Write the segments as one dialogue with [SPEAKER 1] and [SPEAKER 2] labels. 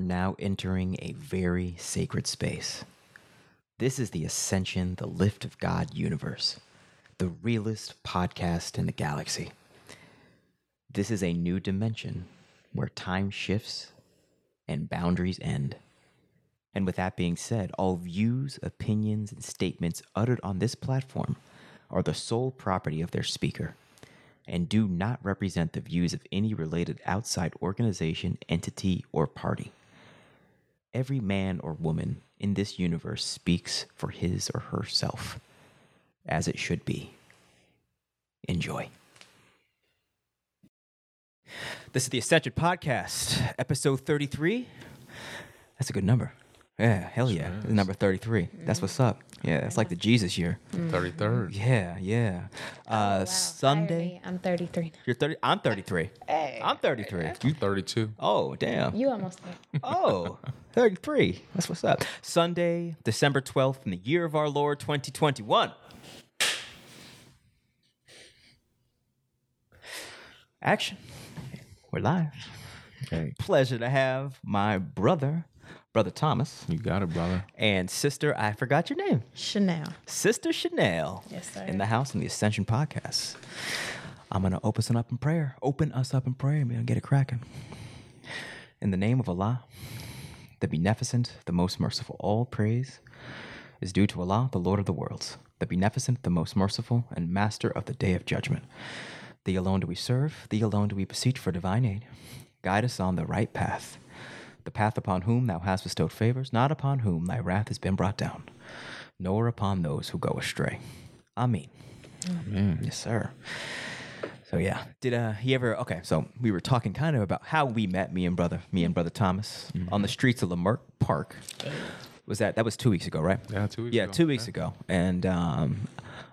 [SPEAKER 1] now entering a very sacred space. This is the Ascension, the Lift of God universe, the realest podcast in the galaxy. This is a new dimension where time shifts and boundaries end. And with that being said, all views, opinions, and statements uttered on this platform are the sole property of their speaker and do not represent the views of any related outside organization, entity, or party. Every man or woman in this universe speaks for his or herself, as it should be. Enjoy. This is the Ascension Podcast, episode 33. That's a good number. Yeah, hell yeah. Number 33.
[SPEAKER 2] Mm-hmm.
[SPEAKER 1] That's what's up. Yeah, it's like the Jesus year.
[SPEAKER 3] 33rd.
[SPEAKER 1] Yeah, yeah. Uh,
[SPEAKER 2] Oh, Wow,
[SPEAKER 1] Sunday.
[SPEAKER 2] hire me. I'm 33.
[SPEAKER 1] You're 30. I'm 33.
[SPEAKER 2] Hey.
[SPEAKER 1] I'm 33.
[SPEAKER 3] I'm 32.
[SPEAKER 1] Oh, damn.
[SPEAKER 2] You almost there.
[SPEAKER 1] Oh, 33. That's what's up. Sunday, December 12th, in the year of our Lord 2021. Action. We're live.
[SPEAKER 3] Okay.
[SPEAKER 1] Pleasure to have my brother, Brother Thomas,
[SPEAKER 3] You got it, brother.
[SPEAKER 1] and sister, I forgot your name,
[SPEAKER 2] Chanel.
[SPEAKER 1] Sister Chanel.
[SPEAKER 2] Yes, sir.
[SPEAKER 1] In the house in the Ascension Podcast. I'm going to open us up in prayer. Open us up in prayer and we're going to get it cracking. In the name of Allah, the Beneficent, the Most Merciful, all praise is due to Allah, the Lord of the worlds, the Beneficent, the Most Merciful, and Master of the Day of Judgment. Thee alone do we serve, Thee alone do we beseech for divine aid. Guide us on the right path, the path upon whom Thou hast bestowed favors, not upon whom Thy wrath has been brought down, nor upon those who go astray. Ameen. Yes, sir. So yeah, did uh he ever? Okay, so we were talking kind of about how we met, me and brother, me and brother Thomas, on the streets of Lamert Park. Was that that was two weeks ago, right?
[SPEAKER 3] Yeah, two weeks
[SPEAKER 1] Yeah,
[SPEAKER 3] ago.
[SPEAKER 1] two weeks ago, and um,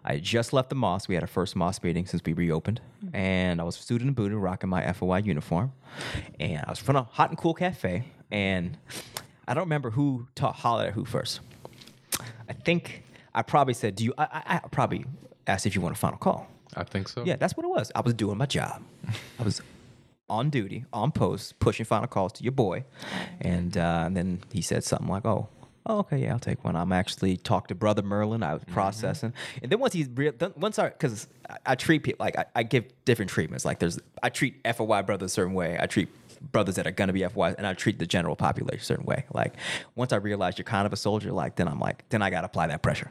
[SPEAKER 1] I just left the mosque. We had our first mosque meeting since we reopened, and I was student in Buddha, rocking my FOI uniform, and I was in front of Hot and Cool Cafe, and I don't remember who ta- hollered at who first. I think I probably said, "Do you?" I, I, I probably asked if you want a final call.
[SPEAKER 3] I think so.
[SPEAKER 1] Yeah, that's what it was. I was doing my job. I was on duty, on post, pushing final calls to your boy, and, uh, and then he said something like, "Oh." Oh, okay, yeah, I'll take one. I'm actually talked to brother Merlin. I was processing, and then once he's real, then once I because I, I treat people like I, I give different treatments. Like there's I treat FOY brothers a certain way. I treat brothers that are gonna be FOYs, and I treat the general population a certain way. Like once I realize you're kind of a soldier, like then I'm like then I gotta apply that pressure.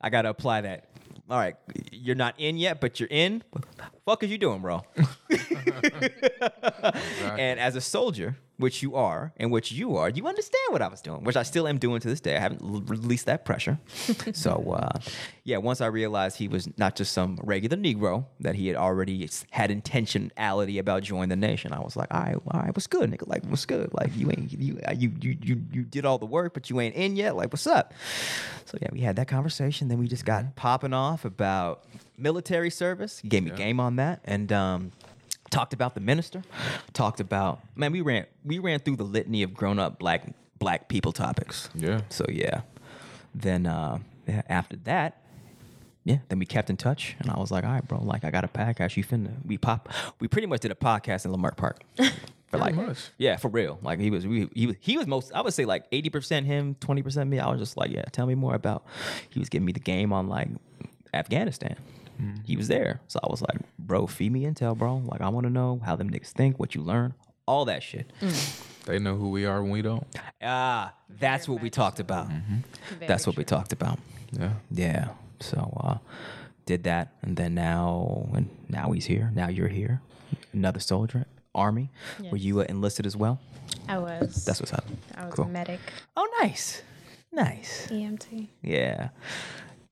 [SPEAKER 1] I gotta apply that. All right, you're not in yet, but you're in. What the fuck is you doing, bro? and as a soldier, which you are, and which you are, you understand what I was doing, which I still am doing to this day. I haven't l- released that pressure. so, uh, yeah, once I realized he was not just some regular Negro, that he had already s- had intentionality about joining the nation, I was like, all right, all right, what's good, nigga? Like, what's good? Like, you ain't, you, uh, you, you, you, you did all the work, but you ain't in yet. Like, what's up? So, yeah, we had that conversation. Then we just got popping off about military service. He gave me game on that. And, um, talked about the minister talked about man we ran we ran through the litany of grown-up black black people topics
[SPEAKER 3] Yeah.
[SPEAKER 1] so yeah then uh yeah, after that yeah then we kept in touch and i was like all right bro like i got a podcast you finna we pop we pretty much did a podcast in lamar park for
[SPEAKER 3] Pretty
[SPEAKER 1] like
[SPEAKER 3] much.
[SPEAKER 1] yeah for real like he was we, he was he was most i would say like 80% him 20% me i was just like yeah tell me more about he was giving me the game on like afghanistan he was there so i was like bro feed me intel bro like i want to know how them niggas think what you learn all that shit
[SPEAKER 2] Mm.
[SPEAKER 3] They know who we are when we don't.
[SPEAKER 1] ah that's what we talked about that's what we talked about
[SPEAKER 3] Yeah.
[SPEAKER 1] yeah. So uh did that and then now and now he's here. Now you're here. Another soldier, army. Were you uh, enlisted as well?
[SPEAKER 2] I was.
[SPEAKER 1] That's what's up.
[SPEAKER 2] I was
[SPEAKER 1] cool.
[SPEAKER 2] a medic,
[SPEAKER 1] Oh, nice. Nice.
[SPEAKER 2] EMT.
[SPEAKER 1] Yeah.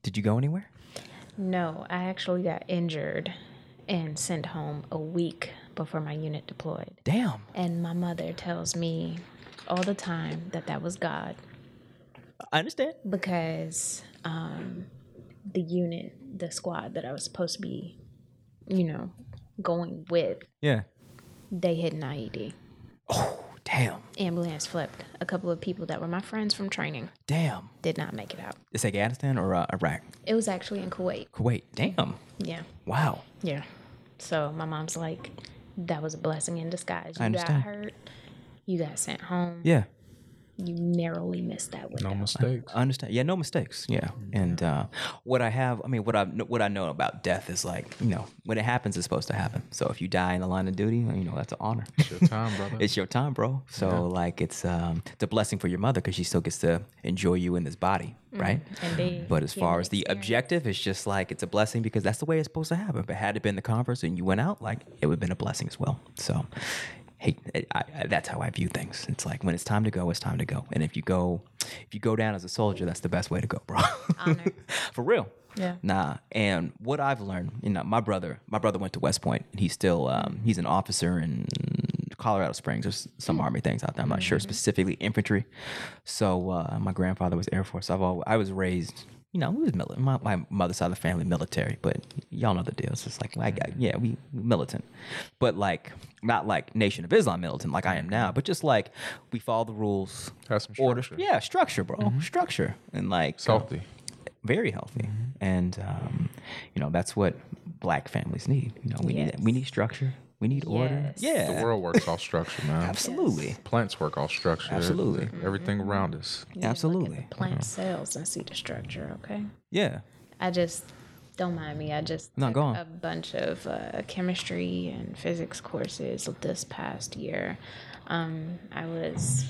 [SPEAKER 1] Did you go anywhere?
[SPEAKER 2] No, I actually got injured and sent home a week before my unit deployed.
[SPEAKER 1] Damn.
[SPEAKER 2] And my mother tells me all the time that that was God
[SPEAKER 1] I understand.
[SPEAKER 2] because um, the unit, the squad that I was supposed to be, you know, going with,
[SPEAKER 1] Yeah.
[SPEAKER 2] they hit an IED.
[SPEAKER 1] Damn.
[SPEAKER 2] Ambulance flipped. A couple of people that were my friends from training
[SPEAKER 1] Damn.
[SPEAKER 2] did not make it out.
[SPEAKER 1] It's Afghanistan or uh, Iraq?
[SPEAKER 2] It was actually in Kuwait.
[SPEAKER 1] Kuwait. Damn.
[SPEAKER 2] Yeah.
[SPEAKER 1] Wow.
[SPEAKER 2] Yeah. So my mom's like, that was a blessing in disguise. You got
[SPEAKER 1] understand.
[SPEAKER 2] hurt. You got sent home.
[SPEAKER 1] Yeah,
[SPEAKER 2] You narrowly missed that window.
[SPEAKER 3] No mistakes. Mm-hmm.
[SPEAKER 1] I understand. Yeah, no mistakes. Yeah, and uh, what I have, I mean, what I what I know about death is like, you know, when it happens, it's supposed to happen. So if you die in the line of duty, you know, that's an honor.
[SPEAKER 3] It's your time, brother.
[SPEAKER 1] it's your time, bro. So like, it's um, it's a blessing for your mother because she still gets to enjoy you in this body,
[SPEAKER 2] Mm-hmm.
[SPEAKER 1] right?
[SPEAKER 2] And they
[SPEAKER 1] But as
[SPEAKER 2] get
[SPEAKER 1] far
[SPEAKER 2] an
[SPEAKER 1] as the
[SPEAKER 2] experience.
[SPEAKER 1] objective, it's just like it's a blessing because that's the way it's supposed to happen. But had it been the converse and you went out, like it would have been a blessing as well. So, hey, I, I, that's how I view things. It's like when it's time to go, it's time to go. And if you go, if you go down as a soldier, that's the best way to go, bro.
[SPEAKER 2] Honor.
[SPEAKER 1] For real.
[SPEAKER 2] Yeah.
[SPEAKER 1] Nah. And what I've learned, you know, my brother, my brother went to West Point. And he's still, um, he's an officer in Colorado Springs. There's some army things out there. I'm not sure specifically infantry. So uh, my grandfather was Air Force. I've always, I was raised. You know, we was mili- my, my mother's side of the family military, but y'all know the deal. It's just like, like yeah, we militant, but like not like Nation of Islam militant, like I am now, but just like we follow the rules,
[SPEAKER 3] Have some
[SPEAKER 1] order-
[SPEAKER 3] structure.
[SPEAKER 1] yeah, structure, bro, structure, and like
[SPEAKER 3] Salty.
[SPEAKER 1] very healthy
[SPEAKER 2] Mm-hmm.
[SPEAKER 1] and um, you know that's what black families need you know we need
[SPEAKER 2] Yes.
[SPEAKER 1] we need structure we need order
[SPEAKER 2] Yes.
[SPEAKER 1] yeah
[SPEAKER 3] The world works off structure, man.
[SPEAKER 1] absolutely
[SPEAKER 3] Plants work off structure.
[SPEAKER 1] Absolutely. Mm-hmm.
[SPEAKER 3] Everything around us.
[SPEAKER 2] You can Look
[SPEAKER 1] absolutely.
[SPEAKER 2] at the plant cells and see the structure. Okay.
[SPEAKER 1] yeah
[SPEAKER 2] I just don't mind me. I just
[SPEAKER 1] No,
[SPEAKER 2] took
[SPEAKER 1] go on.
[SPEAKER 2] a bunch of uh, chemistry and physics courses this past year. Um, I was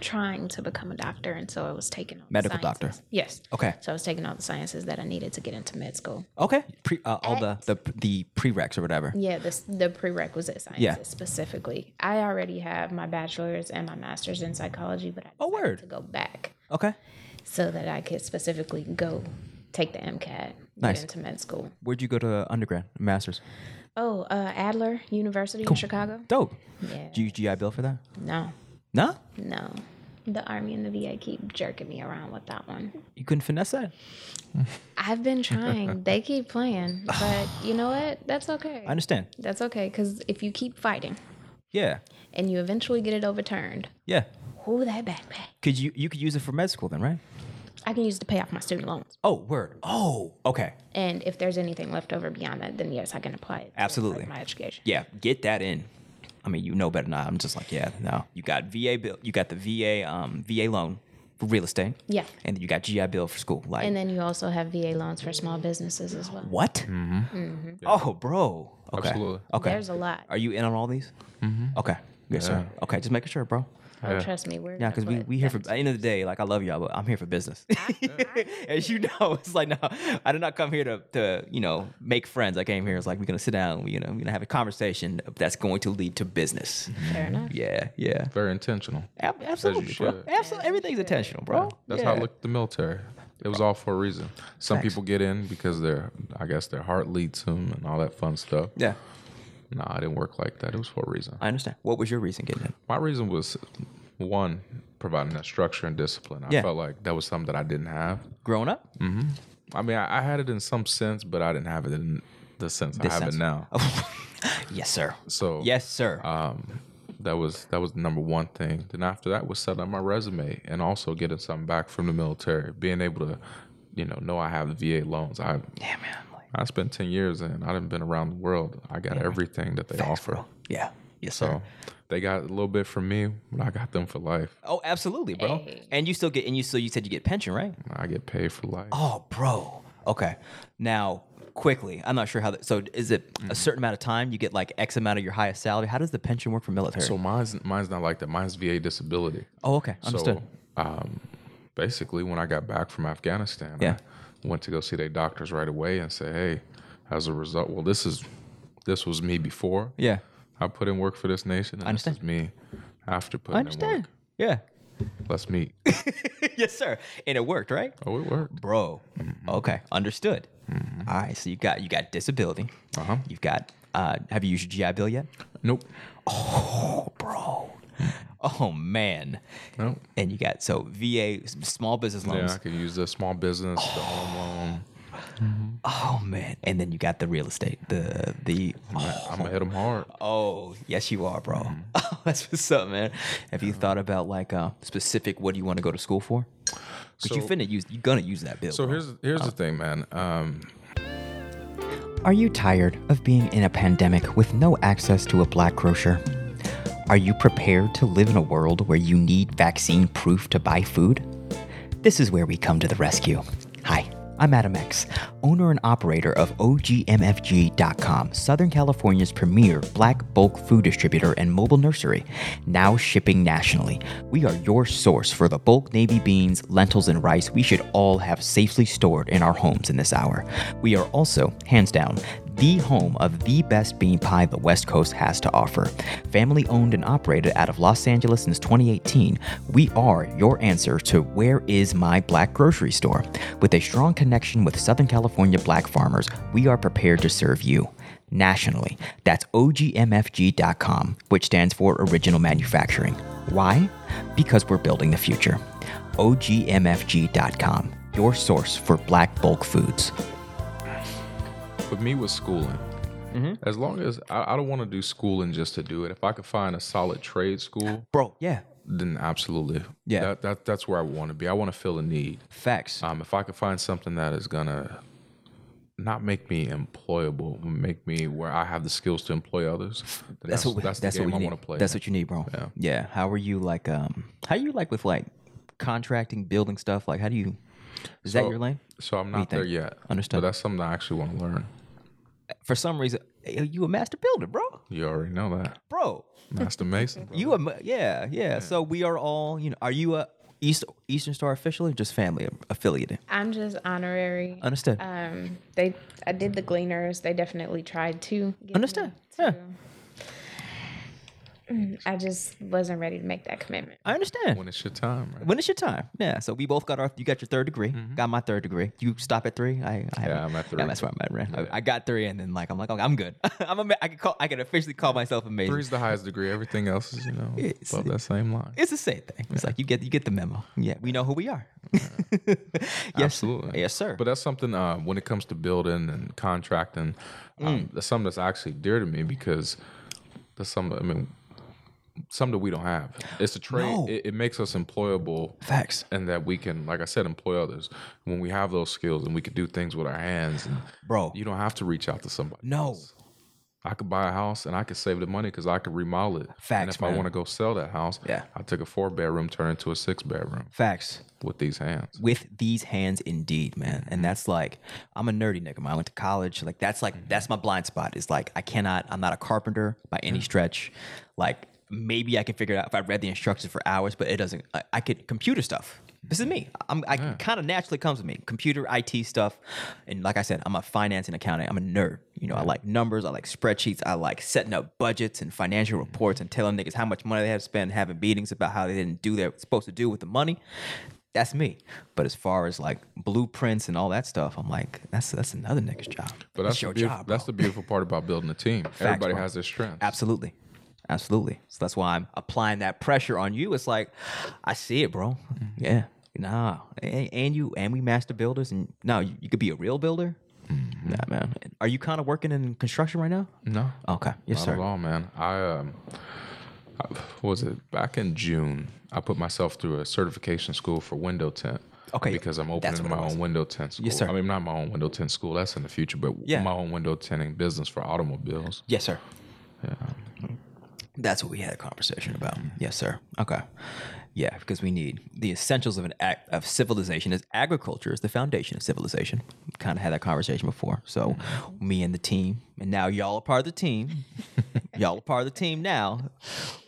[SPEAKER 2] trying to become a doctor, and so I was taking all
[SPEAKER 1] Medical
[SPEAKER 2] the sciences.
[SPEAKER 1] doctor.
[SPEAKER 2] Yes.
[SPEAKER 1] Okay.
[SPEAKER 2] So I was taking all the sciences that I needed to get into med school.
[SPEAKER 1] okay Pre, uh, all the, the the prereqs or whatever
[SPEAKER 2] Yeah, the the prerequisite sciences
[SPEAKER 1] Yeah.
[SPEAKER 2] specifically. I already have my bachelor's and my master's in psychology, but I
[SPEAKER 1] Oh,
[SPEAKER 2] decided
[SPEAKER 1] word.
[SPEAKER 2] to go back
[SPEAKER 1] okay
[SPEAKER 2] so that I could specifically go take the MCAT,
[SPEAKER 1] Nice.
[SPEAKER 2] get into med school.
[SPEAKER 1] where'd you go to undergrad masters
[SPEAKER 2] Oh, uh, Adler University in Chicago.
[SPEAKER 1] dope
[SPEAKER 2] Yeah.
[SPEAKER 1] do you gi bill for that
[SPEAKER 2] no,
[SPEAKER 1] no
[SPEAKER 2] no. The Army and the VA keep jerking me around with that one.
[SPEAKER 1] you couldn't finesse that
[SPEAKER 2] I've been trying. they keep playing, but you know what? That's okay.
[SPEAKER 1] i understand
[SPEAKER 2] That's okay because if you keep fighting
[SPEAKER 1] yeah
[SPEAKER 2] and you eventually get it overturned,
[SPEAKER 1] yeah
[SPEAKER 2] who that backpack?
[SPEAKER 1] could you you could use it for med school then right
[SPEAKER 2] I can use it to pay off my student loans.
[SPEAKER 1] oh word oh okay
[SPEAKER 2] And if there's anything left over beyond that, then yes, I can apply it. to, like,
[SPEAKER 1] Absolutely.
[SPEAKER 2] my education.
[SPEAKER 1] yeah, get that in. I mean, you know better than I. I'm just like, yeah, no. You got VA bill, you got the VA um VA loan for real estate.
[SPEAKER 2] Yeah.
[SPEAKER 1] And then you got GI bill for school. Like
[SPEAKER 2] And then you also have VA loans for small businesses as well.
[SPEAKER 1] what? Mm-hmm. Oh, bro. Okay.
[SPEAKER 3] Absolutely.
[SPEAKER 1] Okay.
[SPEAKER 2] There's a lot.
[SPEAKER 1] Are you in on all these? Mm-hmm. Okay. Yes, sir. Okay, just making sure, bro.
[SPEAKER 2] Oh,
[SPEAKER 3] Yeah.
[SPEAKER 2] trust me, we're
[SPEAKER 1] Uh, Yeah, because we,
[SPEAKER 2] gonna
[SPEAKER 1] we
[SPEAKER 2] put
[SPEAKER 1] here for
[SPEAKER 2] them
[SPEAKER 1] at the end of the day, like I love y'all, but I'm here for business. As you know, it's like no, I did not come here to to, you know, make friends. I came here, it's like we're gonna sit down, we you know, we're gonna have a conversation that's going to lead to business. Mm-hmm.
[SPEAKER 2] Fair enough.
[SPEAKER 1] Yeah, yeah.
[SPEAKER 3] Very intentional.
[SPEAKER 1] Ab- absolutely, bro.
[SPEAKER 3] should.
[SPEAKER 1] Absolutely, everything's intentional, bro.
[SPEAKER 3] That's
[SPEAKER 1] yeah.
[SPEAKER 3] how I look at the military. It was all for a reason. Some
[SPEAKER 1] Facts.
[SPEAKER 3] people get in because their, I guess, their heart leads them and all that fun stuff.
[SPEAKER 1] Yeah,
[SPEAKER 3] Nah, it didn't work like that. It was for a reason.
[SPEAKER 1] I understand. What was your reason getting in?
[SPEAKER 3] My reason was one, providing that structure and discipline. I
[SPEAKER 1] Yeah.
[SPEAKER 3] felt like that was something that I didn't have.
[SPEAKER 1] Growing up,
[SPEAKER 3] Mm, I mean, I, I had it in some sense, but I didn't have it in the sense I have
[SPEAKER 1] sense.
[SPEAKER 3] it now.
[SPEAKER 1] yes, sir.
[SPEAKER 3] So uh,
[SPEAKER 1] Yes, sir.
[SPEAKER 3] that was that was the number one thing. Then after that was setting up my resume and also getting something back from the military, being able to, you know, know I have VA loans. I
[SPEAKER 1] yeah, man. I'm like,
[SPEAKER 3] I spent ten years and I didn't been around the world. I got everything that they offer.
[SPEAKER 1] bro. Yeah. Yes, sir.
[SPEAKER 3] So they got a little bit from me, but I got them for life.
[SPEAKER 1] Oh, absolutely, bro.
[SPEAKER 2] Hey.
[SPEAKER 1] And you still get, and you still, you said you get pension, right?
[SPEAKER 3] I get paid for life.
[SPEAKER 1] Oh, bro. Okay. Now, quickly, I'm not sure how that. So, is it
[SPEAKER 3] Mm-hmm.
[SPEAKER 1] a certain amount of time you get like X amount of your highest salary? How does the pension work for military?
[SPEAKER 3] So mine's mine's not like that. Mine's VA disability.
[SPEAKER 1] oh, okay. Understood.
[SPEAKER 3] So, um, basically, when I got back from Afghanistan,
[SPEAKER 1] Yeah.
[SPEAKER 3] I went to go see their doctors right away and say, "Hey, as a result, well, this is this was me before.
[SPEAKER 1] yeah,
[SPEAKER 3] I put in work for this nation, and this
[SPEAKER 1] understand.
[SPEAKER 3] is me after
[SPEAKER 1] I
[SPEAKER 3] putting in
[SPEAKER 1] understand.
[SPEAKER 3] work.
[SPEAKER 1] Yeah.
[SPEAKER 3] Let's meet.
[SPEAKER 1] yes, sir. And it worked, right?
[SPEAKER 3] Oh, it worked.
[SPEAKER 1] bro.
[SPEAKER 3] Mm-hmm.
[SPEAKER 1] Okay, understood. All right, so you got you got disability.
[SPEAKER 3] Uh-huh.
[SPEAKER 1] You've got. Uh, have you used your GI Bill yet?
[SPEAKER 3] Nope.
[SPEAKER 1] Oh, bro. Oh man.
[SPEAKER 3] Nope.
[SPEAKER 1] And you got so VA s- small business
[SPEAKER 3] Yeah, I
[SPEAKER 1] loans.
[SPEAKER 3] could use the small business, the home loan.
[SPEAKER 1] Oh man. And then you got the real estate. The the.
[SPEAKER 3] I'm gonna hit them hard.
[SPEAKER 1] Oh yes, you are, bro.
[SPEAKER 3] Mm-hmm.
[SPEAKER 1] Oh, That's what's up, man. Have
[SPEAKER 3] Uh-huh.
[SPEAKER 1] you thought about like uh, specific what do you want to go to school for? Because you Oh.
[SPEAKER 3] So-
[SPEAKER 1] finna use you gonna use that bill.
[SPEAKER 3] So
[SPEAKER 1] bro.
[SPEAKER 3] here's here's the thing, man. Um,
[SPEAKER 1] Are you tired of being in a pandemic with no access to a black grocer? Are you prepared to live in a world where you need vaccine proof to buy food? This is where we come to the rescue. Hi, I'm Adam X, owner and operator of OGMFG.com, Southern California's premier black bulk food distributor and mobile nursery, now shipping nationally. We are your source for the bulk navy beans, lentils, and rice we should all have safely stored in our homes in this hour. We are also, hands down, the home of the best bean pie the West Coast has to offer. Family owned and operated out of Los Angeles since 2018, we are your answer to where is my black grocery store. With a strong connection with Southern California black farmers, we are prepared to serve you. Nationally, that's OGMFG.com, which stands for Original Manufacturing. Why? Because we're building the future. OGMFG.com, your source for black bulk foods.
[SPEAKER 3] For me with schooling,
[SPEAKER 1] Mm-hmm.
[SPEAKER 3] as long as I, I don't want to do schooling just to do it. If I could find a solid trade school,
[SPEAKER 1] Bro, yeah,
[SPEAKER 3] then absolutely.
[SPEAKER 1] Yeah.
[SPEAKER 3] That, that that's where I want to be. I want to fill a need.
[SPEAKER 1] facts.
[SPEAKER 3] Um, if I could find something that is gonna not make me employable, make me where I have the skills to employ others, then
[SPEAKER 1] that's, what
[SPEAKER 3] that's, the
[SPEAKER 1] what
[SPEAKER 3] game
[SPEAKER 1] you
[SPEAKER 3] I
[SPEAKER 1] need.
[SPEAKER 3] want to play.
[SPEAKER 1] That's what you need, bro. Yeah. How are you like um how you like with like contracting, building stuff? Like how do you is that
[SPEAKER 3] So-
[SPEAKER 1] your lane?
[SPEAKER 3] so I'm not
[SPEAKER 1] you
[SPEAKER 3] there
[SPEAKER 1] think?
[SPEAKER 3] yet.
[SPEAKER 1] Understood.
[SPEAKER 3] But that's something I actually want to learn.
[SPEAKER 1] For some reason eh, you a master builder, bro.
[SPEAKER 3] You already know that,
[SPEAKER 1] Bro.
[SPEAKER 3] Master Mason. bro.
[SPEAKER 1] You a ma- yeah, yeah, So we are all, you know, are you a East Eastern Star official or just family affiliated?
[SPEAKER 2] I'm just honorary.
[SPEAKER 1] Understood.
[SPEAKER 2] Um, they I did the gleaners. They definitely tried to. get me
[SPEAKER 1] Understood.
[SPEAKER 2] to-
[SPEAKER 1] Yeah.
[SPEAKER 2] I just wasn't ready to make that commitment.
[SPEAKER 1] I understand.
[SPEAKER 3] when it's your time, right?
[SPEAKER 1] When is your time? Yeah. So we both got our. You got your third degree. Got my third degree. You stop at three. I, I haven't-
[SPEAKER 3] Mm-hmm. I'm at three.
[SPEAKER 1] Yeah, that's where I'm at, man. I, I got three, and then like I'm like, okay, I'm good. I'm a, ma- I can call. I can officially call myself amazing.
[SPEAKER 3] Three's the highest degree. Everything else is, you know, above that same line.
[SPEAKER 1] It's the same thing. It's like you get you get the memo. Yeah, we know who we are. yes,
[SPEAKER 3] Absolutely.
[SPEAKER 1] Yes, sir.
[SPEAKER 3] But that's something uh, when it comes to building and contracting, um,
[SPEAKER 1] Mm.
[SPEAKER 3] that's something that's actually dear to me because that's something, I mean, something that we don't have. It's a trade.
[SPEAKER 1] No.
[SPEAKER 3] It, it makes us employable
[SPEAKER 1] facts,
[SPEAKER 3] and that we can, like I said, employ others. When we have those skills and we can do things with our hands, and
[SPEAKER 1] bro.
[SPEAKER 3] you don't have to reach out to somebody.
[SPEAKER 1] no,
[SPEAKER 3] I could buy a house and I could save the money because I could remodel it. And
[SPEAKER 1] Facts,
[SPEAKER 3] if I
[SPEAKER 1] man.
[SPEAKER 3] want to go sell that house,
[SPEAKER 1] Yeah.
[SPEAKER 3] I took a four bedroom, turn into a six bedroom
[SPEAKER 1] facts.
[SPEAKER 3] with these hands.
[SPEAKER 1] with these hands indeed man and that's like i'm a nerdy nigga man. i went to college like that's like that's my blind spot is like i cannot i'm not a carpenter by any stretch like maybe i can figure it out if i read the instructions for hours but it doesn't i, I could computer stuff this is me i'm i kind of naturally comes with me computer it stuff and like i said i'm a finance and accounting i'm a nerd you know i like numbers i like spreadsheets i like setting up budgets and financial reports and telling niggas how much money they had to spend having meetings about how they didn't do their supposed to do with the money that's me. But as far as like blueprints and all that stuff, I'm like, that's that's another nigga's job.
[SPEAKER 3] But
[SPEAKER 1] That's
[SPEAKER 3] that's,
[SPEAKER 1] your
[SPEAKER 3] the beautiful,
[SPEAKER 1] job.
[SPEAKER 3] that's the
[SPEAKER 1] bro.
[SPEAKER 3] beautiful part about building a team. Everybody
[SPEAKER 1] bro.
[SPEAKER 3] has their strengths.
[SPEAKER 1] absolutely, absolutely. So that's why I'm applying that pressure on you. It's like, I see it, bro.
[SPEAKER 3] Mm-hmm.
[SPEAKER 1] Yeah, nah. And, and you and we master builders, and no, you, you could be a real builder.
[SPEAKER 3] Mm-hmm.
[SPEAKER 1] Nah, man. Are you kind of working in construction right now?
[SPEAKER 3] No,
[SPEAKER 1] Okay, yes,
[SPEAKER 3] not
[SPEAKER 1] sir.
[SPEAKER 3] at all, man. I, um, I what was it back in June? I put myself through a certification school for window tint.
[SPEAKER 1] Okay,
[SPEAKER 3] because I'm
[SPEAKER 1] that's
[SPEAKER 3] opening
[SPEAKER 1] what it
[SPEAKER 3] my
[SPEAKER 1] was.
[SPEAKER 3] own window tint school.
[SPEAKER 1] Yes, sir.
[SPEAKER 3] I mean, not my own window tint school. That's in the future, but
[SPEAKER 1] Yeah.
[SPEAKER 3] my own window tinting business for automobiles.
[SPEAKER 1] Yes, sir. That's what we had a conversation about. Yes, sir. Okay. Yeah, because we need the essentials of an act of civilization is agriculture is the foundation of civilization. Kind of had that conversation before. So me and the team, and now y'all are part of the team. y'all are part of the team now.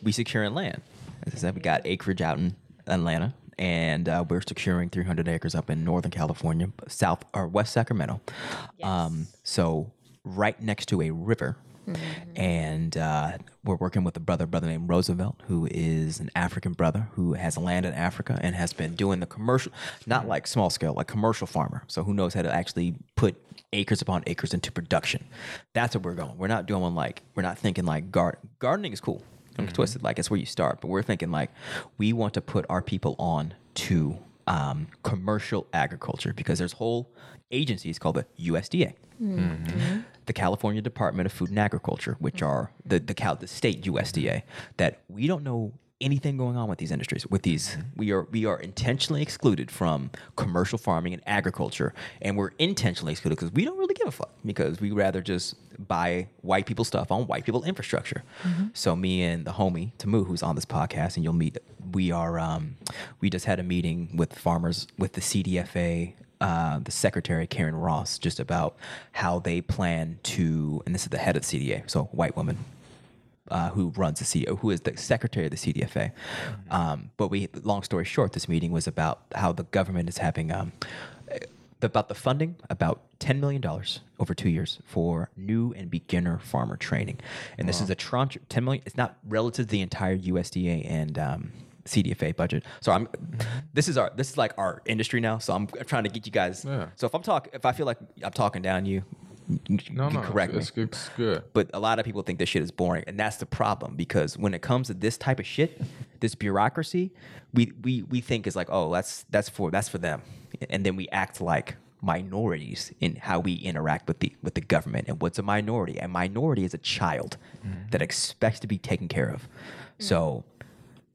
[SPEAKER 1] We securing land. As I said, we got acreage out in Atlanta, and uh, we're securing 300 acres up in Northern California, South or West Sacramento. Um, so right next to a river. And uh, we're working with a brother, a brother named Roosevelt, who is an African brother who has land in Africa and has been doing the commercial, not like small scale, like commercial farmer. So who knows how to actually put acres upon acres into production. That's what we're going. We're not doing like, we're not thinking like garden. Gardening is cool. Don't get twisted. Like, it's where you start. But we're thinking like, we want to put our people on to um, commercial agriculture because there's whole agencies called the USDA, the California Department of Food and Agriculture, which are the the, Cal, the state USDA that we don't know anything going on with these industries. With these, we are we are intentionally excluded from commercial farming and agriculture, and we're intentionally excluded because we don't really give a fuck because we rather just buy white people stuff on white people infrastructure. So me and the homie Tamu, who's on this podcast, and you'll meet. We are um, we just had a meeting with farmers with the CDFA uh, the secretary Karen Ross just about how they plan to, and this is the head of CDA, so white woman uh, who runs the CEO, who is the secretary of the CDFA.
[SPEAKER 3] Mm-hmm.
[SPEAKER 1] Um, but we, long story short, this meeting was about how the government is having um, eh, about the funding about ten million dollars over two years for new and beginner farmer training, and this is a tranche ten million. It's not relative to the entire USDA and. Um, CDFA budget. So I'm.
[SPEAKER 3] Mm-hmm.
[SPEAKER 1] This is our. This is like our industry now. So I'm trying to get you guys.
[SPEAKER 3] Yeah.
[SPEAKER 1] So if I'm talking, if I feel like I'm talking down you, you
[SPEAKER 3] No, no,
[SPEAKER 1] can correct me
[SPEAKER 3] it's, it's, it's good.
[SPEAKER 1] but a lot of people think this shit is boring and that's the problem because when it comes to this type of shit this bureaucracy we we, we think is like oh that's that's for that's for them and then we act like minorities in how we interact with the with the government and what's a minority a minority is a child that expects to be taken care of so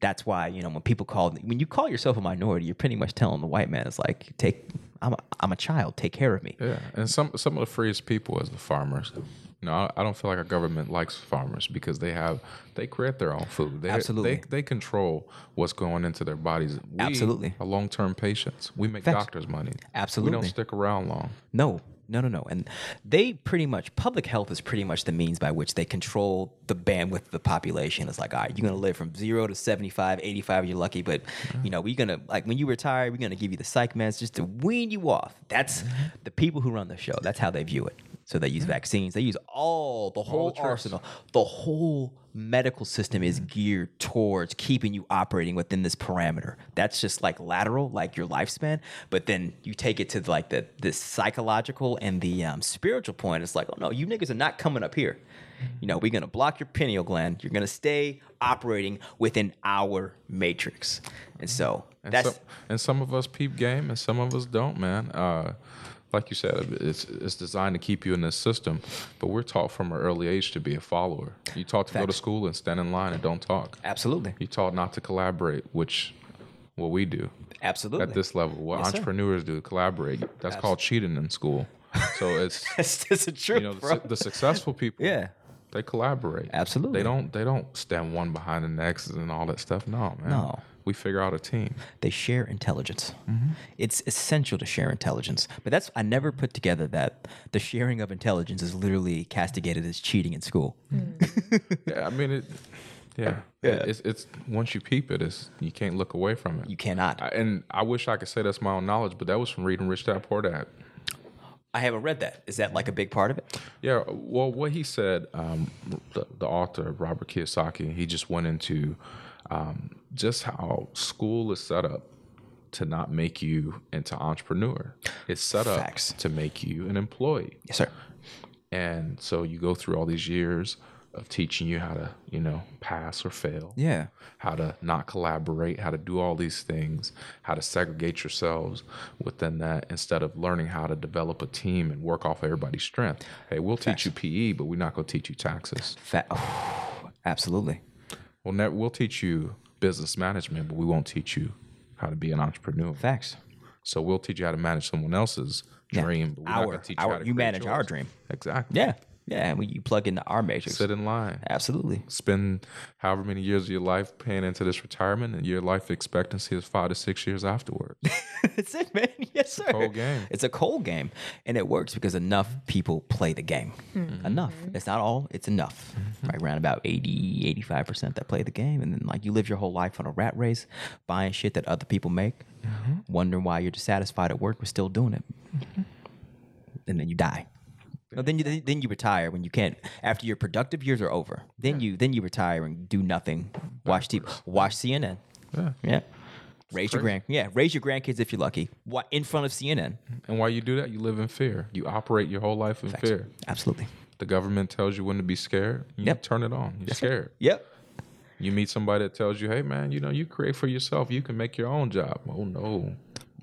[SPEAKER 1] that's why you know when people call when you call yourself a minority you're pretty much telling the white man it's like take i'm a, I'm a child take care of me
[SPEAKER 3] Yeah, and some some of the freest people is the farmers. You know, I, I don't feel like our government likes farmers because they have they create their own food. They,
[SPEAKER 1] Absolutely.
[SPEAKER 3] they, they control what's going into their bodies. We
[SPEAKER 1] Absolutely.
[SPEAKER 3] are long term patients. We make
[SPEAKER 1] Facts.
[SPEAKER 3] doctors money. we
[SPEAKER 1] Absolutely.
[SPEAKER 3] don't stick around long.
[SPEAKER 1] No, no, no, no. And they pretty much, public health is pretty much the means by which they control the bandwidth of the population. It's like, all right, you're going to live from zero to 75, 85, you're lucky. But, you know, we're going to, like, when you retire, we're going to give you the psych meds just to wean you off. That's
[SPEAKER 3] Mm-hmm.
[SPEAKER 1] the people who run the show. That's how they view it. So they use vaccines. They use all the whole
[SPEAKER 3] the tricks.
[SPEAKER 1] arsenal. The whole medical system is geared towards keeping you operating within this parameter. That's just like lateral, like your lifespan. But then you take it to like the this psychological and the um, spiritual point. It's like, oh no, you niggas are not coming up here. You know, we're gonna block your pineal gland. You're gonna stay operating within our matrix. And so
[SPEAKER 3] And
[SPEAKER 1] that's
[SPEAKER 3] some, and some of us peep game and some of us don't, man. Uh, like you said, it's it's designed to keep you in this system, but we're taught from an early age to be a follower. You taught to go to
[SPEAKER 1] Facts.
[SPEAKER 3] school and stand in line and don't talk.
[SPEAKER 1] absolutely,
[SPEAKER 3] You taught not to collaborate, which what we do.
[SPEAKER 1] absolutely.
[SPEAKER 3] at this level. What
[SPEAKER 1] Yes, sir.
[SPEAKER 3] entrepreneurs do collaborate. That's called cheating in school. So it's
[SPEAKER 1] that's just a truth,
[SPEAKER 3] you know the,
[SPEAKER 1] bro.
[SPEAKER 3] su- the successful people.
[SPEAKER 1] Yeah.
[SPEAKER 3] they collaborate.
[SPEAKER 1] Absolutely.
[SPEAKER 3] They don't they don't stand one behind the next and all that stuff. No man.
[SPEAKER 1] No.
[SPEAKER 3] We figure out a team.
[SPEAKER 1] they share intelligence.
[SPEAKER 3] Mm-hmm.
[SPEAKER 1] It's essential to share intelligence. But that's I never put together that the sharing of intelligence is literally castigated as cheating in school.
[SPEAKER 3] Yeah, I mean it. Yeah, It's it's once you peep it, it's you can't look away from it.
[SPEAKER 1] You cannot.
[SPEAKER 3] I, and I wish I could say that's my own knowledge, but that was from reading Rich Dad Poor Dad.
[SPEAKER 1] I haven't read that. Is that like a big part of it?
[SPEAKER 3] Yeah, well, what he said, um, the, the author Robert Kiyosaki, he just went into um, just how school is set up to not make you into entrepreneur. It's set up
[SPEAKER 1] Facts.
[SPEAKER 3] to make you an employee,
[SPEAKER 1] Yes, sir.
[SPEAKER 3] and so you go through all these years of teaching you how to, you know, pass or fail,
[SPEAKER 1] Yeah.
[SPEAKER 3] how to not collaborate, how to do all these things, how to segregate yourselves within that instead of learning how to develop a team and work off everybody's strength. Hey, we'll teach you PE, but we're not going to teach you taxes.
[SPEAKER 1] Fa- absolutely.
[SPEAKER 3] We'll, ne- we'll teach you business management, but we won't teach you how to be an entrepreneur.
[SPEAKER 1] Facts.
[SPEAKER 3] So we'll teach you how to manage someone else's dream, but we're not
[SPEAKER 1] Our,
[SPEAKER 3] going to teach you how
[SPEAKER 1] our,
[SPEAKER 3] to
[SPEAKER 1] you
[SPEAKER 3] create
[SPEAKER 1] manage our
[SPEAKER 3] yours.
[SPEAKER 1] dream.
[SPEAKER 3] Exactly.
[SPEAKER 1] Yeah. Yeah. And when you plug into our matrix.
[SPEAKER 3] Sit in line.
[SPEAKER 1] Absolutely.
[SPEAKER 3] Spend however many years of your life paying into this retirement, and your life expectancy is five to six years afterwards.
[SPEAKER 1] That's it, man. Yes, sir. Mm-hmm. It's a
[SPEAKER 3] cold game.
[SPEAKER 1] It's a cold game, and it works because enough people play the game. Enough. It's not all. It's enough.
[SPEAKER 3] Mm-hmm.
[SPEAKER 1] Right around about 80, 85 percent that play the game, and then like you live your whole life on a rat race, buying shit that other people make,
[SPEAKER 3] Mm-hmm.
[SPEAKER 1] wondering why you're dissatisfied at work but still doing it, and then you die. No, then you then then you retire when you can't after your productive years are over. Then you then you retire and do nothing. Watch TV, watch CNN.
[SPEAKER 3] Yeah.
[SPEAKER 1] Yeah. Raise your grand, yeah, raise your grandkids if you're lucky. What in front of CNN?
[SPEAKER 3] And while you do that, you live in fear. You operate your whole life in fear.
[SPEAKER 1] Absolutely.
[SPEAKER 3] The government tells you when to be scared. You
[SPEAKER 1] Yep.
[SPEAKER 3] turn it on. You're scared.
[SPEAKER 1] Yep.
[SPEAKER 3] You meet somebody that tells you, "Hey, man, you know you create for yourself. You can make your own job." Oh no,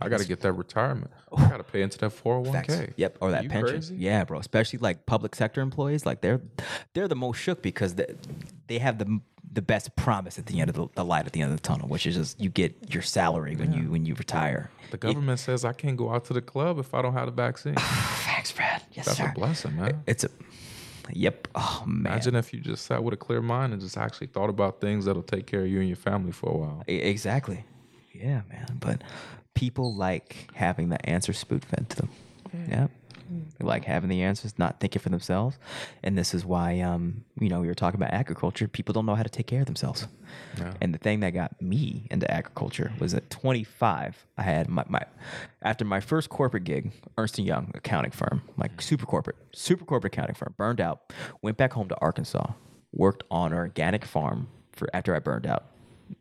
[SPEAKER 3] I got to get that retirement. I got to pay into that 401k.
[SPEAKER 1] Facts. Yep, or that
[SPEAKER 3] You
[SPEAKER 1] pension.
[SPEAKER 3] crazy?
[SPEAKER 1] Yeah, bro. Especially like public sector employees, like they're they're the most shook because they, they have the the best promise at the end of the, the light at the end of the tunnel, which is just you get your salary when you when you retire.
[SPEAKER 3] The government says I can't go out to the club if I don't have the vaccine.
[SPEAKER 1] Facts, Brad. Yes,
[SPEAKER 3] That's
[SPEAKER 1] sir. Eh,
[SPEAKER 3] a blessing, man.
[SPEAKER 1] It's a yep. Oh man.
[SPEAKER 3] Imagine if you just sat with a clear mind and just actually thought about things that'll take care of you and your family for a while.
[SPEAKER 1] E- Exactly. Yeah, man. But people like having the answers spoon fed to them. Yeah. They like having the answers, not thinking for themselves. And this is why, um, you know, we were talking about agriculture. People don't know how to take care of themselves. And the thing that got me into agriculture was at 25, I had my, my after my first corporate gig, Ernst & Young accounting firm, like super corporate, super corporate accounting firm, burned out, went back home to Arkansas, worked on an organic farm for after I burned out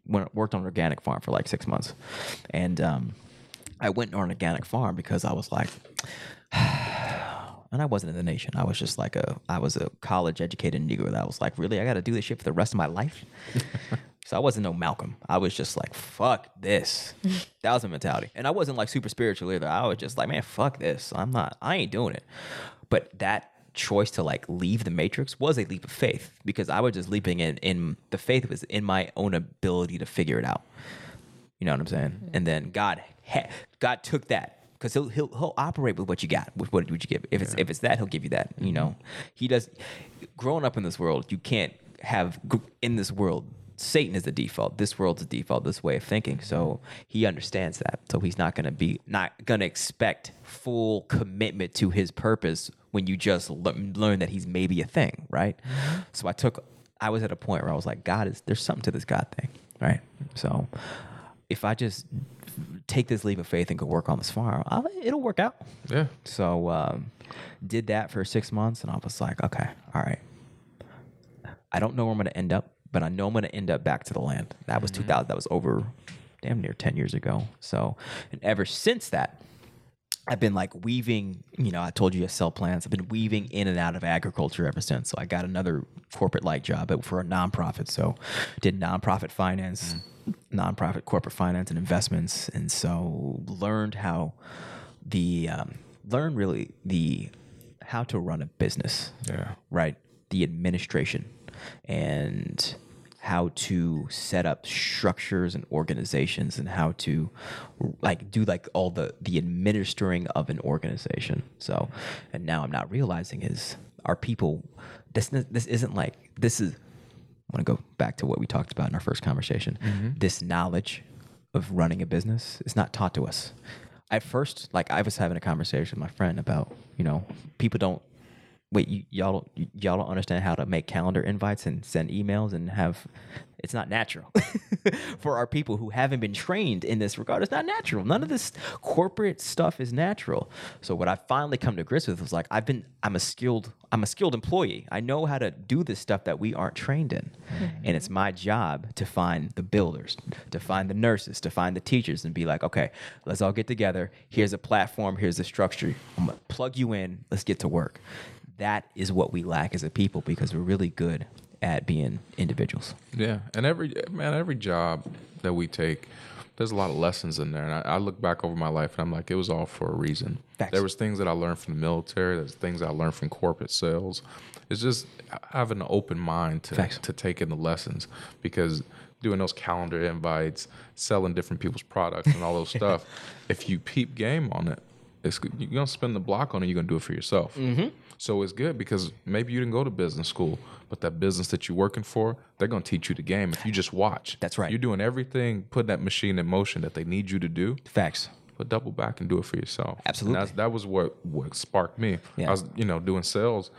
[SPEAKER 1] went, worked on an organic farm for like six months, and um, I went on an organic farm because I was like, and I wasn't in the nation. I was just like a, I was a college educated Negro that was like, really, I got to do this shit for the rest of my life. so I wasn't no Malcolm. I was just like, fuck this. that was my mentality, and I wasn't like super spiritual either. I was just like, man, fuck this. I'm not. I ain't doing it. But that choice to like leave the matrix was a leap of faith because I was just leaping in in the faith was in my own ability to figure it out. You know what I'm saying? And then God, ha- God took that because he'll, he'll he'll operate with what you got, with what would you give. If it's if it's that, he'll give you that. You know, he does. Growing up in this world, you can't have gr- in this world. Satan is the default. This world's the default. This way of thinking. So he understands that. So he's not gonna be not gonna expect full commitment to his purpose when you just le- learn that he's maybe a thing, right? So I took. I was at a point where I was like, God is there's something to this God thing, right? So if I just take this leap of faith and go work on this farm, I'll, it'll work out.
[SPEAKER 3] Yeah.
[SPEAKER 1] So um, did that for six months, and I was like, okay, all right. I don't know where I'm going to end up, but I know I'm going to end up back to the land. That was 2000. That was over damn near 10 years ago. So, and ever since that, I've been like weaving, you know, I told you I sell plants. I've been weaving in and out of agriculture ever since. So I got another corporate like job but for a nonprofit. So did nonprofit finance, nonprofit corporate finance and investments. And so learned how the, um, learned really the, how to run a business
[SPEAKER 3] Yeah.
[SPEAKER 1] right? The administration and how to set up structures and organizations and how to like do like all the the administering of an organization. So, and now I'm not realizing is our people this this isn't like this is I want to go back to what we talked about in our first conversation. This knowledge of running a business is not taught to us. At first, like I was having a conversation with my friend about, you know, people don't wait, you, y'all don't y- y'all don't understand how to make calendar invites and send emails and have it's not natural for our people who haven't been trained in this regard. It's not natural. None of this corporate stuff is natural. So what I finally come to grips with was like I've been I'm a skilled I'm a skilled employee. I know how to do this stuff that we aren't trained in. And it's my job to find the builders, to find the nurses, to find the teachers and be like, "Okay, let's all get together. Here's a platform, here's a structure. I'm going to plug you in. Let's get to work." that is what we lack as a people because we're really good at being individuals.
[SPEAKER 3] Yeah, and every man, every job that we take, there's a lot of lessons in there. And I, I look back over my life, and I'm like, it was all for a reason.
[SPEAKER 1] Facts.
[SPEAKER 3] There was things that I learned from the military. There's things I learned from corporate sales. It's just having an open mind to
[SPEAKER 1] Facts.
[SPEAKER 3] to take in the lessons because doing those calendar invites, selling different people's products, and all those stuff. If you peep game on it, it's good- you're gonna spend the block on it. You're gonna do it for yourself.
[SPEAKER 1] Mm-hmm.
[SPEAKER 3] So it's good because maybe you didn't go to business school, but that business that you're working for, they're gonna teach you the game if you just watch.
[SPEAKER 1] That's right.
[SPEAKER 3] You're doing everything, putting that machine in motion that they need you to do.
[SPEAKER 1] Facts.
[SPEAKER 3] But double back and do it for yourself. And
[SPEAKER 1] Absolutely.
[SPEAKER 3] that's, that was what what sparked me.
[SPEAKER 1] Yeah.
[SPEAKER 3] I was you know doing sales,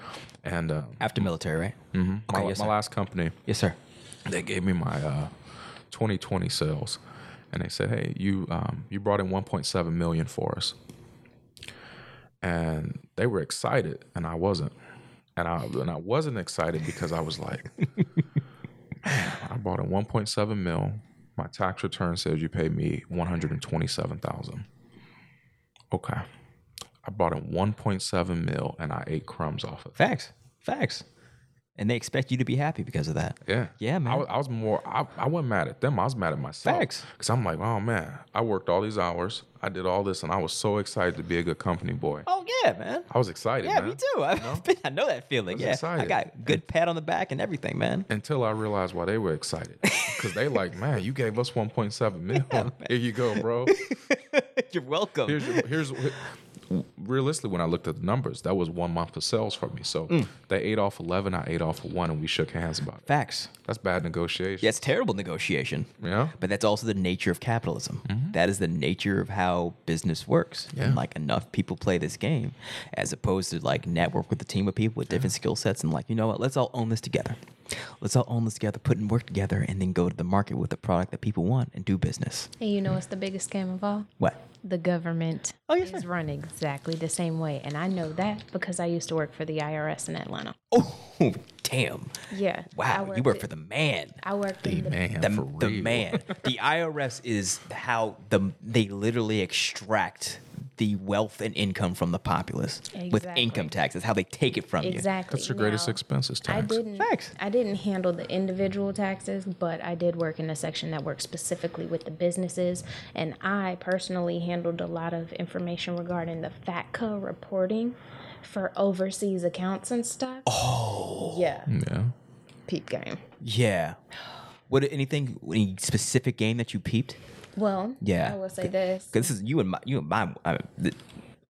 [SPEAKER 3] and uh,
[SPEAKER 1] After military, right?
[SPEAKER 3] mhm, my,
[SPEAKER 1] yes,
[SPEAKER 3] my
[SPEAKER 1] sir.
[SPEAKER 3] last company
[SPEAKER 1] Yes, sir.
[SPEAKER 3] they gave me my uh, 2020 sales, and they said, "Hey, you um, you brought in 1.7 million for us," and they were excited, and I wasn't, and I and I wasn't excited because I was like, "Man, I brought in 1.7 mil. My tax return says you paid me 127,000. Okay." I brought in 1.7 mil and I ate crumbs off of it.
[SPEAKER 1] Facts. Facts. and they expect you to be happy because of that.
[SPEAKER 3] Yeah.
[SPEAKER 1] Yeah, man.
[SPEAKER 3] I, wa- I was more, I, I wasn't mad at them. I was mad at myself.
[SPEAKER 1] Facts.
[SPEAKER 3] Because I'm like, oh, man, I worked all these hours. I did all this, and I was so excited to be a good company boy.
[SPEAKER 1] Oh yeah, man.
[SPEAKER 3] I was excited.
[SPEAKER 1] Yeah,
[SPEAKER 3] man,
[SPEAKER 1] me too. I, I know that feeling.
[SPEAKER 3] was
[SPEAKER 1] yeah, I
[SPEAKER 3] excited.
[SPEAKER 1] got good pat on the back and everything, man.
[SPEAKER 3] Until I realized why they were excited. Because they like, man, you gave us 1.7 million. Here you go, bro.
[SPEAKER 1] You're welcome.
[SPEAKER 3] Here's, your, here's, realistically, when I looked at the numbers, that was one month of sales for me. So
[SPEAKER 1] Mm.
[SPEAKER 3] they ate off 11, I ate off of one, and we shook hands about it.
[SPEAKER 1] Facts.
[SPEAKER 3] That's bad negotiation.
[SPEAKER 1] Yeah, it's terrible negotiation.
[SPEAKER 3] Yeah. Mm-hmm.
[SPEAKER 1] But that's also the nature of capitalism. That is the nature of how business works. And
[SPEAKER 3] Yeah.
[SPEAKER 1] like enough people play this game as opposed to like network with a team of people with different skill sets and like, you know what, let's all own this together. Let's all own this together, put in work together, and then go to the market with the product that people want and do business.
[SPEAKER 2] And you know what's the biggest scam of all?
[SPEAKER 1] What?
[SPEAKER 2] The government
[SPEAKER 1] Oh, yeah,
[SPEAKER 2] is
[SPEAKER 1] sure.
[SPEAKER 2] run exactly the same way. And I know that because I used to work for the IRS in Atlanta.
[SPEAKER 1] Oh, damn.
[SPEAKER 2] Yeah. I
[SPEAKER 1] Wow. You work
[SPEAKER 2] worked-
[SPEAKER 1] for the man.
[SPEAKER 2] I worked in the
[SPEAKER 3] Man,
[SPEAKER 1] the,
[SPEAKER 3] for
[SPEAKER 1] the
[SPEAKER 3] real.
[SPEAKER 1] man. The IRS is how the they literally extract the wealth and income from the populace with
[SPEAKER 2] Exactly.
[SPEAKER 1] income taxes. How they take it from
[SPEAKER 2] Exactly.
[SPEAKER 3] That's your greatest
[SPEAKER 2] Now,
[SPEAKER 3] expenses tax.
[SPEAKER 2] I didn't.
[SPEAKER 1] Facts.
[SPEAKER 2] I didn't handle the individual taxes, but I did work in a section that worked specifically with the businesses, and I personally handled a lot of information regarding the FATCA reporting for overseas accounts and stuff. Oh. Yeah.
[SPEAKER 3] Yeah.
[SPEAKER 2] Peep game.
[SPEAKER 1] you. Yeah. What anything any specific game that you peeped?
[SPEAKER 2] Well.
[SPEAKER 1] Yeah.
[SPEAKER 2] I will say this.
[SPEAKER 1] 'Cause this is you and my you and my. I th-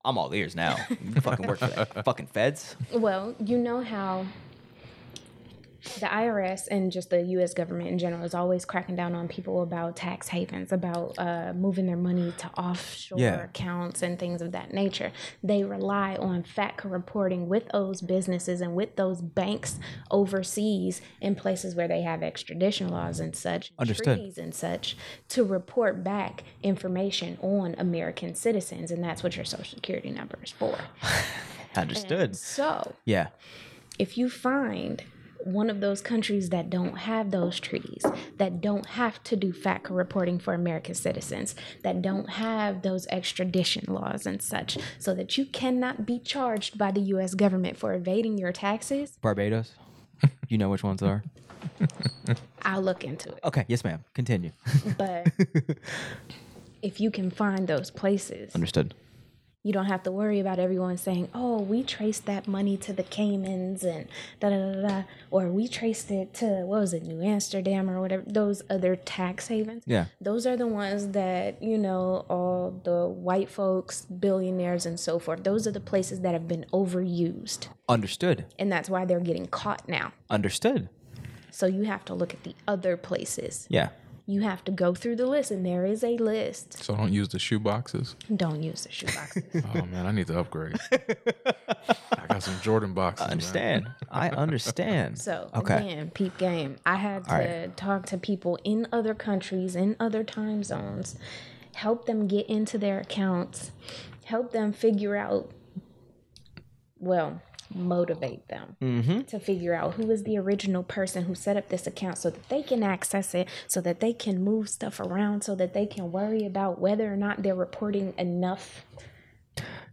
[SPEAKER 1] I'm all ears now. You fucking work for that fucking feds.
[SPEAKER 2] Well, you know how the IRS and just the U.S. government in general is always cracking down on people about tax havens, about uh, moving their money to offshore
[SPEAKER 1] Yeah.
[SPEAKER 2] accounts and things of that nature. They rely on FATCA reporting with those businesses and with those banks overseas in places where they have extradition laws and such,
[SPEAKER 1] Understood.
[SPEAKER 2] treaties and such, to report back information on American citizens, and that's what your Social Security number is for.
[SPEAKER 1] Understood.
[SPEAKER 2] So
[SPEAKER 1] Yeah.
[SPEAKER 2] if you find one of those countries that don't have those treaties, that don't have to do FATCA reporting for American citizens, that don't have those extradition laws and such, so that you cannot be charged by the US government for evading your taxes,
[SPEAKER 1] Barbados. You know which ones are.
[SPEAKER 2] I'll look into it.
[SPEAKER 1] Okay. Yes, ma'am. Continue.
[SPEAKER 2] But if you can find those places,
[SPEAKER 1] Understood.
[SPEAKER 2] you don't have to worry about everyone saying, "Oh, we traced that money to the Caymans and da da da da," or "We traced it to what was it, New Amsterdam or whatever." Those other tax havens.
[SPEAKER 1] Yeah.
[SPEAKER 2] Those are the ones that you know all the white folks, billionaires, and so forth. Those are the places that have been overused,
[SPEAKER 1] Understood.
[SPEAKER 2] and that's why they're getting caught now.
[SPEAKER 1] Understood.
[SPEAKER 2] So you have to look at the other places.
[SPEAKER 1] Yeah.
[SPEAKER 2] You have to go through the list, and there is a list.
[SPEAKER 3] So don't use the shoe boxes.
[SPEAKER 2] Don't use the shoeboxes.
[SPEAKER 3] Oh man, I need to upgrade. I got some Jordan boxes. man.
[SPEAKER 1] Understand. I understand.
[SPEAKER 2] So
[SPEAKER 1] okay.
[SPEAKER 2] again, peep game. I had to
[SPEAKER 1] right.
[SPEAKER 2] talk to people in other countries, in other time zones, help them get into their accounts, help them figure out, well, motivate them
[SPEAKER 1] Mm-hmm.
[SPEAKER 2] to figure out who is the original person who set up this account so that they can access it, so that they can move stuff around, so that they can worry about whether or not they're reporting enough.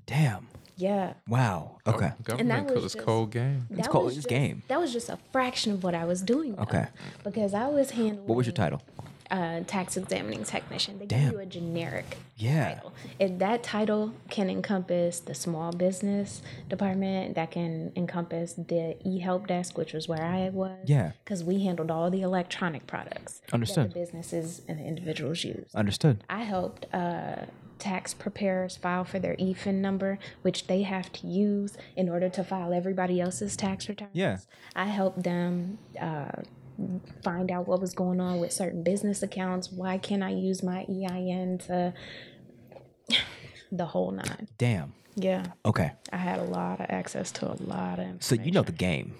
[SPEAKER 1] Damn.
[SPEAKER 2] Yeah.
[SPEAKER 1] Wow. Okay.
[SPEAKER 3] Government
[SPEAKER 2] that was
[SPEAKER 3] cause it's
[SPEAKER 2] just-
[SPEAKER 3] cold game.
[SPEAKER 2] That
[SPEAKER 1] called-
[SPEAKER 2] was
[SPEAKER 1] it's
[SPEAKER 2] just-
[SPEAKER 1] game.
[SPEAKER 2] That was just a fraction of what I was doing. though,
[SPEAKER 1] Okay.
[SPEAKER 2] Because I was handling.
[SPEAKER 1] What was your title?
[SPEAKER 2] uh, tax examining technician. They
[SPEAKER 1] Damn.
[SPEAKER 2] give you a generic
[SPEAKER 1] Yeah.
[SPEAKER 2] title. If that title can encompass the small business department, that can encompass the e help desk, which was where I was.
[SPEAKER 1] Yeah.
[SPEAKER 2] Because we handled all the electronic products that
[SPEAKER 1] Understood.
[SPEAKER 2] the businesses and the individuals use.
[SPEAKER 1] Understood.
[SPEAKER 2] I helped uh, tax preparers file for their EFIN number, which they have to use in order to file everybody else's tax returns.
[SPEAKER 1] Yeah.
[SPEAKER 2] I helped them uh, find out what was going on with certain business accounts. Why can't I use my EIN to the whole nine?
[SPEAKER 1] Damn.
[SPEAKER 2] Yeah,
[SPEAKER 1] Okay.
[SPEAKER 2] I had a lot of access to a lot of.
[SPEAKER 1] So you know the game.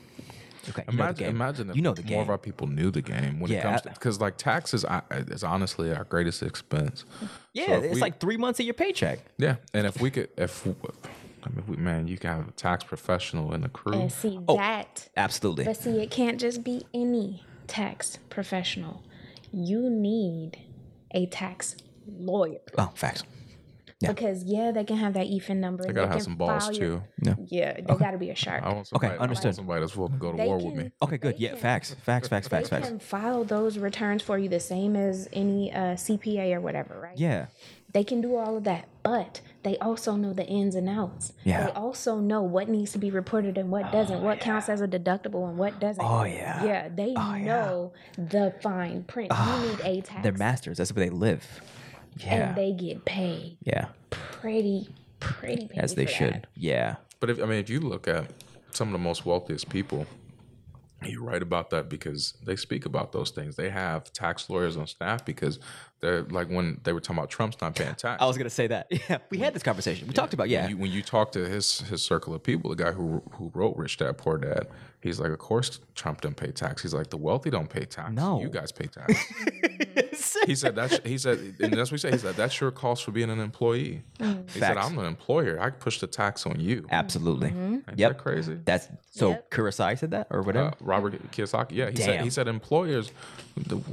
[SPEAKER 1] Okay. you know the
[SPEAKER 3] Imagine,
[SPEAKER 1] game.
[SPEAKER 3] imagine if
[SPEAKER 1] you know the
[SPEAKER 3] more
[SPEAKER 1] game.
[SPEAKER 3] of our people knew the game when
[SPEAKER 1] Yeah,
[SPEAKER 3] it comes
[SPEAKER 1] I-
[SPEAKER 3] to because like taxes I, is honestly our greatest expense.
[SPEAKER 1] yeah,
[SPEAKER 3] So if
[SPEAKER 1] it's
[SPEAKER 3] we-
[SPEAKER 1] like three months of your paycheck.
[SPEAKER 3] yeah, and if we could, if I mean, we, man, you can have a tax professional in the crew.
[SPEAKER 2] And see that.
[SPEAKER 1] Absolutely.
[SPEAKER 2] But see, it can't just be any tax professional. You need a tax lawyer.
[SPEAKER 1] oh, facts. Yeah.
[SPEAKER 2] Because yeah, they can have that E EFIN number.
[SPEAKER 3] They gotta have some balls too.
[SPEAKER 2] Yeah, they gotta be a shark.
[SPEAKER 3] I want somebody, I
[SPEAKER 1] understood.
[SPEAKER 3] want somebody that's willing to go to
[SPEAKER 2] They
[SPEAKER 3] war
[SPEAKER 2] can,
[SPEAKER 3] with me.
[SPEAKER 1] Okay, good.
[SPEAKER 2] they
[SPEAKER 1] Yeah,
[SPEAKER 2] can-
[SPEAKER 1] facts, facts, facts,
[SPEAKER 2] They
[SPEAKER 1] facts, facts.
[SPEAKER 2] can file those returns for you the same as any uh, CPA or whatever, right?
[SPEAKER 1] Yeah,
[SPEAKER 2] They can do all of that, but they also know the ins and outs.
[SPEAKER 1] Yeah.
[SPEAKER 2] They also know what needs to be reported and what doesn't, what counts as a deductible and what doesn't.
[SPEAKER 1] Oh, yeah.
[SPEAKER 2] Yeah, they know the fine print. you need a tax.
[SPEAKER 1] they're masters. That's where they live. Yeah,
[SPEAKER 2] And they get paid
[SPEAKER 1] yeah,
[SPEAKER 2] pretty, pretty penny
[SPEAKER 1] as they
[SPEAKER 2] for that.
[SPEAKER 1] should. Yeah,
[SPEAKER 3] But if I mean, if you look at some of the most wealthiest people, you're right about that because they speak about those things. They have tax lawyers on staff because they're like when they were talking about Trump's not paying tax.
[SPEAKER 1] I was gonna say that. Yeah, we had this conversation. We talked about Oh, yeah.
[SPEAKER 3] When you, when you talk to his his circle of people, the guy who who wrote Rich Dad Poor Dad, he's like, of course Trump don't pay tax. He's like, the wealthy don't pay tax.
[SPEAKER 1] No.
[SPEAKER 3] you guys pay tax. he said that's he said, and that's what he said. He said that's your cost for being an employee. He said,
[SPEAKER 1] Facts.
[SPEAKER 3] I'm an employer. I can push the tax on you.
[SPEAKER 1] Absolutely.
[SPEAKER 3] Ain't
[SPEAKER 1] Yep.
[SPEAKER 3] that crazy?
[SPEAKER 1] That's so
[SPEAKER 2] Mm-hmm. Yep.
[SPEAKER 1] Kurosai said that or whatever.
[SPEAKER 3] Uh, Robert Kiyosaki. Yeah, he said
[SPEAKER 1] Damn.
[SPEAKER 3] he said employers. The,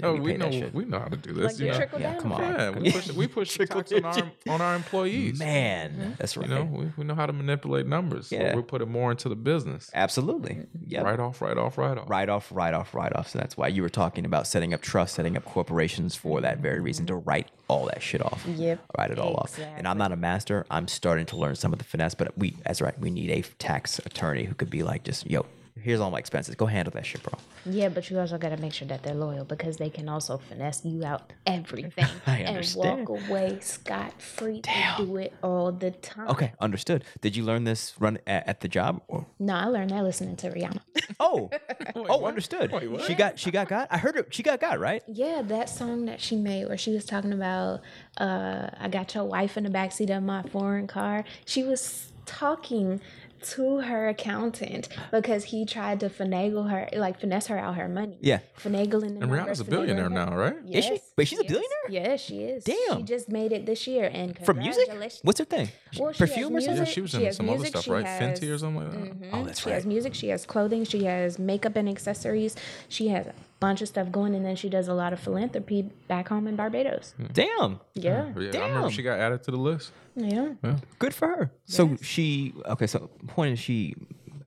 [SPEAKER 3] no, we
[SPEAKER 1] pay that
[SPEAKER 3] know
[SPEAKER 1] shit.
[SPEAKER 3] we know how to do
[SPEAKER 2] Like
[SPEAKER 3] this.
[SPEAKER 2] the
[SPEAKER 3] you know?
[SPEAKER 2] trickle
[SPEAKER 1] Yeah,
[SPEAKER 2] down.
[SPEAKER 1] come on.
[SPEAKER 2] effect.
[SPEAKER 3] Yeah, we push we push the tax on our on our employees.
[SPEAKER 1] Man, that's right.
[SPEAKER 3] You know, we, we know how to manipulate numbers. So
[SPEAKER 1] Yeah.
[SPEAKER 3] we're putting more into the business.
[SPEAKER 1] Absolutely. Yep.
[SPEAKER 3] Right off, right off, right off.
[SPEAKER 1] write off, write off, write off. So that's why you were talking about setting up trusts, setting up corporations for that very reason to write all that shit off.
[SPEAKER 2] Mm-hmm. Yep,
[SPEAKER 1] Write it all off. And I'm not a master. I'm starting to learn some of the finesse, but we, that's right, we need a tax attorney who could be like, just, yo, here's all my expenses. Go handle that shit, bro.
[SPEAKER 2] Yeah, but you also got to make sure that they're loyal because they can also finesse you out everything
[SPEAKER 1] I
[SPEAKER 2] and
[SPEAKER 1] understand.
[SPEAKER 2] walk away scot free. They do it all the time.
[SPEAKER 1] Okay, understood. Did you learn this run at, at the job? Or,
[SPEAKER 2] No, I learned that listening to Rihanna.
[SPEAKER 1] oh, oh, understood. She got, she got got. I heard her, she got got, right?
[SPEAKER 2] Yeah, that song that she made where she was talking about, uh, I got your wife in the backseat of my foreign car. She was talking to her accountant because he tried to finagle her, like finesse her out her money.
[SPEAKER 1] Yeah.
[SPEAKER 2] Finagling the
[SPEAKER 3] And Rihanna's
[SPEAKER 2] numbers,
[SPEAKER 3] a billionaire
[SPEAKER 2] finagling her-
[SPEAKER 3] now, right?
[SPEAKER 1] Is she? Wait, she's a billionaire?
[SPEAKER 2] Yeah, she is. She
[SPEAKER 1] Damn.
[SPEAKER 2] just made it this year, and
[SPEAKER 1] For music?
[SPEAKER 2] congratulations.
[SPEAKER 1] What's her thing?
[SPEAKER 2] Well, she has
[SPEAKER 1] Perfume or something?
[SPEAKER 3] Yeah,
[SPEAKER 2] music,
[SPEAKER 3] she was
[SPEAKER 2] she
[SPEAKER 3] in
[SPEAKER 2] has
[SPEAKER 3] some other
[SPEAKER 2] music,
[SPEAKER 3] stuff,
[SPEAKER 2] she
[SPEAKER 3] right?
[SPEAKER 2] has- Mm-hmm.
[SPEAKER 3] Fenty or something like that.
[SPEAKER 1] Oh, that's
[SPEAKER 2] She
[SPEAKER 1] right.
[SPEAKER 2] has music, she has clothing, she has makeup and accessories, she has a bunch of stuff going, and then she does a lot of philanthropy back home in Barbados.
[SPEAKER 1] Hmm. Damn.
[SPEAKER 2] Yeah,
[SPEAKER 3] Yeah, I remember
[SPEAKER 1] Damn.
[SPEAKER 3] she got added to the list.
[SPEAKER 2] yeah.
[SPEAKER 1] Good for her. So she okay. So the point is she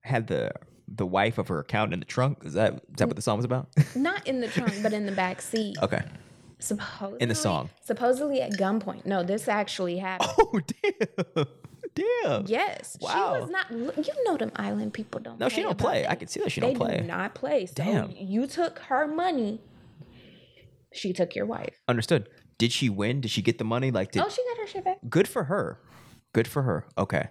[SPEAKER 1] had the the wife of her account in the trunk. Is that is that what the song was about?
[SPEAKER 2] Not in the trunk, but in the back seat.
[SPEAKER 1] okay.
[SPEAKER 2] Supposedly,
[SPEAKER 1] In the song.
[SPEAKER 2] Supposedly at gunpoint. No, this actually happened.
[SPEAKER 1] Oh damn, damn.
[SPEAKER 2] Yes.
[SPEAKER 1] Wow.
[SPEAKER 2] She was not. You know them island people don't.
[SPEAKER 1] No, she don't
[SPEAKER 2] about
[SPEAKER 1] play. I
[SPEAKER 2] that.
[SPEAKER 1] can see that she
[SPEAKER 2] They
[SPEAKER 1] don't play.
[SPEAKER 2] do not play. So
[SPEAKER 1] Damn.
[SPEAKER 2] You took her money. She took your wife.
[SPEAKER 1] Understood. Did she win? Did she get the money? Like, did
[SPEAKER 2] Oh, she got her shit back.
[SPEAKER 1] good for her. Good for her. Okay.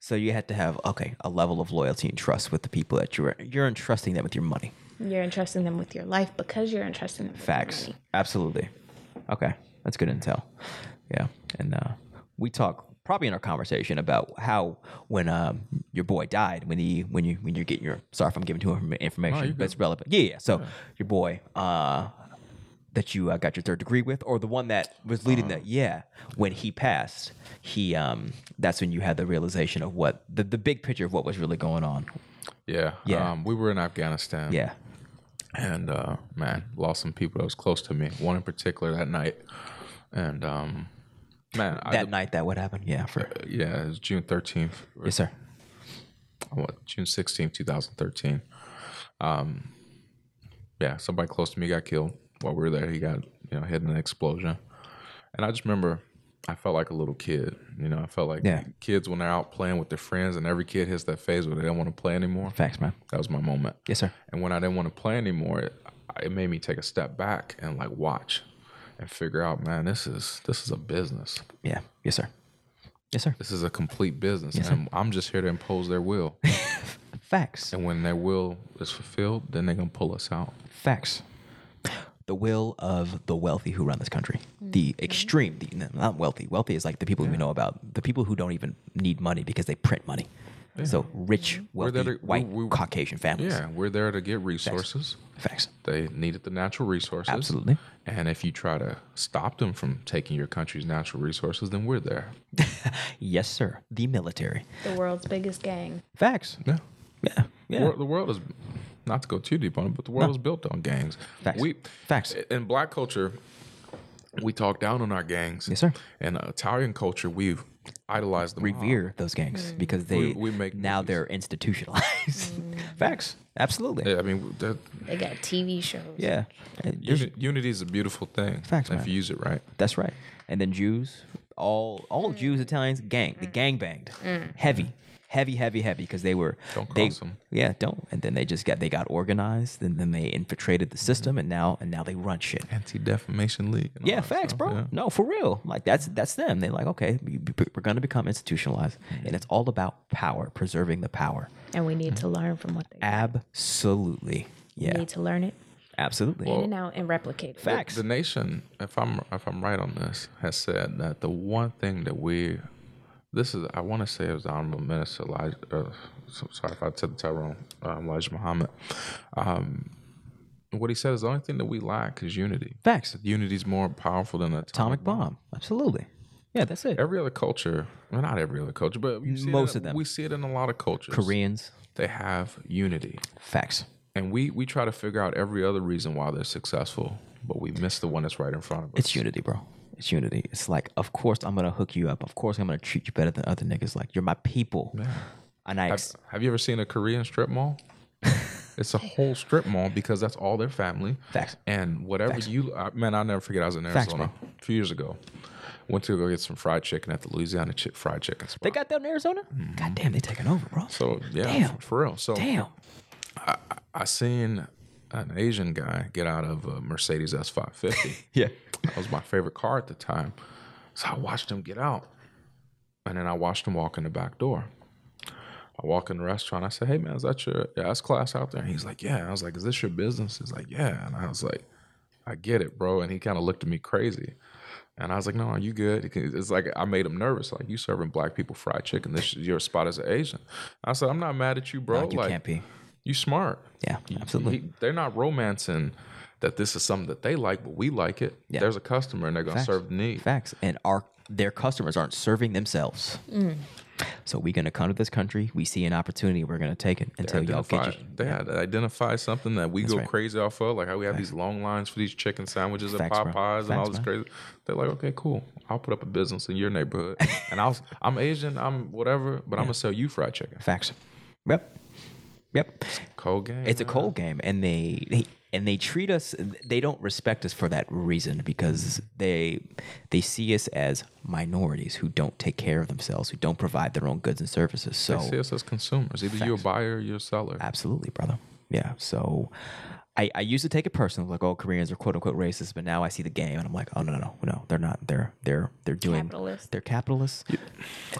[SPEAKER 1] So you had to have okay a level of loyalty and trust with the people that you're you're entrusting them with your money.
[SPEAKER 2] You're entrusting them with your life because you're entrusting them. With
[SPEAKER 1] Facts.
[SPEAKER 2] Your money.
[SPEAKER 1] Absolutely. Okay. That's good intel. Yeah. And uh, we talk probably in our conversation about how when um, your boy died, when he when you when you're getting your sorry if I'm giving too much information, but it's relevant. Yeah, yeah. So your boy uh, that you uh, got your third degree with, or the one that was leading the yeah, when he passed, he um, that's when you had the realization of what the, the big picture of what was really going on.
[SPEAKER 3] Yeah.
[SPEAKER 1] Yeah.
[SPEAKER 3] Um, we were in Afghanistan.
[SPEAKER 1] Yeah.
[SPEAKER 3] and uh, man, lost some people that was close to me. One in particular that night, and um, man,
[SPEAKER 1] That
[SPEAKER 3] I,
[SPEAKER 1] night, that what happened? Yeah. For,
[SPEAKER 3] yeah, it was June thirteenth,
[SPEAKER 1] yes, sir.
[SPEAKER 3] what June sixteenth, two thousand thirteen. Um, yeah, somebody close to me got killed while we were there. He got you know hit in an explosion, and I just remember. I felt like a little kid, you know. I felt like
[SPEAKER 1] Yeah.
[SPEAKER 3] kids when they're out playing with their friends, and every kid hits that phase where they don't want to play anymore.
[SPEAKER 1] Facts, man.
[SPEAKER 3] That was my moment.
[SPEAKER 1] Yes, sir.
[SPEAKER 3] And when I didn't want to play anymore, it, it made me take a step back and like watch and figure out, man, this is this is a business.
[SPEAKER 1] Yeah. Yes, sir. Yes, sir.
[SPEAKER 3] This is a complete business, and I'm just here to impose their will.
[SPEAKER 1] Facts.
[SPEAKER 3] and when their will is fulfilled, then they're gonna pull us out.
[SPEAKER 1] Facts. The will of the wealthy who run this country.
[SPEAKER 3] Mm.
[SPEAKER 1] The extreme, the, no, not wealthy. Wealthy is like the people we know about, the people who don't even need money because they print money. So rich, wealthy,
[SPEAKER 3] there to- e-, we-
[SPEAKER 1] white,
[SPEAKER 3] we-
[SPEAKER 1] Caucasian families.
[SPEAKER 3] Yeah, we're there to get resources.
[SPEAKER 1] Facts.
[SPEAKER 3] They needed the natural resources.
[SPEAKER 1] Absolutely.
[SPEAKER 3] And if you try to stop them from taking your country's natural resources, then we're there.
[SPEAKER 1] Yes, sir. The military.
[SPEAKER 2] The world's biggest gang.
[SPEAKER 1] Facts.
[SPEAKER 3] Yeah.
[SPEAKER 1] Yeah. Yeah.
[SPEAKER 3] Wor- the world is not to go too deep on it, but the world is built on gangs.
[SPEAKER 1] Facts.
[SPEAKER 3] We
[SPEAKER 1] Facts.
[SPEAKER 3] in black culture, we talk down on our gangs.
[SPEAKER 1] Yes, sir.
[SPEAKER 3] And uh, Italian culture, we've idolized them. all.
[SPEAKER 1] Revere those gangs because they
[SPEAKER 3] Mm. we make
[SPEAKER 1] now
[SPEAKER 3] movies. Mm.
[SPEAKER 1] they're institutionalized. Facts. Absolutely.
[SPEAKER 3] Yeah, I mean, that,
[SPEAKER 2] They got TV shows.
[SPEAKER 1] Yeah. Uh, there's-
[SPEAKER 3] uni, unity is a beautiful thing.
[SPEAKER 1] Facts,
[SPEAKER 3] if
[SPEAKER 1] man.
[SPEAKER 3] you use it right.
[SPEAKER 1] That's right. And then Jews, all all Jews, Italians, gang, the gang banged, heavy, heavy, heavy, heavy, because they were
[SPEAKER 3] Don't
[SPEAKER 1] they,
[SPEAKER 3] cross 'em.
[SPEAKER 1] Yeah, don't. And then they just got they got organized, and then they infiltrated
[SPEAKER 3] Mm-hmm.
[SPEAKER 1] the system, and now and now they run shit.
[SPEAKER 3] Anti Defamation League. and all
[SPEAKER 1] Yeah,
[SPEAKER 3] that
[SPEAKER 1] facts,
[SPEAKER 3] stuff,
[SPEAKER 1] bro.
[SPEAKER 3] yeah.
[SPEAKER 1] No, for real. Like that's that's them. They're like, okay, we, we- we're gonna become institutionalized,
[SPEAKER 3] Mm-hmm.
[SPEAKER 1] and it's all about power, preserving the power.
[SPEAKER 2] And we need to learn from what they
[SPEAKER 1] Absolutely.
[SPEAKER 2] We
[SPEAKER 1] Ah, Yeah.
[SPEAKER 2] need to learn it
[SPEAKER 1] Absolutely.
[SPEAKER 2] in and out and replicate it.
[SPEAKER 1] facts.
[SPEAKER 3] The nation, if I'm if I'm right on this, has said that the one thing that we, this is I want to say it was the Honorable Minister Elijah. Uh, so- sorry if I said the title wrong, uh, Elijah Muhammad. Um, what he said is the only thing that we lack is unity.
[SPEAKER 1] Facts.
[SPEAKER 3] Unity is more powerful than an atomic.
[SPEAKER 1] Atomic bomb. Absolutely. Yeah, that's it.
[SPEAKER 3] Every other culture, well, not every other culture, but you see it
[SPEAKER 1] Most
[SPEAKER 3] in-
[SPEAKER 1] of them.
[SPEAKER 3] we see it in a lot of cultures.
[SPEAKER 1] Koreans.
[SPEAKER 3] they have unity,
[SPEAKER 1] Facts.
[SPEAKER 3] and we we try to figure out every other reason why they're successful, but we miss the one that's right in front of us.
[SPEAKER 1] It's unity, bro. It's unity. It's like, of course I'm gonna hook you up. Of course I'm gonna treat you better than other niggas. Like you're my people. And I ex-
[SPEAKER 3] Have you ever seen a Korean strip mall? it's a whole strip mall because that's all their family.
[SPEAKER 1] Facts.
[SPEAKER 3] And whatever you, I, man, I'll never forget. I was in
[SPEAKER 1] Facts,
[SPEAKER 3] Arizona a few years ago. Went to go get some fried chicken at the Louisiana Chick fried chicken spot.
[SPEAKER 1] they got that in Arizona. God damn, they taking over, bro.
[SPEAKER 3] so yeah,
[SPEAKER 1] Damn.
[SPEAKER 3] For, for real. So
[SPEAKER 1] damn.
[SPEAKER 3] I seen an Asian guy get out of a Mercedes S550.
[SPEAKER 1] Yeah.
[SPEAKER 3] That was my favorite car at the time. So I watched him get out. And then I watched him walk in the back door. I walk in the restaurant. I said, Hey, man, is that your yeah, that's class out there? And he's like, Yeah. I was like, Is this your business? He's like, Yeah. And I was like, I get it, bro. And he kind of looked at me crazy. And I was like, No, are you good? It's like I made him nervous. Like, you serving black people fried chicken. This is your spot as an Asian. I said, I'm not mad at you, bro.
[SPEAKER 1] Like, you
[SPEAKER 3] like,
[SPEAKER 1] can't be.
[SPEAKER 3] you smart.
[SPEAKER 1] Yeah,
[SPEAKER 3] You-
[SPEAKER 1] absolutely.
[SPEAKER 3] he- they're not romancing that this is something that they like, but we like it.
[SPEAKER 1] Yeah.
[SPEAKER 3] There's a customer and they're going to
[SPEAKER 1] Facts.
[SPEAKER 3] serve the need.
[SPEAKER 1] Facts. And our their customers aren't serving themselves. So we're gonna come to this country. We see an opportunity. We're gonna take it until y'all
[SPEAKER 3] Identify,
[SPEAKER 1] get your
[SPEAKER 3] they had to identify something that we go
[SPEAKER 1] right.
[SPEAKER 3] crazy off of. Like how we have these long lines for these chicken sandwiches at
[SPEAKER 1] Facts, bro.
[SPEAKER 3] Popeyes and all
[SPEAKER 1] Facts,
[SPEAKER 3] this
[SPEAKER 1] man.
[SPEAKER 3] crazy. They're like, okay, cool. I'll put up a business in your neighborhood, and I'll I'm Asian, I'm whatever, but I'm gonna sell you fried chicken.
[SPEAKER 1] facts. Yep. Yep.
[SPEAKER 3] Cold game.
[SPEAKER 1] It's a
[SPEAKER 3] man.
[SPEAKER 1] cold game, and they, they and they treat us. They don't respect us for that reason because they they see us as minorities who don't take care of themselves, who don't provide their own goods and services. So
[SPEAKER 3] They see us as consumers. Either you're a buyer, or you're a seller.
[SPEAKER 1] Absolutely, brother. Yeah. So I, I used to take it personal, like, oh, Koreans are quote unquote racist, but now I see the game and I'm like, oh no, no, no, no, they're not. They're they're they're doing
[SPEAKER 2] Capitalists.
[SPEAKER 1] they're capitalists.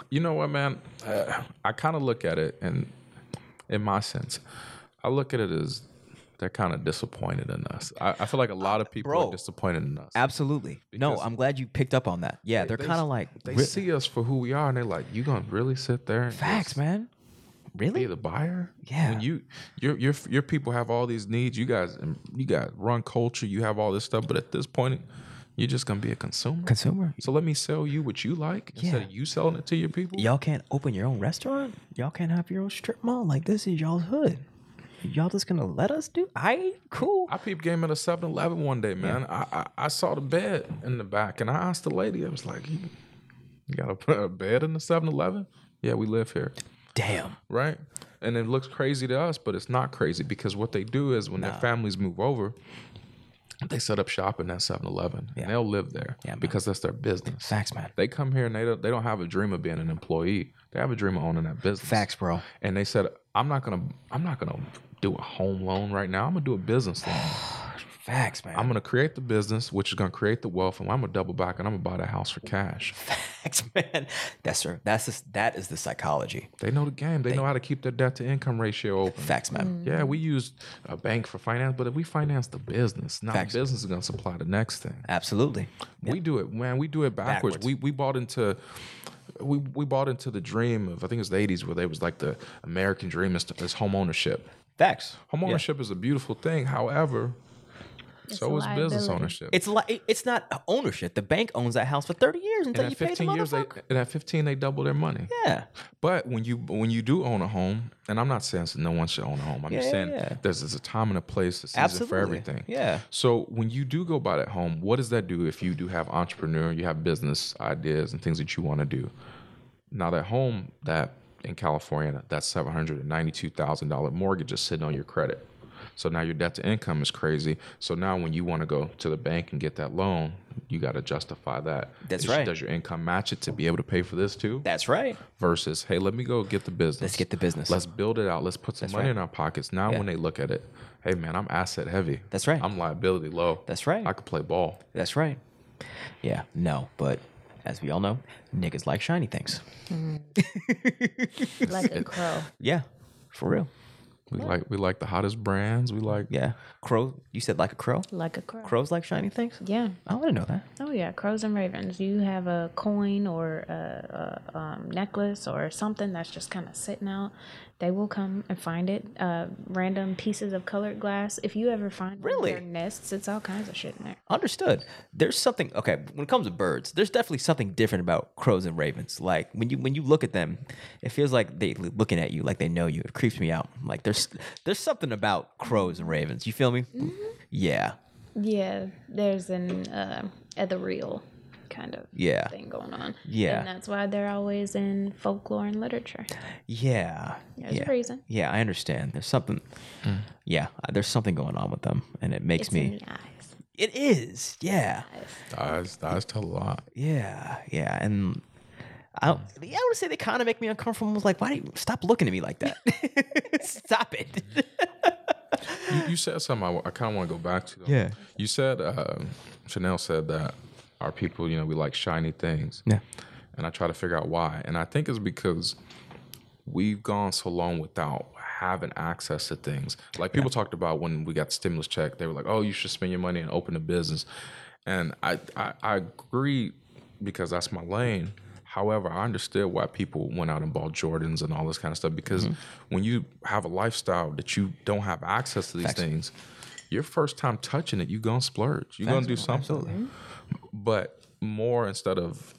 [SPEAKER 3] You know what, man? Uh, I kind of look at it, and in my sense, I look at it as they're kind of disappointed in us. I, I feel like a lot of people
[SPEAKER 1] Bro.
[SPEAKER 3] are disappointed in us.
[SPEAKER 1] Absolutely. no,
[SPEAKER 3] Because
[SPEAKER 1] I'm glad you picked up on that. Yeah, they're
[SPEAKER 3] They-
[SPEAKER 1] kind of like
[SPEAKER 3] they
[SPEAKER 1] re-
[SPEAKER 3] see us for who we are, and they're like, "You gonna really sit there?" And
[SPEAKER 1] facts,
[SPEAKER 3] just
[SPEAKER 1] man.
[SPEAKER 3] Be
[SPEAKER 1] Really?
[SPEAKER 3] the buyer.
[SPEAKER 1] Yeah.
[SPEAKER 3] When you your your your people have all these needs. You guys, um, you guys run culture. You have all this stuff, but at this point, you're just gonna be a consumer.
[SPEAKER 1] Consumer.
[SPEAKER 3] so let me sell you what you like instead
[SPEAKER 1] Yeah.
[SPEAKER 3] of you selling it to your people.
[SPEAKER 1] Y'all can't open your own restaurant. Y'all can't have your own strip mall. Like this is y'all's hood. Y'all just gonna let us do? I cool.
[SPEAKER 3] I peeped game at a 7-Eleven one day, man. I, I I saw the bed in the back, and I asked the lady. I was like, "You, you got to put a bed in the 7-Eleven? Yeah, we live here,
[SPEAKER 1] Damn.
[SPEAKER 3] right? And it looks crazy to us, but it's not crazy because what they do is when their families move over, they set up shop in that 7-Eleven, and they'll live there
[SPEAKER 1] man.
[SPEAKER 3] because that's their business.
[SPEAKER 1] Facts, man.
[SPEAKER 3] They come here and they don't, they don't have a dream of being an employee. They have a dream of owning that business
[SPEAKER 1] Facts, bro.
[SPEAKER 3] and they said i'm not gonna i'm not gonna do a home loan right now i'm gonna do a business loan
[SPEAKER 1] Facts, man.
[SPEAKER 3] i'm gonna create the business which is gonna create the wealth and i'm gonna double back and i'm gonna buy the house for cash
[SPEAKER 1] Facts, man. That's sir. That's just, that is the psychology.
[SPEAKER 3] they know the game they, know how to keep their debt to income ratio open
[SPEAKER 1] Facts, man.
[SPEAKER 3] yeah we use a bank for finance but if we finance the business now
[SPEAKER 1] Facts.
[SPEAKER 3] the business is gonna supply the next thing
[SPEAKER 1] Absolutely.
[SPEAKER 3] We do it, man. We do it backwards.
[SPEAKER 1] Backwards.
[SPEAKER 3] We we bought into we, we bought into the dream of I think it was the eighties where they was like the American dream is, is home ownership.
[SPEAKER 1] Facts.
[SPEAKER 3] Home ownership is a beautiful thing. However, so is
[SPEAKER 2] a
[SPEAKER 3] business
[SPEAKER 2] liability.
[SPEAKER 3] ownership.
[SPEAKER 1] It's like it's not ownership. The bank owns that house for thirty years until
[SPEAKER 3] and
[SPEAKER 1] you
[SPEAKER 3] at
[SPEAKER 1] pay the
[SPEAKER 3] 15 years, they,
[SPEAKER 1] motherfucker.
[SPEAKER 3] and at 15, they double their money.
[SPEAKER 1] yeah,
[SPEAKER 3] But when you when you do own a home, and I'm not saying no one should own a home. I'm
[SPEAKER 1] Yeah,
[SPEAKER 3] just saying
[SPEAKER 1] yeah.
[SPEAKER 3] there's, there's a time and a place, a season
[SPEAKER 1] absolutely.
[SPEAKER 3] for everything.
[SPEAKER 1] Yeah,
[SPEAKER 3] So when you do go buy that home, what does that do if you do have entrepreneur, you have business ideas and things that you want to do? Now that home that in California, that seven hundred and ninety-two thousand dollar mortgage is sitting on your credit. So now your debt to income is crazy. So now when you want to go to the bank and get that loan, you got to justify that.
[SPEAKER 1] That's
[SPEAKER 3] Is-
[SPEAKER 1] right.
[SPEAKER 3] Does your income match it to be able to pay for this too?
[SPEAKER 1] that's right.
[SPEAKER 3] versus hey let me go get the business
[SPEAKER 1] Let's get the business.
[SPEAKER 3] let's build it out let's put some money in our pockets now
[SPEAKER 1] Yeah.
[SPEAKER 3] when they look at it hey man i'm asset heavy
[SPEAKER 1] That's right.
[SPEAKER 3] i'm liability low
[SPEAKER 1] That's right.
[SPEAKER 3] i could play ball
[SPEAKER 1] That's right. Yeah, no, but as we all know, niggas like shiny things.
[SPEAKER 2] like a crow.
[SPEAKER 1] Yeah, for real.
[SPEAKER 3] we like we like the hottest brands we like
[SPEAKER 1] Yeah, crow. You said like a crow.
[SPEAKER 2] Like a crow.
[SPEAKER 1] Crows like shiny things.
[SPEAKER 2] Yeah.
[SPEAKER 1] I want to know that.
[SPEAKER 2] Oh yeah, crows and ravens. You have a coin or a, a um, necklace or something that's just kind of sitting out. They will come and find it. Uh, random pieces of colored glass. If you ever find one of
[SPEAKER 1] Really?
[SPEAKER 2] their nests, it's all kinds of shit in there.
[SPEAKER 1] Understood. There's something okay when it comes to birds. There's definitely something different about crows and ravens. Like when you when you look at them, it feels like they l- looking at you like they know you. It creeps me out. Like there's there's something about crows and ravens. You feel me?
[SPEAKER 2] Mm-hmm.
[SPEAKER 1] Yeah,
[SPEAKER 2] Yeah, there's an uh, ethereal kind of
[SPEAKER 1] Yeah.
[SPEAKER 2] thing going on.
[SPEAKER 1] Yeah.
[SPEAKER 2] and that's why they're always in folklore and literature.
[SPEAKER 1] yeah,
[SPEAKER 2] There's
[SPEAKER 1] yeah.
[SPEAKER 2] a reason.
[SPEAKER 1] Yeah, I understand. There's something. Yeah, uh, there's something going on with them, and it makes
[SPEAKER 2] It's
[SPEAKER 1] me.
[SPEAKER 2] in the eyes.
[SPEAKER 1] It is. Yeah.
[SPEAKER 3] eyes eyes tell a lot
[SPEAKER 1] Yeah. Yeah. And. I, I would say they kind of make me uncomfortable. I was like, why do you stop looking at me like that? stop it.
[SPEAKER 3] you, you said something i, kind of want to go back to though.
[SPEAKER 1] Yeah.
[SPEAKER 3] you said uh, chanel said that our people you know we like shiny things
[SPEAKER 1] Yeah.
[SPEAKER 3] and I try to figure out why. And I think it's because we've gone so long without having access to things. Like people talked about when we got the stimulus check, they were like, "Oh, you should spend your money and open a business," and I I, I agree because that's my lane. However, I understood why people went out and bought Jordans and all this kind of stuff because when you have a lifestyle that you don't have access to these things, your first time touching it, you're going to splurge. You're going to do something.
[SPEAKER 1] Hmm?
[SPEAKER 3] But more instead of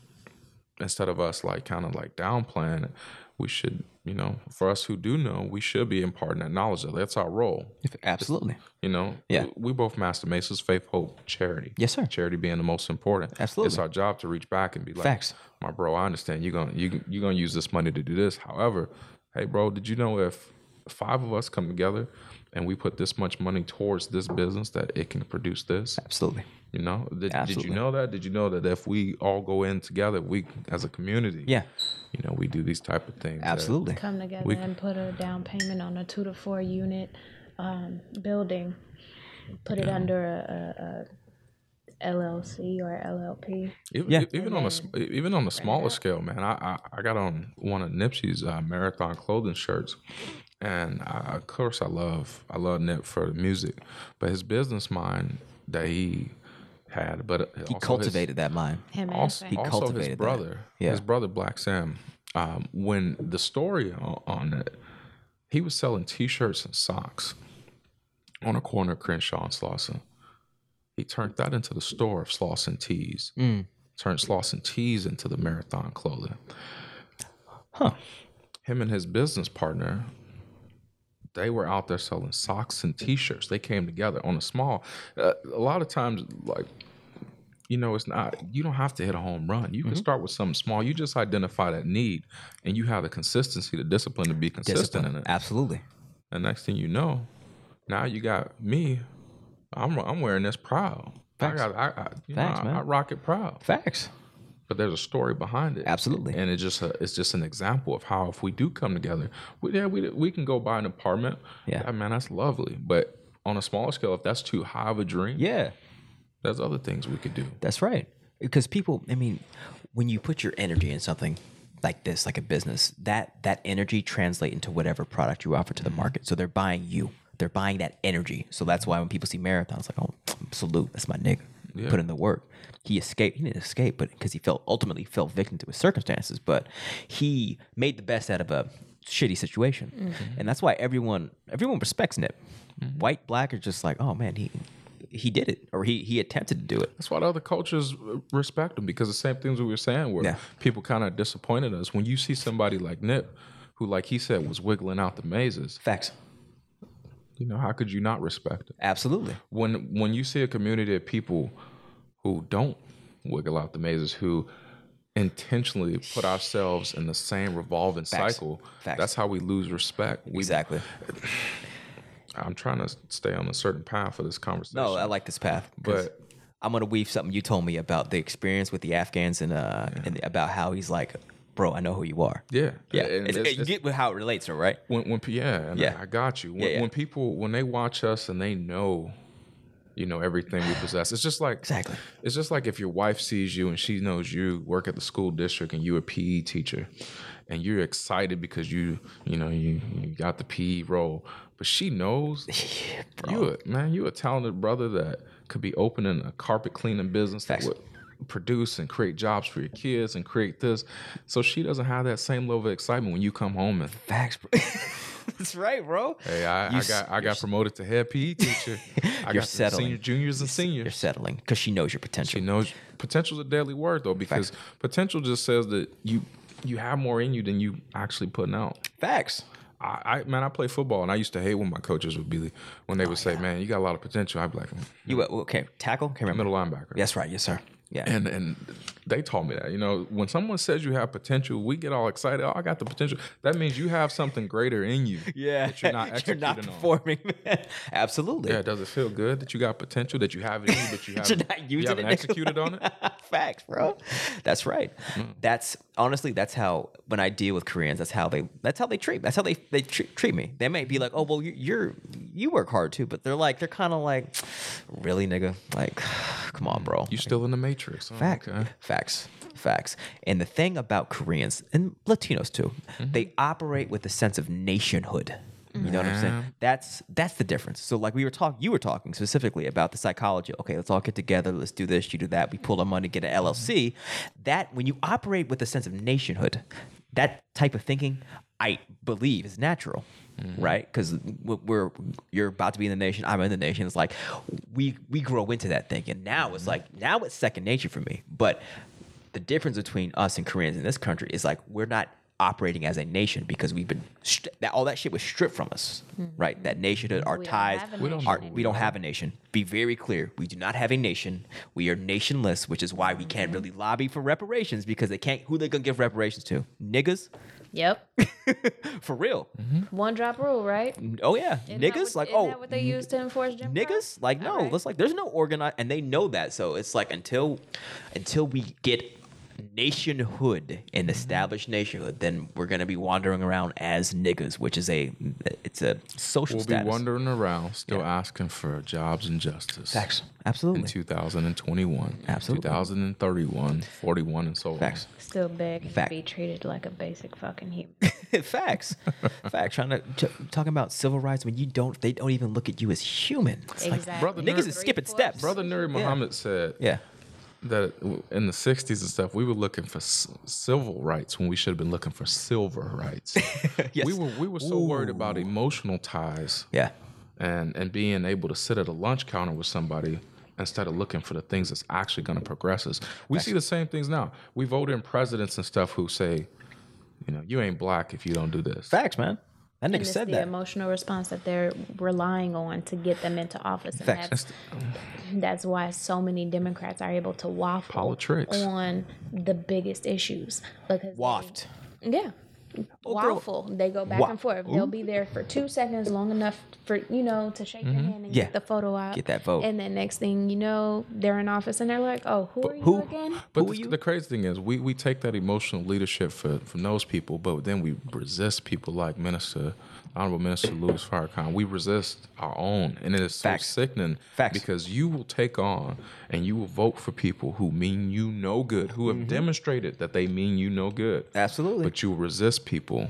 [SPEAKER 3] instead of us like kind of like downplaying it, we should, you know, for us who do know, we should be imparting that knowledge. That's our role.
[SPEAKER 1] Absolutely.
[SPEAKER 3] You know,
[SPEAKER 1] Yeah.
[SPEAKER 3] we, we both master Masons, faith, hope, charity.
[SPEAKER 1] Yes, sir.
[SPEAKER 3] Charity being the most important.
[SPEAKER 1] Absolutely.
[SPEAKER 3] it's our job to reach back and be like,
[SPEAKER 1] Facts.
[SPEAKER 3] my bro, I understand you're gonna you you're gonna use this money to do this. However, hey, bro, did you know if five of us come together and we put this much money towards this business that it can produce this?
[SPEAKER 1] Absolutely.
[SPEAKER 3] You know, did, did
[SPEAKER 1] Absolutely.
[SPEAKER 3] you know that? Did you know that if we all go in together, we as a community,
[SPEAKER 1] Yeah.
[SPEAKER 3] you know, we do these type of things. that-
[SPEAKER 1] Absolutely.
[SPEAKER 2] come together and put a down payment on a two to four unit um, building, put it under a, a, a LLC or LLP.
[SPEAKER 3] Even,
[SPEAKER 1] Yeah.
[SPEAKER 3] even on a s- even on a smaller scale, man. I, I I got on one of Nipsey's uh, marathon clothing shirts, and I, of course I love I love Nip for the music, but his business mind that he had, but
[SPEAKER 1] He cultivated that mind.
[SPEAKER 2] Him and
[SPEAKER 3] also,
[SPEAKER 2] his family.
[SPEAKER 3] also his
[SPEAKER 1] cultivated that.
[SPEAKER 3] brother,
[SPEAKER 1] Yeah.
[SPEAKER 3] his brother Black Sam. Um, when the story on, on it, he was selling T-shirts and socks on a corner of Crenshaw and Slauson. He turned that into the store of Slauson Tees.
[SPEAKER 1] Hmm.
[SPEAKER 3] Turned Slauson Tees into the Marathon Clothing.
[SPEAKER 1] Huh.
[SPEAKER 3] Him and his business partner, they were out there selling socks and T-shirts. They came together on a small. Uh, a lot of times, like you know, it's not, you don't have to hit a home run. You
[SPEAKER 1] Mm-hmm.
[SPEAKER 3] can start with something small. You just identify that need and you have the consistency, the discipline to be consistent
[SPEAKER 1] Discipline.
[SPEAKER 3] in it.
[SPEAKER 1] Absolutely.
[SPEAKER 3] And next thing you know, now you got me. I'm, I'm wearing this proud.
[SPEAKER 1] Facts.
[SPEAKER 3] I got, I, I, you
[SPEAKER 1] Facts,
[SPEAKER 3] know, I,
[SPEAKER 1] man.
[SPEAKER 3] I rock it proud.
[SPEAKER 1] Facts. but
[SPEAKER 3] But there's a story behind it.
[SPEAKER 1] Absolutely.
[SPEAKER 3] And it's just a, it's just an example of how if we do come together, we, yeah, we, we can go buy an apartment.
[SPEAKER 1] Yeah.
[SPEAKER 3] man, that's lovely. But on a smaller scale, if that's too high of a dream,
[SPEAKER 1] Yeah.
[SPEAKER 3] there's other things we could do.
[SPEAKER 1] That's right. Because people, I mean, when you put your energy in something like this, like a business, that that energy translate into whatever product you offer to the market. So they're buying you. They're buying that energy. So that's why when people see marathons, like, oh, salute, that's my nigga. Put in the work. He escaped. He didn't escape, but because he felt ultimately fell victim to his circumstances. But he made the best out of a shitty situation, and that's why everyone everyone respects Nip. White, black are just like, oh man, he he did it or he he attempted to do it.
[SPEAKER 3] That's why the other cultures uh, respect them because the same things we were saying where
[SPEAKER 1] Yeah.
[SPEAKER 3] people kind of disappointed us. When you see somebody like Nip, who, like he said, was wiggling out the mazes,
[SPEAKER 1] Facts.
[SPEAKER 3] you know, how could you not respect it?
[SPEAKER 1] Absolutely.
[SPEAKER 3] When when you see a community of people who don't wiggle out the mazes, who intentionally put ourselves in the same revolving cycle,
[SPEAKER 1] Facts.
[SPEAKER 3] that's how we lose respect. We,
[SPEAKER 1] Exactly.
[SPEAKER 3] I'm trying to stay on a certain path for this conversation.
[SPEAKER 1] No, Oh, uh, I like this path. 'cause
[SPEAKER 3] But-
[SPEAKER 1] I'm gonna weave something you told me about the experience with the Afghans and uh and about how he's like, bro, I know who you are.
[SPEAKER 3] yeah,
[SPEAKER 1] Yeah,
[SPEAKER 3] And
[SPEAKER 1] It's-
[SPEAKER 3] it's-
[SPEAKER 1] you get how it relates to it, right?
[SPEAKER 3] when when yeah, and
[SPEAKER 1] Yeah.
[SPEAKER 3] I, I got you. When,
[SPEAKER 1] Yeah, yeah.
[SPEAKER 3] when people when they watch us and they know, you know everything we possess. It's just like
[SPEAKER 1] Exactly.
[SPEAKER 3] It's just like if your wife sees you and she knows you work at the school district and you're a PE teacher, and you're excited because you you know you, you got the PE role, but she knows you a, man you a talented brother that could be opening a carpet cleaning business
[SPEAKER 1] Facts.
[SPEAKER 3] that would produce and create jobs for your kids and create this so she doesn't have that same level of excitement when you come home and
[SPEAKER 1] Facts, bro. That's right, bro.
[SPEAKER 3] Hey, I,
[SPEAKER 1] You
[SPEAKER 3] I
[SPEAKER 1] s-
[SPEAKER 3] got I got promoted to head PE teacher. I
[SPEAKER 1] You're
[SPEAKER 3] got some
[SPEAKER 1] settling.
[SPEAKER 3] senior juniors
[SPEAKER 1] You're
[SPEAKER 3] and seniors.
[SPEAKER 1] settling because she knows your potential.
[SPEAKER 3] You know, potential's a deadly word though, because potential just says that you you have more in you than you actually putting out.
[SPEAKER 1] Facts.
[SPEAKER 3] I, I man, I play football and I used to hate when my coaches would be when
[SPEAKER 1] Oh,
[SPEAKER 3] they would say, "Man, you got a lot of potential." I'd be like, "Mm,
[SPEAKER 1] You uh, okay? Tackle. Can't remember.
[SPEAKER 3] "Middle linebacker."
[SPEAKER 1] That's right. Yes, sir. Yeah.
[SPEAKER 3] And and they taught me that. You know, when someone says you have potential, we get all excited. Oh, I got the potential. That means you have something greater in you.
[SPEAKER 1] yeah.
[SPEAKER 3] That you're not
[SPEAKER 1] You're
[SPEAKER 3] executing
[SPEAKER 1] not
[SPEAKER 3] on.
[SPEAKER 1] performing. Absolutely.
[SPEAKER 3] Yeah, does it feel good that you got potential that you have it in you, but you
[SPEAKER 1] You're
[SPEAKER 3] haven't,
[SPEAKER 1] not
[SPEAKER 3] you
[SPEAKER 1] using
[SPEAKER 3] haven't
[SPEAKER 1] it.
[SPEAKER 3] executed on it?
[SPEAKER 1] Facts, bro. That's right. That's honestly, that's how when I deal with Koreans, that's how they that's how they treat. That's how they they treat, treat me. They might be like, oh well, you, you're you work hard too, but they're like they're kind of like, really, nigga, like, come on, bro.
[SPEAKER 3] You still in the matrix. Oh,
[SPEAKER 1] Fact.
[SPEAKER 3] okay.
[SPEAKER 1] Facts. Facts. And the thing about Koreans and Latinos too, they operate with a sense of nationhood. You know what I'm saying? That's that's the difference. So like we were talking, you were talking specifically about the psychology. Okay, let's all get together. Let's do this. You do that. We pull our money, get an LLC. That when you operate with a sense of nationhood, that type of thinking, I believe, is natural,
[SPEAKER 3] Mm-hmm.
[SPEAKER 1] right? Because we're you're about to be in the nation. I'm in the nation. It's like we we grow into that thinking. Now
[SPEAKER 3] Mm-hmm.
[SPEAKER 1] it's like now it's second nature for me. But the difference between us and Koreans in this country is like we're not operating as a nation because we've been stri- that all that shit was stripped from us, right? That nationhood, our
[SPEAKER 2] Mm-hmm. We don't
[SPEAKER 1] ties,
[SPEAKER 2] have a
[SPEAKER 3] We don't-
[SPEAKER 1] our,
[SPEAKER 3] nation.
[SPEAKER 1] we don't have a nation. Be very clear, we do not have a nation. We are nationless, which is why we can't really lobby for reparations because they can't. Who they gonna give reparations to? Niggas,
[SPEAKER 2] Yep.
[SPEAKER 1] for real?
[SPEAKER 2] One drop rule, right?
[SPEAKER 1] Oh yeah,
[SPEAKER 2] Isn't that
[SPEAKER 1] niggas.
[SPEAKER 2] what-
[SPEAKER 1] like
[SPEAKER 2] isn't
[SPEAKER 1] oh,
[SPEAKER 2] that what they use to enforce Jim Crow?
[SPEAKER 1] niggas like no
[SPEAKER 2] Alright.
[SPEAKER 1] let's like there's no organized and they know that so it's like until until we get nationhood
[SPEAKER 2] Mm-hmm.
[SPEAKER 1] and established nationhood then we're gonna be wandering around as niggas which is a it's a social
[SPEAKER 3] We'll
[SPEAKER 1] status
[SPEAKER 3] be wandering around, still asking for jobs and justice.
[SPEAKER 1] facts
[SPEAKER 3] In
[SPEAKER 1] absolutely
[SPEAKER 3] 2021,
[SPEAKER 1] Absolutely.
[SPEAKER 3] 2031, 41, and so on.
[SPEAKER 1] facts
[SPEAKER 2] Still begging
[SPEAKER 1] Fact.
[SPEAKER 2] to be treated like a basic fucking human.
[SPEAKER 1] facts facts trying to t- talking about civil rights when you don't they don't even look at you as human It's like,
[SPEAKER 2] exactly.
[SPEAKER 3] brother,
[SPEAKER 1] niggas is
[SPEAKER 3] Three
[SPEAKER 1] skipping
[SPEAKER 2] fourths.
[SPEAKER 1] steps
[SPEAKER 3] Brother Nuri Muhammad said
[SPEAKER 1] yeah
[SPEAKER 3] that in the 60s and stuff, we were looking for s- civil rights when we should have been looking for silver rights.
[SPEAKER 1] Yes.
[SPEAKER 3] We were we were so worried about emotional ties.
[SPEAKER 1] yeah
[SPEAKER 3] and and being able to sit at a lunch counter with somebody instead of looking for the things that's actually going to progress us. We see the same things now. We vote in presidents and stuff who say, you know, you ain't black if you don't do this.
[SPEAKER 1] facts man that
[SPEAKER 2] And
[SPEAKER 1] nigga
[SPEAKER 2] it's
[SPEAKER 1] said
[SPEAKER 2] the
[SPEAKER 1] that
[SPEAKER 2] emotional response that they're relying on to get them into office. And
[SPEAKER 1] Facts.
[SPEAKER 2] that's, that's why so many Democrats are able to waffle
[SPEAKER 3] Politics.
[SPEAKER 2] on the biggest issues. Because they-
[SPEAKER 1] waft
[SPEAKER 2] Yeah.
[SPEAKER 1] girl.
[SPEAKER 2] Waffle. They go back
[SPEAKER 1] Oh, Wa-
[SPEAKER 2] and forth. They'll be there for two seconds, long enough for you know to shake your hand and
[SPEAKER 1] Mm-hmm. Yeah.
[SPEAKER 2] get the photo op.
[SPEAKER 1] Get that vote.
[SPEAKER 2] And then next thing you know, they're in office and they're like, "Oh, who are you
[SPEAKER 1] who-
[SPEAKER 2] again?"
[SPEAKER 3] But
[SPEAKER 1] Who
[SPEAKER 3] the,
[SPEAKER 1] you?
[SPEAKER 3] the crazy thing is, we, we take that emotional leadership for, from those people, but then we resist people like Minister, Honorable Minister Louis Farrakhan. We resist our own, and it is so
[SPEAKER 1] Facts.
[SPEAKER 3] sickening
[SPEAKER 1] Facts.
[SPEAKER 3] because you will take on and you will vote for people who mean you no
[SPEAKER 1] Mm-hmm.
[SPEAKER 3] good, who have demonstrated that they mean you no good.
[SPEAKER 1] Absolutely.
[SPEAKER 3] But you resist people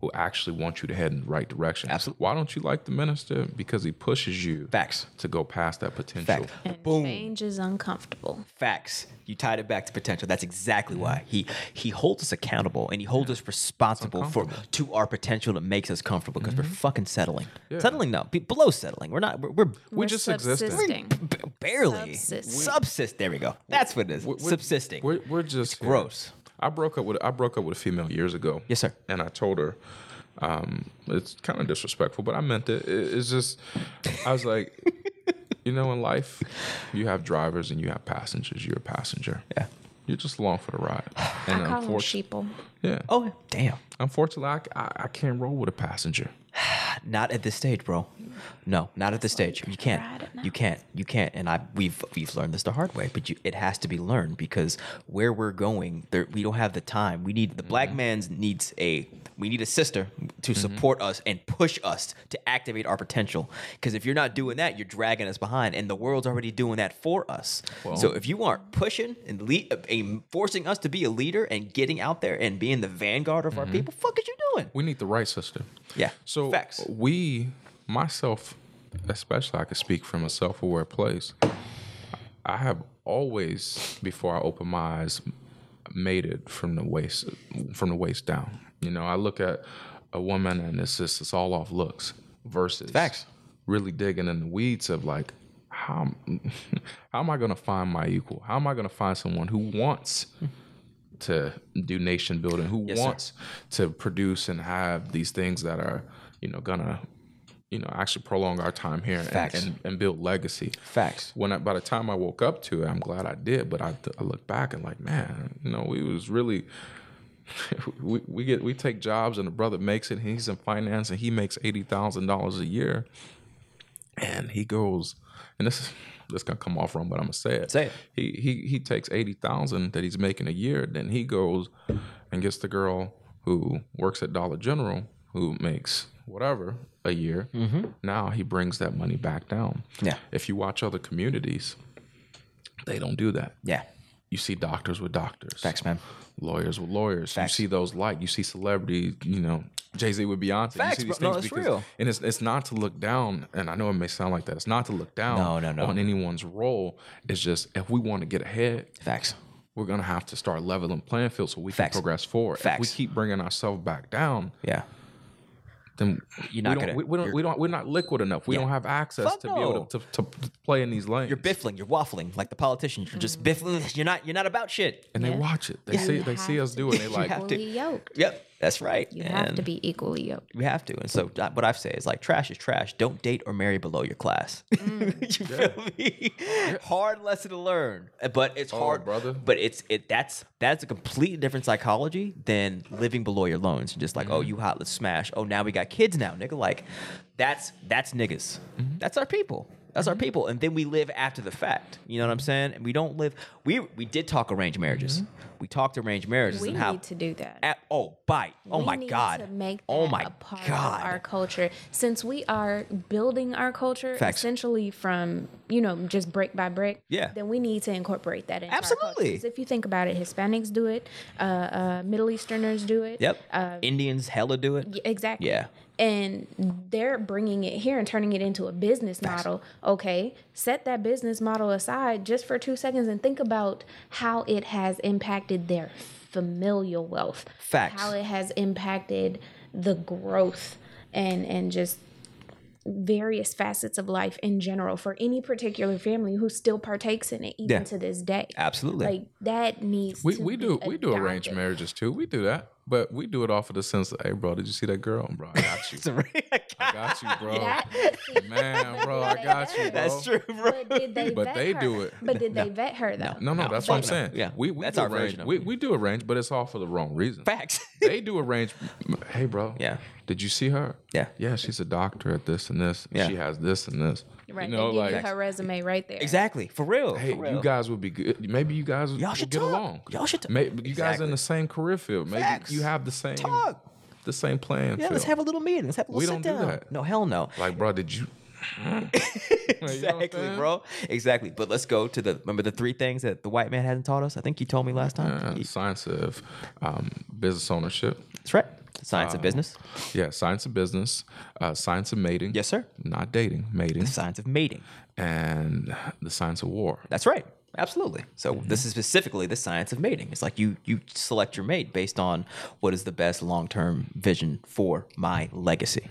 [SPEAKER 3] who actually want you to head in the right direction.
[SPEAKER 1] Absolutely.
[SPEAKER 3] Why don't you like the minister? Because he pushes you
[SPEAKER 1] Facts.
[SPEAKER 3] to go past that potential.
[SPEAKER 1] Fact.
[SPEAKER 2] And
[SPEAKER 1] Boom.
[SPEAKER 2] change is uncomfortable.
[SPEAKER 1] Facts. You tied it back to potential. That's exactly why he he holds us accountable and he holds us responsible for to our potential that makes us comfortable because
[SPEAKER 3] Mm-hmm.
[SPEAKER 1] we're fucking settling. Settling, no, be, below settling. We're not. We're, we're
[SPEAKER 3] We
[SPEAKER 2] We're
[SPEAKER 3] just existed.
[SPEAKER 1] b-
[SPEAKER 2] subsisting.
[SPEAKER 1] barely
[SPEAKER 2] Subsist.
[SPEAKER 1] subsist. There we go. That's what it is. Subsisting.
[SPEAKER 3] We're, we're just here.
[SPEAKER 1] gross.
[SPEAKER 3] I broke up with I broke up with a female years ago.
[SPEAKER 1] Yes, sir.
[SPEAKER 3] And I told her, um, it's kind of disrespectful, but I meant it. It- It's just, I was like, you know, in life, you have drivers and you have passengers. You're a passenger.
[SPEAKER 1] Yeah.
[SPEAKER 3] You're just along for the ride. And
[SPEAKER 2] I call them
[SPEAKER 3] unfortunately,
[SPEAKER 2] sheeple.
[SPEAKER 3] yeah.
[SPEAKER 1] Oh damn.
[SPEAKER 3] Unfortunately, I, c- I- I can't roll with a passenger.
[SPEAKER 1] Not at this stage, bro. No, not at this stage. You
[SPEAKER 2] ride
[SPEAKER 1] can't.
[SPEAKER 2] it now.
[SPEAKER 1] You can't. You can't. And I we've we've learned this the hard way, but you, it has to be learned because where we're going, there, we don't have the time. We need the
[SPEAKER 3] Mm-hmm.
[SPEAKER 1] black man's needs a we need a sister to support us and push us to activate our potential. Because if you're not doing that, you're dragging us behind, and the world's already doing that for us. so if you aren't pushing and lead, uh, um, forcing us to be a leader and getting out there and being the vanguard of our people, fuck is you doing?
[SPEAKER 3] Mm-hmm. We need the right system.
[SPEAKER 1] Yeah.
[SPEAKER 3] So
[SPEAKER 1] facts.
[SPEAKER 3] we, myself, especially, I could speak from a self-aware place. I have always, before I open my eyes, made it from the waist from the waist down. You know, I look at a woman and it's just it's all off looks versus
[SPEAKER 1] Facts.
[SPEAKER 3] really digging in the weeds of like how how am I gonna find my equal? How am I gonna find someone who wants to do nation building, who
[SPEAKER 1] sir.
[SPEAKER 3] wants to produce and have these things that are, you know, gonna, you know, actually prolong our time here and,
[SPEAKER 1] Facts.
[SPEAKER 3] and, and build legacy.
[SPEAKER 1] Facts.
[SPEAKER 3] When I, by the time I woke up to it, I'm glad I did. But I, I look back and like, man, you know, we was really. We, we get we take jobs and the brother makes it and he's in finance and he makes eighty thousand dollars a year and he goes and this is this gonna come off wrong but i'm gonna say it
[SPEAKER 1] Say it.
[SPEAKER 3] he he, he takes 80000 that he's making a year then he goes and gets the girl who works at dollar general who makes whatever a year now he brings that money back down
[SPEAKER 1] Mm-hmm. Yeah.
[SPEAKER 3] if you watch other communities they don't do that
[SPEAKER 1] Yeah.
[SPEAKER 3] you see doctors with doctors
[SPEAKER 1] Facts, man.
[SPEAKER 3] lawyers with lawyers.
[SPEAKER 1] Facts.
[SPEAKER 3] You see those like you see celebrities, you know, Jay Z with Beyonce.
[SPEAKER 1] Facts,
[SPEAKER 3] you see these
[SPEAKER 1] bro. No,
[SPEAKER 3] things
[SPEAKER 1] it's real.
[SPEAKER 3] And it's it's not to look down, and I know it may sound like that. It's not to look down
[SPEAKER 1] No, no, no.
[SPEAKER 3] on anyone's role. It's just if we want to get ahead,
[SPEAKER 1] Facts.
[SPEAKER 3] we're gonna have to start leveling playing field so we
[SPEAKER 1] Facts.
[SPEAKER 3] can progress forward. If we
[SPEAKER 1] Facts.
[SPEAKER 3] keep bringing ourselves back down,
[SPEAKER 1] Yeah.
[SPEAKER 3] then
[SPEAKER 1] You're not
[SPEAKER 3] we don't,
[SPEAKER 1] gonna-
[SPEAKER 3] we, we don't,
[SPEAKER 1] you're-
[SPEAKER 3] we don't, we're not liquid enough. We
[SPEAKER 1] Yeah.
[SPEAKER 3] don't have access
[SPEAKER 1] Fuck
[SPEAKER 3] to be able
[SPEAKER 1] no.
[SPEAKER 3] to, to, to play in these lanes.
[SPEAKER 1] You're biffling. You're waffling like the politicians. You're
[SPEAKER 2] Mm.
[SPEAKER 1] just biffling. You're not. You're not about shit.
[SPEAKER 3] and they
[SPEAKER 2] Yeah.
[SPEAKER 3] watch it. They see they see us do it. and They like
[SPEAKER 1] have to.
[SPEAKER 2] equally yoked.
[SPEAKER 1] Yep, that's right.
[SPEAKER 2] You have to
[SPEAKER 1] And
[SPEAKER 2] be equally yoked.
[SPEAKER 1] You have to. And so that- what I've said is like trash is trash. Don't date or marry below your class. you feel me? Hard lesson to learn, but it's hard,
[SPEAKER 3] brother.
[SPEAKER 1] But it's it. That's that's a completely different psychology than living below your loans and just like oh you hot let's smash. Oh now we got kids now nigga like that's that's niggas. That's our people. That's our people, and then we live after the fact. You know what I'm saying? And we don't live. We we did talk arranged marriages. We talked arranged marriages
[SPEAKER 2] We
[SPEAKER 1] and how
[SPEAKER 2] need to do that.
[SPEAKER 1] at- oh, bite. Oh
[SPEAKER 2] We
[SPEAKER 1] my
[SPEAKER 2] need
[SPEAKER 1] god.
[SPEAKER 2] To make
[SPEAKER 1] oh
[SPEAKER 2] that
[SPEAKER 1] my
[SPEAKER 2] a part
[SPEAKER 1] god.
[SPEAKER 2] Of our culture, since we are building our culture
[SPEAKER 1] Facts.
[SPEAKER 2] essentially from you know just brick by brick.
[SPEAKER 1] Yeah.
[SPEAKER 2] Then we need to incorporate that. Into our culture.
[SPEAKER 1] Absolutely.
[SPEAKER 2] 'Cause if you think about it, Hispanics do it. Uh, uh, Middle Easterners do it.
[SPEAKER 1] yep.
[SPEAKER 2] Uh,
[SPEAKER 1] Indians hella do it.
[SPEAKER 2] y- exactly.
[SPEAKER 1] Yeah.
[SPEAKER 2] And they're bringing it here and turning it into a business model. Okay, set that business model aside just for two seconds and think about how it has impacted their familial wealth.
[SPEAKER 1] Facts.
[SPEAKER 2] How it has impacted the growth and and just various facets of life in general for any particular family who still partakes in it even
[SPEAKER 1] Yeah.
[SPEAKER 2] to this day.
[SPEAKER 1] Absolutely.
[SPEAKER 2] Like that needs
[SPEAKER 3] We,
[SPEAKER 2] to
[SPEAKER 3] we
[SPEAKER 2] be
[SPEAKER 3] do we do arranged
[SPEAKER 2] adopted.
[SPEAKER 3] marriages too. We do that, but we do it off of the sense of, hey, bro, did you see that girl, bro? I got you, I got you, bro.
[SPEAKER 2] That-
[SPEAKER 3] Man, bro, I got you, bro.
[SPEAKER 1] That's true, bro.
[SPEAKER 2] But did they
[SPEAKER 3] But
[SPEAKER 2] vet
[SPEAKER 3] they
[SPEAKER 2] her?
[SPEAKER 3] do it.
[SPEAKER 2] But did they vet her though?
[SPEAKER 3] No, no,
[SPEAKER 1] No,
[SPEAKER 3] that's what I'm
[SPEAKER 1] fuck no.
[SPEAKER 3] saying.
[SPEAKER 1] Yeah,
[SPEAKER 3] we we
[SPEAKER 1] that's
[SPEAKER 3] do
[SPEAKER 1] our
[SPEAKER 3] arranged.
[SPEAKER 1] version of
[SPEAKER 3] We,
[SPEAKER 1] it.
[SPEAKER 3] we do arranged, but it's all for the wrong reason.
[SPEAKER 1] Facts.
[SPEAKER 3] They do arranged. Hey, bro.
[SPEAKER 1] Yeah.
[SPEAKER 3] Did you see her?
[SPEAKER 1] Yeah.
[SPEAKER 3] Yeah, she's a doctor at this and this. and
[SPEAKER 1] Yeah.
[SPEAKER 3] She has this and this.
[SPEAKER 2] Right.
[SPEAKER 3] You know,
[SPEAKER 2] they give
[SPEAKER 3] like
[SPEAKER 2] you her resume right there.
[SPEAKER 1] exactly. For real.
[SPEAKER 3] Hey,
[SPEAKER 1] For real.
[SPEAKER 3] you guys would be good. Maybe you guys
[SPEAKER 1] Y'all
[SPEAKER 3] would
[SPEAKER 1] should
[SPEAKER 3] get
[SPEAKER 1] talk.
[SPEAKER 3] along.
[SPEAKER 1] Y'all should talk.
[SPEAKER 3] Maybe you guys are in
[SPEAKER 1] Exactly.
[SPEAKER 3] the same career field. Maybe
[SPEAKER 1] Facts.
[SPEAKER 3] you have the same
[SPEAKER 1] Talk.
[SPEAKER 3] the same plan.
[SPEAKER 1] yeah, let's have a little meeting. Let's have a little
[SPEAKER 3] We
[SPEAKER 1] sit
[SPEAKER 3] don't do
[SPEAKER 1] down.
[SPEAKER 3] that.
[SPEAKER 1] No, hell no.
[SPEAKER 3] Like, bro, did you?
[SPEAKER 1] exactly, bro. Exactly. But let's go to the remember the three things that the white man hasn't taught us. I think you told me last time.
[SPEAKER 3] Uh, science of um, business ownership,
[SPEAKER 1] That's right. The science of business.
[SPEAKER 3] Yeah, science of business, uh, science of mating.
[SPEAKER 1] Yes, sir.
[SPEAKER 3] Not dating, mating,
[SPEAKER 1] The science of mating.
[SPEAKER 3] and the science of war.
[SPEAKER 1] That's right. Absolutely. So
[SPEAKER 3] Mm-hmm.
[SPEAKER 1] this is specifically the science of mating. It's like you you select your mate based on what is the best long term vision for my legacy.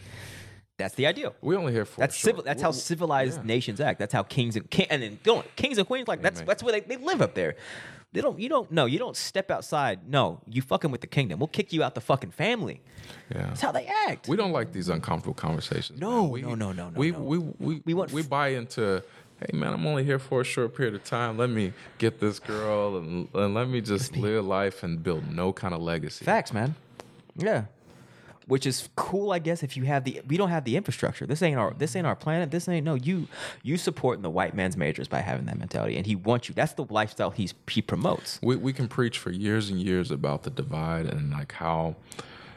[SPEAKER 1] That's the ideal.
[SPEAKER 3] We only here for
[SPEAKER 1] That's
[SPEAKER 3] short-
[SPEAKER 1] civil. That's
[SPEAKER 3] we're-
[SPEAKER 1] how civilized nations act. That's how kings and king, and then going kings and queens like that's
[SPEAKER 3] Amen.
[SPEAKER 1] that's where they, they live up there. They don't. You don't. No. You don't step outside. No. You fucking with the kingdom. We'll kick you out the fucking family.
[SPEAKER 3] Yeah.
[SPEAKER 1] That's how they act.
[SPEAKER 3] We don't like these uncomfortable conversations.
[SPEAKER 1] No,
[SPEAKER 3] man. we,
[SPEAKER 1] no, no, no, no,
[SPEAKER 3] We
[SPEAKER 1] no.
[SPEAKER 3] we we
[SPEAKER 1] We want
[SPEAKER 3] we
[SPEAKER 1] f-
[SPEAKER 3] buy into. Hey man, I'm only here for a short period of time. Let me get this girl and, and let me just live life and build no kind of legacy.
[SPEAKER 1] Facts, man. Yeah. Which is cool, I guess, if you have the we don't have the infrastructure. This ain't our this ain't our planet. This ain't no you you supporting the white man's majors by having that mentality. And he wants you. That's the lifestyle he's he promotes.
[SPEAKER 3] we, we can preach for years and years about the divide and like how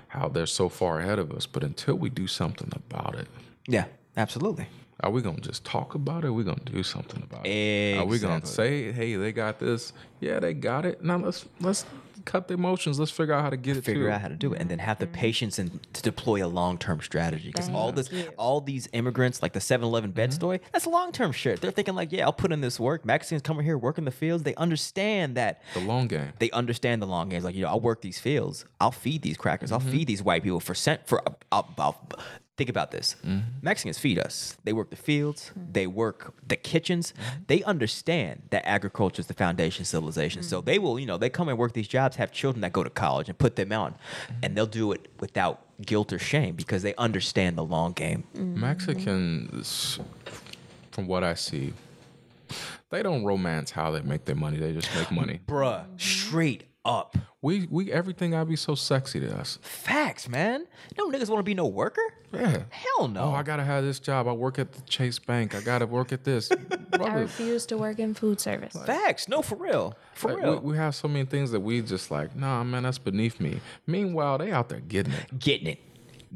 [SPEAKER 3] how they're so far ahead of us but until we do something about it
[SPEAKER 1] Yeah, absolutely.
[SPEAKER 3] are we gonna just talk about it are we gonna do something about it are we gonna
[SPEAKER 1] Exactly.
[SPEAKER 3] say hey they got this yeah they got it now let's let's cut the emotions let's figure out how to get it
[SPEAKER 1] Figure
[SPEAKER 3] too.
[SPEAKER 1] out how to do it and then have the patience and to deploy a long term strategy. Because all
[SPEAKER 2] Mm. Thank
[SPEAKER 1] this
[SPEAKER 2] you.
[SPEAKER 1] all these immigrants, like the 7 Eleven bed story, that's long term shit. They're thinking like, yeah, I'll put in this work. Mexicans coming here, work in the fields. They understand that
[SPEAKER 3] the long game
[SPEAKER 1] they understand the long games. Like, you know, I'll work these fields. I'll feed these crackers. I'll
[SPEAKER 3] Mm-hmm.
[SPEAKER 1] feed these white people for cent for. I'll, I'll- think about this.
[SPEAKER 3] Mm-hmm.
[SPEAKER 1] Mexicans feed us. They work the fields. They work the kitchens.
[SPEAKER 3] Mm-hmm.
[SPEAKER 1] They understand that agriculture is the foundation of civilization. So they will, you know, they come and work these jobs, have children that go to college and put them on,
[SPEAKER 3] Mm-hmm.
[SPEAKER 1] and they'll do it without guilt or shame because they understand the long game.
[SPEAKER 3] Mm. mexicans from what i see they don't romance how they make their money they just make money
[SPEAKER 1] Bruh, straight up.
[SPEAKER 3] we we everything i be so sexy to us
[SPEAKER 1] Facts, man. No niggas want to be no worker.
[SPEAKER 3] yeah
[SPEAKER 1] Hell no.
[SPEAKER 3] Oh, I gotta have this job. I work at the Chase Bank. I gotta work at this.
[SPEAKER 2] I
[SPEAKER 3] Brother,
[SPEAKER 2] refuse to work in food service.
[SPEAKER 1] Facts. No, for real. For
[SPEAKER 3] like,
[SPEAKER 1] real.
[SPEAKER 3] we, we have so many things that we just like. Nah, man, that's beneath me. Meanwhile, they out there getting it
[SPEAKER 1] getting it,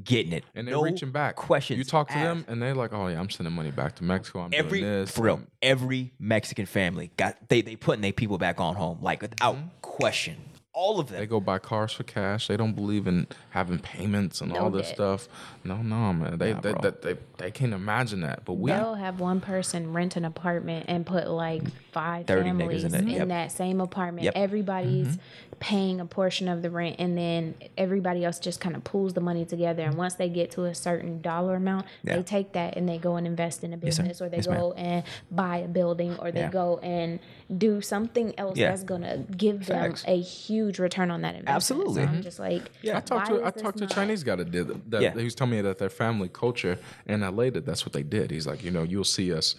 [SPEAKER 1] getting it,
[SPEAKER 3] and they're
[SPEAKER 1] no
[SPEAKER 3] reaching back.
[SPEAKER 1] Questions.
[SPEAKER 3] You talk to them
[SPEAKER 1] asked.
[SPEAKER 3] and they're like, "Oh yeah, I'm sending money back to Mexico. I'm
[SPEAKER 1] Every
[SPEAKER 3] doing this."
[SPEAKER 1] for real, every Mexican family got they they putting their people back on home like without question. All of them.
[SPEAKER 3] Mm-hmm. They go buy cars for cash. They don't believe in having payments and all this
[SPEAKER 2] debt.
[SPEAKER 3] stuff. No, no, man. They they, they, they they can't imagine that. But we
[SPEAKER 2] They'll have one person rent an apartment and put like five
[SPEAKER 1] 30 niggas in
[SPEAKER 2] families in,
[SPEAKER 1] it, yep.
[SPEAKER 2] that same apartment.
[SPEAKER 1] Yep. Mm-hmm.
[SPEAKER 2] Everybody's paying a portion of the rent, and then everybody else just kind of pulls the money together. And once they get to a certain dollar amount,
[SPEAKER 1] Yeah.
[SPEAKER 2] they take that and they go and invest in a
[SPEAKER 1] sir.
[SPEAKER 2] business, or they
[SPEAKER 1] Yes, ma'am.
[SPEAKER 2] go and buy a building, or they
[SPEAKER 1] Yeah.
[SPEAKER 2] go and do something else
[SPEAKER 1] Yeah.
[SPEAKER 2] that's gonna give
[SPEAKER 1] Facts.
[SPEAKER 2] them a huge return on that investment.
[SPEAKER 1] Absolutely. Mm-hmm.
[SPEAKER 2] So I'm just like,
[SPEAKER 3] I talked
[SPEAKER 2] why
[SPEAKER 3] to I
[SPEAKER 2] is this
[SPEAKER 3] talked to a
[SPEAKER 2] not-
[SPEAKER 3] Chinese guy that did that.
[SPEAKER 1] Yeah.
[SPEAKER 3] He was telling me that their family culture in LA that that's what they did. He's like, you know, you'll see us.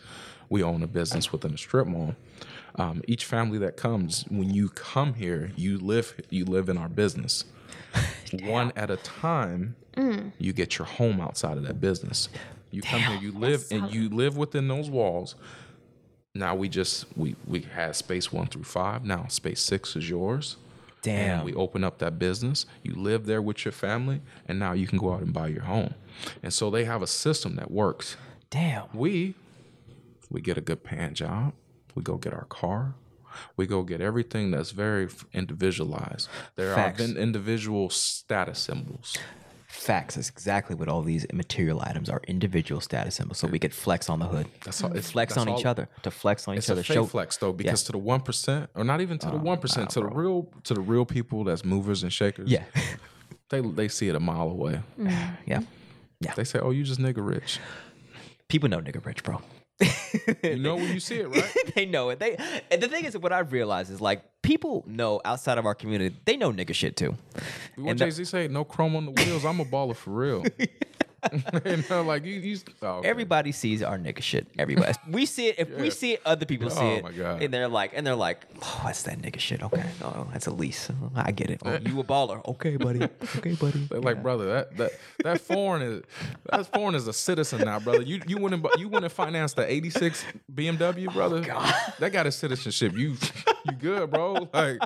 [SPEAKER 3] We own a business within a strip mall. Um, each family that comes, when you come here, you live you live in our business. One at a time,
[SPEAKER 2] Mm.
[SPEAKER 3] you get your home outside of that business. You come here, you live, and you live within those walls. Now we just we we had space one through five. Now space six is yours.
[SPEAKER 1] Damn.
[SPEAKER 3] And we open up that business. You live there with your family, and now you can go out and buy your home. And so they have a system that works.
[SPEAKER 1] Damn.
[SPEAKER 3] We we get a good paying job. We go get our car. We go get everything that's very f- individualized. There
[SPEAKER 1] Facts.
[SPEAKER 3] are then individual status symbols.
[SPEAKER 1] Facts. That's exactly what all these material items are. Individual status symbols, so we could flex on the hood.
[SPEAKER 3] That's all. It's
[SPEAKER 1] flex
[SPEAKER 3] that's
[SPEAKER 1] on each
[SPEAKER 3] all-
[SPEAKER 1] other. To flex on each
[SPEAKER 3] It's
[SPEAKER 1] other.
[SPEAKER 3] a fake
[SPEAKER 1] Show Uh,
[SPEAKER 3] flex though, because to the one percent, or not even to the one percent, to the real to the real people that's movers and shakers.
[SPEAKER 1] Yeah. Mm.
[SPEAKER 3] they they see it a mile away.
[SPEAKER 1] yeah.
[SPEAKER 3] They say, "Oh, you just nigga rich."
[SPEAKER 1] People know nigga rich, bro.
[SPEAKER 3] You know when you see it, right?
[SPEAKER 1] they know it. They and the thing is, what I've realized is like people know outside of our community, they know nigga shit too.
[SPEAKER 3] What
[SPEAKER 1] the-
[SPEAKER 3] Jay Z say? No chrome on the wheels. I'm a baller for real. you know, like you, you oh, okay.
[SPEAKER 1] Everybody sees our nigga shit. Everybody, we see it. If we
[SPEAKER 3] Yeah.
[SPEAKER 1] see it, other people see
[SPEAKER 3] Oh
[SPEAKER 1] it.
[SPEAKER 3] my God.
[SPEAKER 1] And they're like, and they're like, oh, that's that nigga shit. Okay, oh, that's a lease. I get it. Oh, you a baller? Okay, buddy. Okay, buddy.
[SPEAKER 3] They're like, brother, that that that foreign is that foreign is a citizen now, brother. You you wouldn't bu- you wouldn't finance the '86 BMW, brother. That got a citizenship. You you good, bro? Like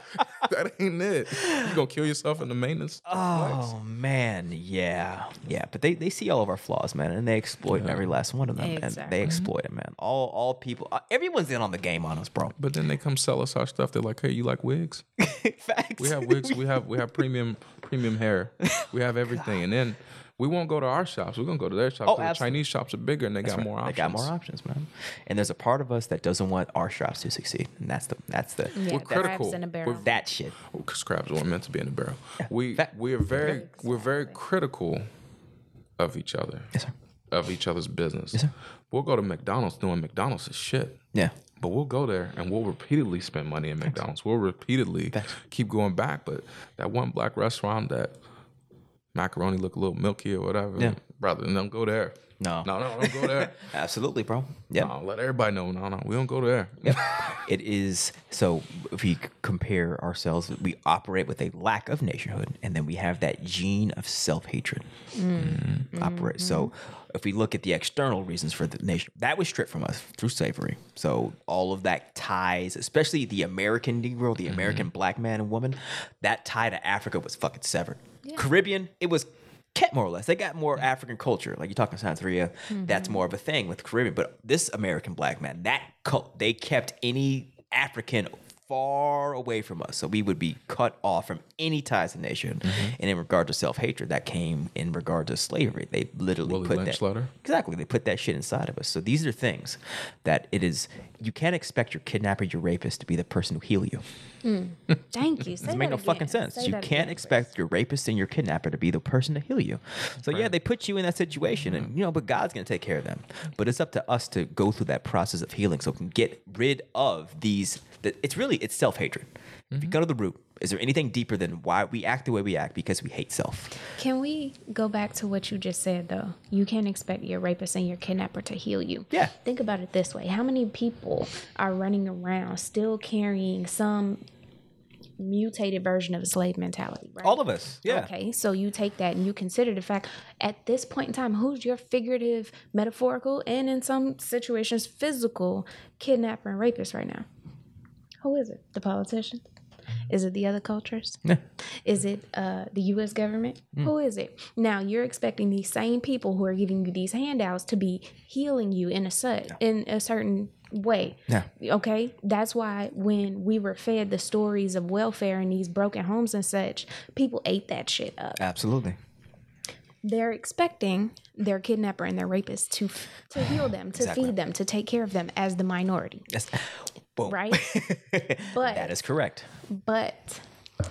[SPEAKER 3] that ain't it. You gonna kill yourself in the maintenance?
[SPEAKER 1] Oh man, yeah, yeah. But they, they see all of our flaws, man, and they exploit every last one of them. And
[SPEAKER 2] Exactly.
[SPEAKER 1] they exploit it, man. All all people, uh, everyone's in on the game on us, bro.
[SPEAKER 3] But then they come sell us our stuff. They're like, hey, you like wigs?
[SPEAKER 1] Facts.
[SPEAKER 3] We have wigs. We have we have premium premium hair. We have everything. and then we won't go to our shops. We're gonna go to their shops. 'cause the
[SPEAKER 1] Oh, absolutely.
[SPEAKER 3] Chinese shops are bigger and they got more options.
[SPEAKER 1] They got more options, man. And there's a part of us that doesn't want our shops to succeed, and that's the that's the
[SPEAKER 3] We're
[SPEAKER 4] crabs
[SPEAKER 3] critical.
[SPEAKER 4] in a
[SPEAKER 3] We're
[SPEAKER 4] barrel.
[SPEAKER 1] that shit.
[SPEAKER 3] because crabs weren't meant to be in a barrel. We
[SPEAKER 1] Fact.
[SPEAKER 3] we are very we're very critical of each other,
[SPEAKER 1] Yes, sir.
[SPEAKER 3] of each other's business.
[SPEAKER 1] sir.
[SPEAKER 3] We'll go to McDonald's doing McDonald's is shit.
[SPEAKER 1] Yeah.
[SPEAKER 3] But we'll go there and we'll repeatedly spend money in McDonald's. We'll repeatedly keep going back. But that one black restaurant that macaroni look a little milky or whatever,
[SPEAKER 1] Yeah.
[SPEAKER 3] brother, don't go there.
[SPEAKER 1] No.
[SPEAKER 3] No, no, don't go there.
[SPEAKER 1] Absolutely, bro. Yeah.
[SPEAKER 3] no, let everybody know. No, no, we don't go there.
[SPEAKER 1] It is so if we c- compare ourselves, we operate with a lack of nationhood, and then we have that gene of self hatred. Operate. So if we look at the external reasons for the nation, that was stripped from us through slavery. So all of that ties, especially the American Negro, the American black man and woman, that tie to Africa was fucking severed. Caribbean, it was kept more or less. They got more African culture. Like you're talking Santeria, that's more of a thing with Caribbean. But this American black man, that cult, they kept any African far away from us. So we would be cut off from any ties to nation.
[SPEAKER 3] Mm-hmm.
[SPEAKER 1] And in regard to self hatred, that came in regard to slavery. They literally
[SPEAKER 3] Willie
[SPEAKER 1] put
[SPEAKER 3] Lynch
[SPEAKER 1] that
[SPEAKER 3] letter?
[SPEAKER 1] exactly. They put that shit inside of us. So these are things that it is. You can't expect your kidnapper, your rapist, to be the person who heal you.
[SPEAKER 4] Thank you. Say
[SPEAKER 1] Doesn't make no fucking sense. you can't expect your rapist and your kidnapper to be the person to heal you. So yeah, they put you in that situation, and you know, but God's gonna take care of them. But it's up to us to go through that process of healing, so we can get rid of these. That it's really it's self hatred. If you go to the root, is there anything deeper than why we act the way we act because we hate self?
[SPEAKER 2] Can we go back to what you just said though? You can't expect your rapist and your kidnapper to heal you.
[SPEAKER 1] Yeah.
[SPEAKER 2] Think about it this way. How many people are running around still carrying some mutated version of slave mentality, right?
[SPEAKER 1] All of us, Oh, yeah.
[SPEAKER 2] Okay, so you take that and you consider the fact at this point in time, who's your figurative, metaphorical, and in some situations, physical kidnapper and rapist right now? Who is it? The politicians? Is it the other cultures? Is it uh, the U.S. government?
[SPEAKER 1] Mm.
[SPEAKER 2] Who is it? Now you're expecting these same people who are giving you these handouts to be healing you in a su- in a certain way.
[SPEAKER 1] Yeah.
[SPEAKER 2] Okay. That's why when we were fed the stories of welfare and these broken homes and such, people ate that shit up.
[SPEAKER 1] Absolutely.
[SPEAKER 2] They're expecting their kidnapper and their rapist to f- to heal them, to
[SPEAKER 1] Exactly.
[SPEAKER 2] feed them, to take care of them as the minority,
[SPEAKER 1] Yes. Boom.
[SPEAKER 2] right? but
[SPEAKER 1] That is correct.
[SPEAKER 2] but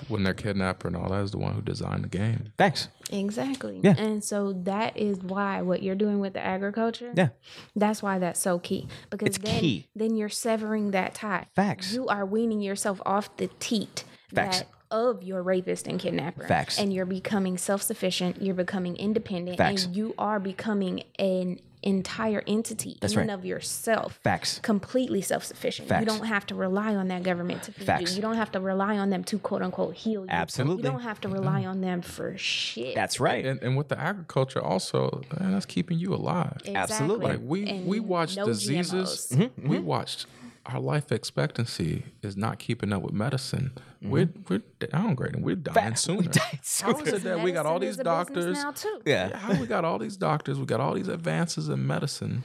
[SPEAKER 3] when they're kidnapper and all that is the one who designed the game.
[SPEAKER 1] Thanks.
[SPEAKER 2] Exactly.
[SPEAKER 1] Yeah.
[SPEAKER 2] And so that is why what you're doing with the agriculture.
[SPEAKER 1] Yeah.
[SPEAKER 2] That's why that's so key. Because
[SPEAKER 1] It's
[SPEAKER 2] then
[SPEAKER 1] key.
[SPEAKER 2] then you're severing that tie.
[SPEAKER 1] Facts.
[SPEAKER 2] You are weaning yourself off the teat
[SPEAKER 1] Facts.
[SPEAKER 2] that of your rapist and kidnapper.
[SPEAKER 1] Facts.
[SPEAKER 2] And you're becoming self sufficient, you're becoming independent,
[SPEAKER 1] Facts.
[SPEAKER 2] and you are becoming an entire entity
[SPEAKER 1] That's
[SPEAKER 2] in and
[SPEAKER 1] right.
[SPEAKER 2] of yourself.
[SPEAKER 1] Facts.
[SPEAKER 2] Completely self sufficient.
[SPEAKER 1] Facts.
[SPEAKER 2] You don't have to rely on that government to feed
[SPEAKER 1] Facts.
[SPEAKER 2] you. You don't have to rely on them to quote unquote heal you.
[SPEAKER 1] Absolutely.
[SPEAKER 2] You don't have to rely on them for shit.
[SPEAKER 1] That's right.
[SPEAKER 3] And, and with the agriculture also, man, that's keeping you alive.
[SPEAKER 1] Absolutely.
[SPEAKER 3] Like we
[SPEAKER 2] And
[SPEAKER 3] we watch
[SPEAKER 2] no
[SPEAKER 3] diseases.
[SPEAKER 2] GMOs.
[SPEAKER 3] We watched our life expectancy is not keeping up with medicine. We're we're downgrading. We're dying sooner.
[SPEAKER 1] So-
[SPEAKER 3] How is it that we got all
[SPEAKER 2] Medicine
[SPEAKER 3] these
[SPEAKER 2] is a
[SPEAKER 3] doctors?
[SPEAKER 2] business now too.
[SPEAKER 1] yeah.
[SPEAKER 3] How we got all these doctors? We got all these advances in medicine,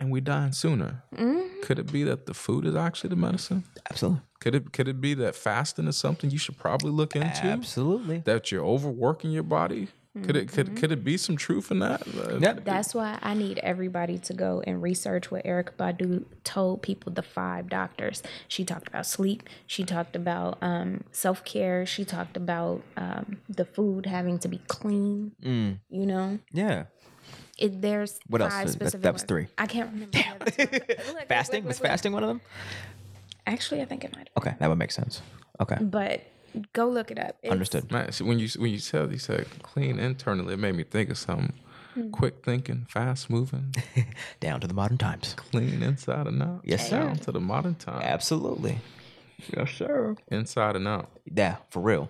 [SPEAKER 3] and we dying sooner.
[SPEAKER 2] Mm-hmm.
[SPEAKER 3] Could it be that the food is actually the medicine?
[SPEAKER 1] Absolutely.
[SPEAKER 3] Could it could it be that fasting is something you should probably look into?
[SPEAKER 1] Absolutely.
[SPEAKER 3] That you're overworking your body. Could it
[SPEAKER 2] Mm-hmm.
[SPEAKER 3] could could it be some truth in that? Uh,
[SPEAKER 1] Yep.
[SPEAKER 2] That's why I need everybody to go and research what Eric Badu told people the five doctors. She talked about sleep. She talked about um, self care. She talked about um, the food having to be clean. You know,
[SPEAKER 1] Yeah.
[SPEAKER 2] it, there's
[SPEAKER 1] Mm. What else?
[SPEAKER 2] five
[SPEAKER 1] That-
[SPEAKER 2] specific.
[SPEAKER 1] that was
[SPEAKER 2] ones.
[SPEAKER 1] three.
[SPEAKER 2] I can't remember. the others. Look, look,
[SPEAKER 1] Fasting
[SPEAKER 2] look,
[SPEAKER 1] was
[SPEAKER 2] look, look.
[SPEAKER 1] fasting one of them.
[SPEAKER 2] Actually, I think it might. have.
[SPEAKER 1] Okay, that would make sense. Okay,
[SPEAKER 2] But go look it up. It's-
[SPEAKER 1] understood.
[SPEAKER 3] Man, see, when you when you said you said clean internally, it made me think of something. Quick thinking, fast moving,
[SPEAKER 1] Down to the modern times.
[SPEAKER 3] clean inside and out.
[SPEAKER 1] Yes, sir.
[SPEAKER 3] down to the modern time,
[SPEAKER 1] Absolutely. Yes, sir.
[SPEAKER 3] inside and out.
[SPEAKER 1] Yeah, for real.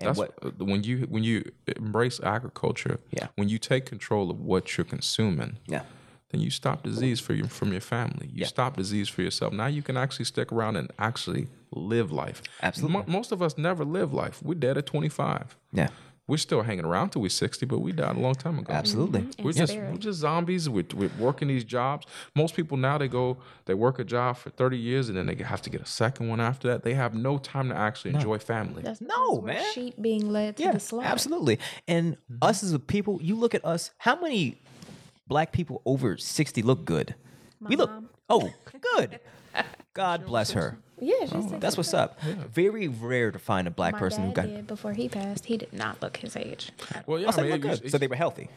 [SPEAKER 1] And
[SPEAKER 3] That's
[SPEAKER 1] what?
[SPEAKER 3] when you when you embrace agriculture.
[SPEAKER 1] Yeah.
[SPEAKER 3] When you take control of what you're consuming,
[SPEAKER 1] Yeah,
[SPEAKER 3] then you stop disease for your, from your family. You stop disease for yourself. Now you can actually stick around and actually live life.
[SPEAKER 1] Absolutely.
[SPEAKER 3] Mo- most of us never live life. We're dead at 25.
[SPEAKER 1] yeah.
[SPEAKER 3] We're still hanging around till we're 60, but we died a long time ago.
[SPEAKER 1] Absolutely.
[SPEAKER 3] We're just, we're just zombies. We're, we're working these jobs. Most people now they go they work a job for 30 years and then they have to get a second one after that. They have no time to actually enjoy family.
[SPEAKER 2] That's
[SPEAKER 1] No,
[SPEAKER 2] because we're
[SPEAKER 1] man.
[SPEAKER 2] Sheep being led to
[SPEAKER 1] Yeah,
[SPEAKER 2] the slaughter.
[SPEAKER 1] absolutely. And
[SPEAKER 3] Mm-hmm.
[SPEAKER 1] us as a people, you look at us. How many black people over sixty look good? we look. Oh, good. God bless her.
[SPEAKER 2] Yeah, she's like-
[SPEAKER 1] Oh, That's what's up. Very rare to find a black
[SPEAKER 2] my
[SPEAKER 1] person who
[SPEAKER 2] dad
[SPEAKER 1] got.
[SPEAKER 2] did before he passed. He did not look his age.
[SPEAKER 3] Well, yeah,
[SPEAKER 1] Oh, so, they
[SPEAKER 3] I mean,
[SPEAKER 1] look
[SPEAKER 3] it-
[SPEAKER 1] good.
[SPEAKER 3] it-
[SPEAKER 1] so they were healthy.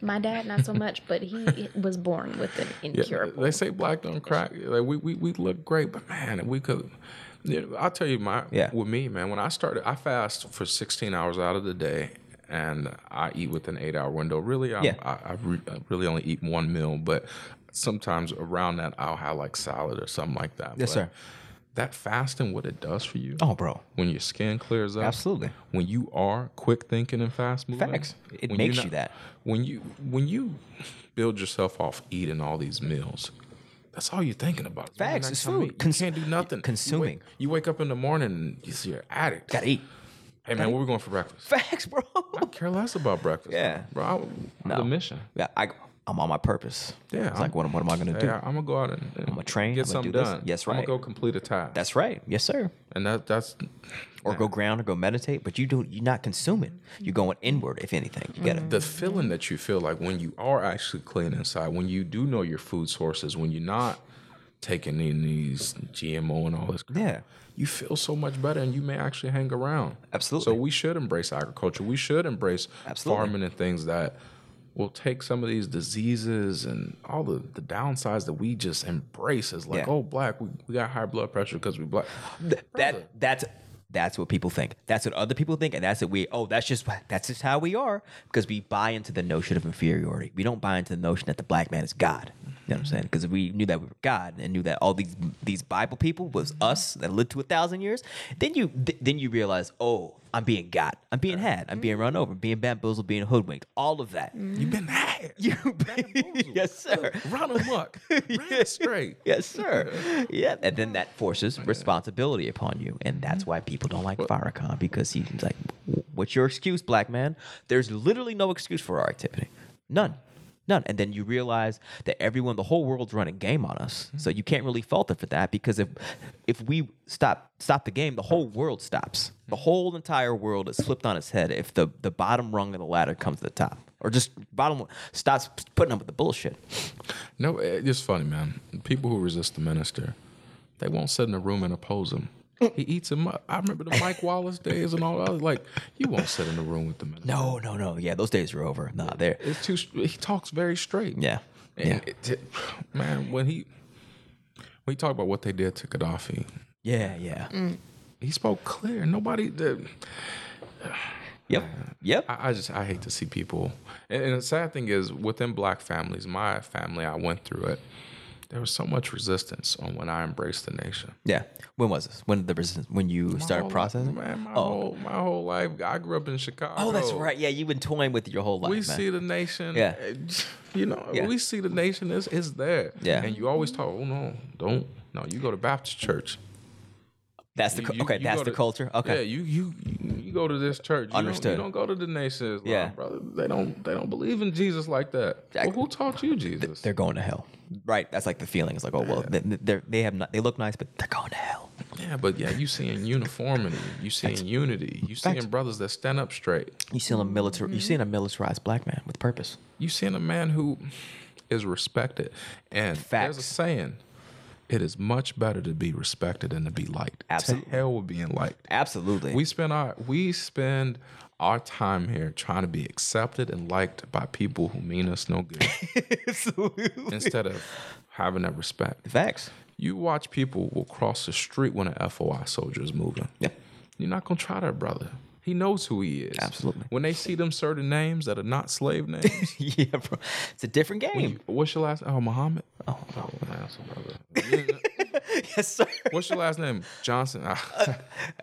[SPEAKER 2] My dad, not so much, but he was born with an
[SPEAKER 3] yeah,
[SPEAKER 2] incurable.
[SPEAKER 3] they say black don't crack. Like we, we we look great, but man, we could. You know, I'll tell you my
[SPEAKER 1] Yeah.
[SPEAKER 3] with me, man. When I started, I fast for 16 hours out of the day, and I eat within eight hour window. Really, I
[SPEAKER 1] Yeah.
[SPEAKER 3] I, I, re, I really only eat one meal, but sometimes around that I'll have like salad or something like that.
[SPEAKER 1] Yes,
[SPEAKER 3] But
[SPEAKER 1] sir.
[SPEAKER 3] That fasting, what it does for you.
[SPEAKER 1] Oh, bro.
[SPEAKER 3] When your skin clears up,
[SPEAKER 1] Absolutely.
[SPEAKER 3] When you are quick thinking and fast moving,
[SPEAKER 1] Facts. It
[SPEAKER 3] when you're
[SPEAKER 1] makes you
[SPEAKER 3] not-
[SPEAKER 1] that.
[SPEAKER 3] when you when you build yourself off eating all these meals that's all you're thinking about When the
[SPEAKER 1] Facts,
[SPEAKER 3] next
[SPEAKER 1] it's
[SPEAKER 3] time
[SPEAKER 1] food.
[SPEAKER 3] you eat, you
[SPEAKER 1] Cons-
[SPEAKER 3] can't do nothing You wake-
[SPEAKER 1] consuming.
[SPEAKER 3] you wake, up in the morning and you see your addict
[SPEAKER 1] Gotta eat.
[SPEAKER 3] hey man where we going for breakfast
[SPEAKER 1] Facts, bro.
[SPEAKER 3] i care less about breakfast
[SPEAKER 1] Yeah.
[SPEAKER 3] bro I'm on the mission
[SPEAKER 1] Yeah, I, I'm on my purpose.
[SPEAKER 3] Yeah,
[SPEAKER 1] It's like,
[SPEAKER 3] I'm-
[SPEAKER 1] what, am- what am I gonna do?
[SPEAKER 3] Hey, I- I'm gonna go out and, I'm
[SPEAKER 1] gonna train, I'm
[SPEAKER 3] Get
[SPEAKER 1] gonna
[SPEAKER 3] something
[SPEAKER 1] do this.
[SPEAKER 3] done.
[SPEAKER 1] Yes,
[SPEAKER 3] I'm
[SPEAKER 1] right.
[SPEAKER 3] gonna go complete a task.
[SPEAKER 1] That's right. Yes, sir.
[SPEAKER 3] and that that's
[SPEAKER 1] Or go ground or go meditate, but you don't. You're not consuming. You're going inward, if anything. You gotta.
[SPEAKER 3] Mm-hmm. the feeling that you feel like when you are actually clean inside, when you do know your food sources, when you're not taking in these GMO and all this crap,
[SPEAKER 1] Yeah.
[SPEAKER 3] you feel so much better and you may actually hang around.
[SPEAKER 1] Absolutely.
[SPEAKER 3] So we should embrace agriculture. We should embrace
[SPEAKER 1] Absolutely.
[SPEAKER 3] farming and things that will take some of these diseases and all the, the downsides that we just embrace as like,
[SPEAKER 1] Yeah.
[SPEAKER 3] oh, black, we, we got high blood pressure because we black.
[SPEAKER 1] Th- that that's that's what people think. That's what other people think, and that's what we. Oh, that's just that's just how we are because we buy into the notion of inferiority. We don't buy into the notion that the black man is God. You know what I'm saying? Because if we knew that we were God and knew that all these these Bible people was us that lived to a thousand years, then you th- then you realize, oh, I'm being God. I'm being had. I'm being run over. Being bamboozled. Being hoodwinked. All of that.
[SPEAKER 3] You've been had.
[SPEAKER 1] You yes, sir.
[SPEAKER 3] Run amok. Ran straight.
[SPEAKER 1] Yes, sir. Yeah, and then that forces responsibility upon you, and that's why people don't like Farrakhan because he's like, "What's your excuse, black man?" There's literally no excuse for our activity, none, none. And then you realize that everyone, the whole world's running game on us, so you can't really fault it for that because if if we stop stop the game, the whole world stops. The whole entire world is flipped on its head if the the bottom rung of the ladder comes to the top, or just bottom stops putting up with the bullshit.
[SPEAKER 3] No, it- it's funny, man. People who resist the minister, they won't sit in a room and oppose him. He eats him up. I remember the Mike Wallace days and all that. Like, you won't sit in the room with the minister.
[SPEAKER 1] No, no, no. Yeah, those days are over. Nah, there.
[SPEAKER 3] It's too. He talks very straight.
[SPEAKER 1] Yeah.
[SPEAKER 3] And It, it- man, when he when he talked about what they did to Gaddafi,
[SPEAKER 1] Yeah, yeah.
[SPEAKER 3] he spoke clear. Nobody did.
[SPEAKER 1] Yep. Yep.
[SPEAKER 3] I, I just I hate to see people. And, and the sad thing is, within black families, my family, I went through it. There was so much resistance on when I embraced the nation.
[SPEAKER 1] Yeah. When was this? When did the resistance? When you started
[SPEAKER 3] whole-
[SPEAKER 1] processing?
[SPEAKER 3] Oh, Man, my whole my whole life. I grew up in Chicago.
[SPEAKER 1] Oh, that's right. Yeah, you've been toying with it your whole life.
[SPEAKER 3] We
[SPEAKER 1] man.
[SPEAKER 3] see the nation.
[SPEAKER 1] Yeah.
[SPEAKER 3] eh, You know,
[SPEAKER 1] Yeah.
[SPEAKER 3] we see the nation is is there.
[SPEAKER 1] Yeah.
[SPEAKER 3] And you always talk, oh no, don't no, you go to Baptist church.
[SPEAKER 1] that's the
[SPEAKER 3] You-
[SPEAKER 1] cu-
[SPEAKER 3] you-
[SPEAKER 1] okay.
[SPEAKER 3] you
[SPEAKER 1] that's
[SPEAKER 3] go
[SPEAKER 1] the
[SPEAKER 3] to-
[SPEAKER 1] culture.
[SPEAKER 3] Yeah,
[SPEAKER 1] Okay.
[SPEAKER 3] you you you go to this church. You
[SPEAKER 1] Understood.
[SPEAKER 3] Don't, you don't go to the nation. Islam,
[SPEAKER 1] Yeah.
[SPEAKER 3] brother. They don't they don't believe in Jesus like that. Well, who taught you Jesus?
[SPEAKER 1] They're going to hell. Right. That's like the feeling. It's like, oh well, they, they're, they have not. They look nice, but they're going to hell.
[SPEAKER 3] yeah, but yeah, you seeing uniformity. You seeing unity. You seeing
[SPEAKER 1] Facts.
[SPEAKER 3] brothers that stand up straight.
[SPEAKER 1] You seeing a military? You seeing a militarized black man with purpose?
[SPEAKER 3] you seeing a man who is respected. And there's a
[SPEAKER 1] Facts.
[SPEAKER 3] saying, it is much better to be respected than to be liked.
[SPEAKER 1] Absolutely.
[SPEAKER 3] To hell with being liked.
[SPEAKER 1] Absolutely.
[SPEAKER 3] We spend our we spend our time here trying to be accepted and liked by people who mean us no good
[SPEAKER 1] Absolutely.
[SPEAKER 3] instead of having that respect.
[SPEAKER 1] Facts.
[SPEAKER 3] You watch people will cross the street when an FOI soldier is moving.
[SPEAKER 1] Yeah.
[SPEAKER 3] You're not gonna try that brother. He knows who he is.
[SPEAKER 1] Absolutely.
[SPEAKER 3] When they see them certain names that are not slave names,
[SPEAKER 1] yeah, bro. It's a different game.
[SPEAKER 3] What's your last? Oh, Muhammad. Oh, man, that's a brother.
[SPEAKER 1] yes, sir.
[SPEAKER 3] What's your last name? Johnson. Ah,
[SPEAKER 1] Uh,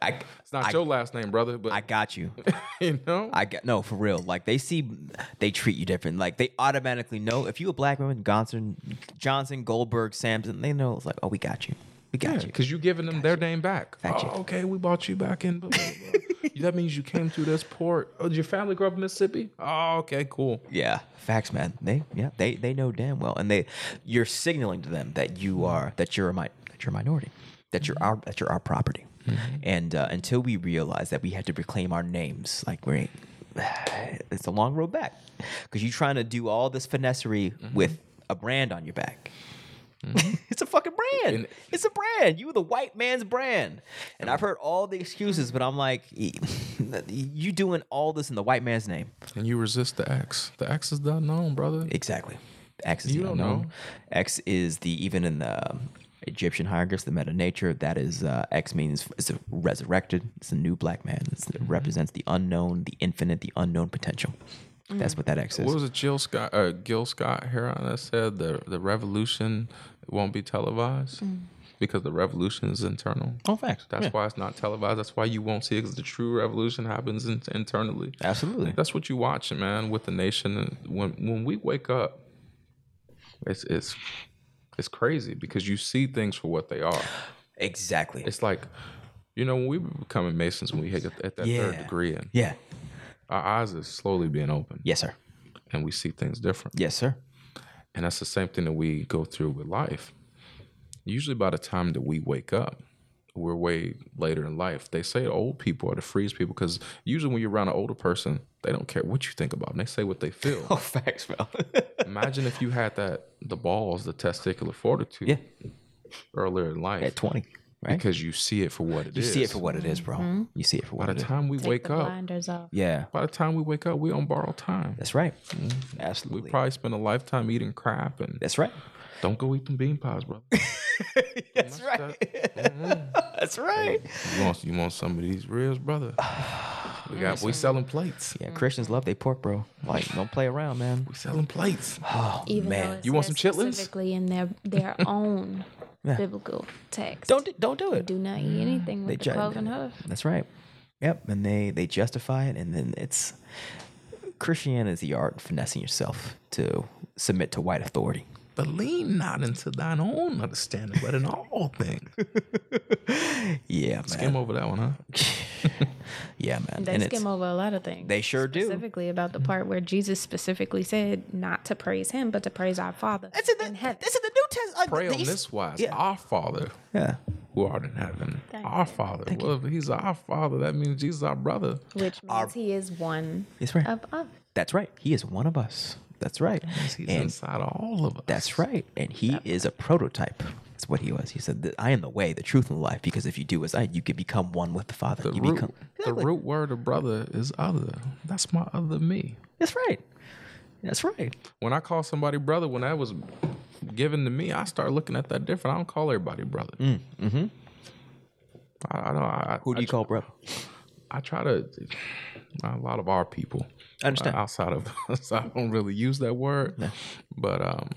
[SPEAKER 1] I,
[SPEAKER 3] it's not your last name, brother. But
[SPEAKER 1] I got you.
[SPEAKER 3] you know,
[SPEAKER 1] I get no for real. Like they see, they treat you different. Like they automatically know if you a black woman, Johnson, Johnson, Goldberg, Samson. They know it's like, oh, we got you, we got you.
[SPEAKER 3] because you giving them their name back.
[SPEAKER 1] Got
[SPEAKER 3] oh,
[SPEAKER 1] you.
[SPEAKER 3] okay, we bought you back in. Blah, blah, blah. that means you came through this port. Oh, did your family grow up in Mississippi? Oh, okay, cool.
[SPEAKER 1] Yeah, facts, man. They yeah, they they know damn well, and they you're signaling to them that you are that you're a mi- that you're a minority, that you're our that you're our property, and uh, until we realize that we had to reclaim our names, like we, it's a long road back, because you're trying to do all this finessery with a brand on your back. it's a fucking brand.
[SPEAKER 3] And-
[SPEAKER 1] it's a brand. You the white man's brand. And I've heard all the excuses, but I'm like, you doing all this in the white man's name.
[SPEAKER 3] And you resist the X. The X is the unknown, brother.
[SPEAKER 1] Exactly. X is
[SPEAKER 3] You
[SPEAKER 1] the
[SPEAKER 3] don't
[SPEAKER 1] unknown.
[SPEAKER 3] know.
[SPEAKER 1] X is the even in the um, Egyptian hieroglyphs, the meta nature. That is uh, X means it's a resurrected. It's a new black man. It's,
[SPEAKER 3] Mm-hmm.
[SPEAKER 1] it represents the unknown, the infinite, the unknown potential. That's what that X is.
[SPEAKER 3] What was it, Jill Scott? Uh, Gil Scott Heron that said the the revolution won't be televised
[SPEAKER 1] Mm.
[SPEAKER 3] because the revolution is internal.
[SPEAKER 1] oh, facts.
[SPEAKER 3] That's
[SPEAKER 1] Yeah.
[SPEAKER 3] why it's not televised. That's why you won't see it because the true revolution happens in, internally.
[SPEAKER 1] Absolutely.
[SPEAKER 3] That's what you watch, man. With the nation, And when when we wake up, it's it's it's crazy because you see things for what they are.
[SPEAKER 1] exactly.
[SPEAKER 3] It's like, you know, when we were becoming Masons, when we hit at, that third
[SPEAKER 1] Yeah.
[SPEAKER 3] degree, and
[SPEAKER 1] yeah.
[SPEAKER 3] our eyes are slowly being open,
[SPEAKER 1] Yes, sir.
[SPEAKER 3] and we see things different.
[SPEAKER 1] Yes, sir.
[SPEAKER 3] And that's the same thing that we go through with life. Usually, by the time that we wake up, we're way later in life. They say old people are the freest people because usually when you're around an older person, they don't care what you think about them. They say what they feel.
[SPEAKER 1] Oh, facts, bro.
[SPEAKER 3] Imagine if you had that the balls, the testicular fortitude
[SPEAKER 1] Yeah.
[SPEAKER 3] earlier in life
[SPEAKER 1] At 20, right?
[SPEAKER 3] because you see it for what it
[SPEAKER 1] you
[SPEAKER 3] is.
[SPEAKER 1] see it for what it is, bro. You see it for what
[SPEAKER 3] By the
[SPEAKER 1] it is.
[SPEAKER 3] time we
[SPEAKER 4] Take
[SPEAKER 3] wake
[SPEAKER 4] the
[SPEAKER 3] up,
[SPEAKER 4] blinders off.
[SPEAKER 1] Yeah.
[SPEAKER 3] by the time we wake up, we on borrowed time.
[SPEAKER 1] That's right.
[SPEAKER 3] We
[SPEAKER 1] Absolutely.
[SPEAKER 3] probably spend a lifetime eating crap and
[SPEAKER 1] That's right.
[SPEAKER 3] don't go eat them bean pies, bro.
[SPEAKER 1] That's right. That's right.
[SPEAKER 3] You want you want some of these ribs, brother? We got we selling plates.
[SPEAKER 4] Mm-hmm.
[SPEAKER 1] Yeah, Christians love they pork, bro. Like, don't play around, man.
[SPEAKER 3] We selling plates.
[SPEAKER 1] Oh
[SPEAKER 4] Even though
[SPEAKER 1] man,
[SPEAKER 4] it
[SPEAKER 3] You want
[SPEAKER 4] says
[SPEAKER 3] some chitlins?
[SPEAKER 4] Specifically in their their own biblical text.
[SPEAKER 1] don't do- don't do it.
[SPEAKER 4] do not eat anything
[SPEAKER 1] They
[SPEAKER 4] with the
[SPEAKER 1] judge-
[SPEAKER 4] cloven hoof.
[SPEAKER 1] That's right. Yep, and they they justify it, and then it's Christianity is the art of finessing yourself to submit to white authority.
[SPEAKER 3] But lean not into thine own understanding, but in all things.
[SPEAKER 1] Yeah, man.
[SPEAKER 3] Skim over that one, huh?
[SPEAKER 1] Yeah, man.
[SPEAKER 4] They
[SPEAKER 1] and it's,
[SPEAKER 4] skim over a lot of things.
[SPEAKER 1] They sure do.
[SPEAKER 4] Specifically about the part where Jesus specifically said not to praise him, but to praise our Father
[SPEAKER 1] That's in the
[SPEAKER 4] in heaven.
[SPEAKER 1] that's in the New Testament.
[SPEAKER 3] Pray on this wise.
[SPEAKER 1] yeah.
[SPEAKER 3] Our Father
[SPEAKER 1] Yeah,
[SPEAKER 3] who art in heaven.
[SPEAKER 4] Thank
[SPEAKER 3] our Father. Well, if he's our Father, that means Jesus our brother.
[SPEAKER 4] Which means he is one
[SPEAKER 1] that's right.
[SPEAKER 4] of us.
[SPEAKER 1] that's right. He is one of us. That's right.
[SPEAKER 3] He's
[SPEAKER 1] And
[SPEAKER 3] inside of all of us.
[SPEAKER 1] That's right. And he is a prototype. That's what he was. He said, that I am the way, the truth, and the life, because if you do as I, you can become one with the Father.
[SPEAKER 3] the
[SPEAKER 1] you
[SPEAKER 3] root.
[SPEAKER 1] become
[SPEAKER 3] The root word of brother is other. That's my other me.
[SPEAKER 1] That's right. That's right.
[SPEAKER 3] When I call somebody brother, when that was given to me, I start looking at that different. I don't call everybody brother. Mm, mm-hmm. I, I don't. I,
[SPEAKER 1] Who do
[SPEAKER 3] I,
[SPEAKER 1] you call bro?
[SPEAKER 3] I try to. A lot of our people.
[SPEAKER 1] Understand.
[SPEAKER 3] uh, outside of us, I don't really use that word, but um,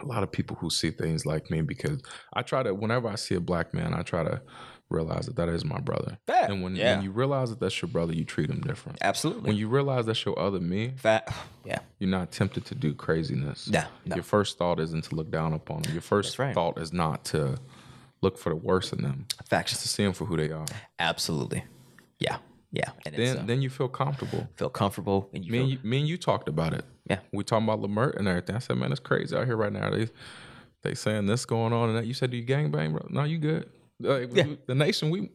[SPEAKER 3] a lot of people who see things like me because I try to. Whenever I see a black man, I try to realize that that is my brother.
[SPEAKER 1] Yeah,
[SPEAKER 3] And when,
[SPEAKER 1] yeah.
[SPEAKER 3] when you realize that that's your brother, you treat him different.
[SPEAKER 1] Absolutely.
[SPEAKER 3] When you realize that's your other me,
[SPEAKER 1] Fat. Yeah.
[SPEAKER 3] you're not tempted to do craziness.
[SPEAKER 1] No, no.
[SPEAKER 3] Your first thought isn't to look down upon them. Your first
[SPEAKER 1] right.
[SPEAKER 3] thought is not to look for the worst in them. Just
[SPEAKER 1] Facts.
[SPEAKER 3] to see them for who they are.
[SPEAKER 1] Absolutely. Yeah. Yeah. And it's,
[SPEAKER 3] Then
[SPEAKER 1] uh,
[SPEAKER 3] then you feel comfortable.
[SPEAKER 1] feel comfortable and you
[SPEAKER 3] Me
[SPEAKER 1] feel,
[SPEAKER 3] and, you, me and you talked about it.
[SPEAKER 1] Yeah.
[SPEAKER 3] We talking about Lamert and everything. I said, man, it's crazy out here right now. They they saying this going on and that. You said, do you gangbang, bro? No, you good. Like,
[SPEAKER 1] Yeah.
[SPEAKER 3] The nation we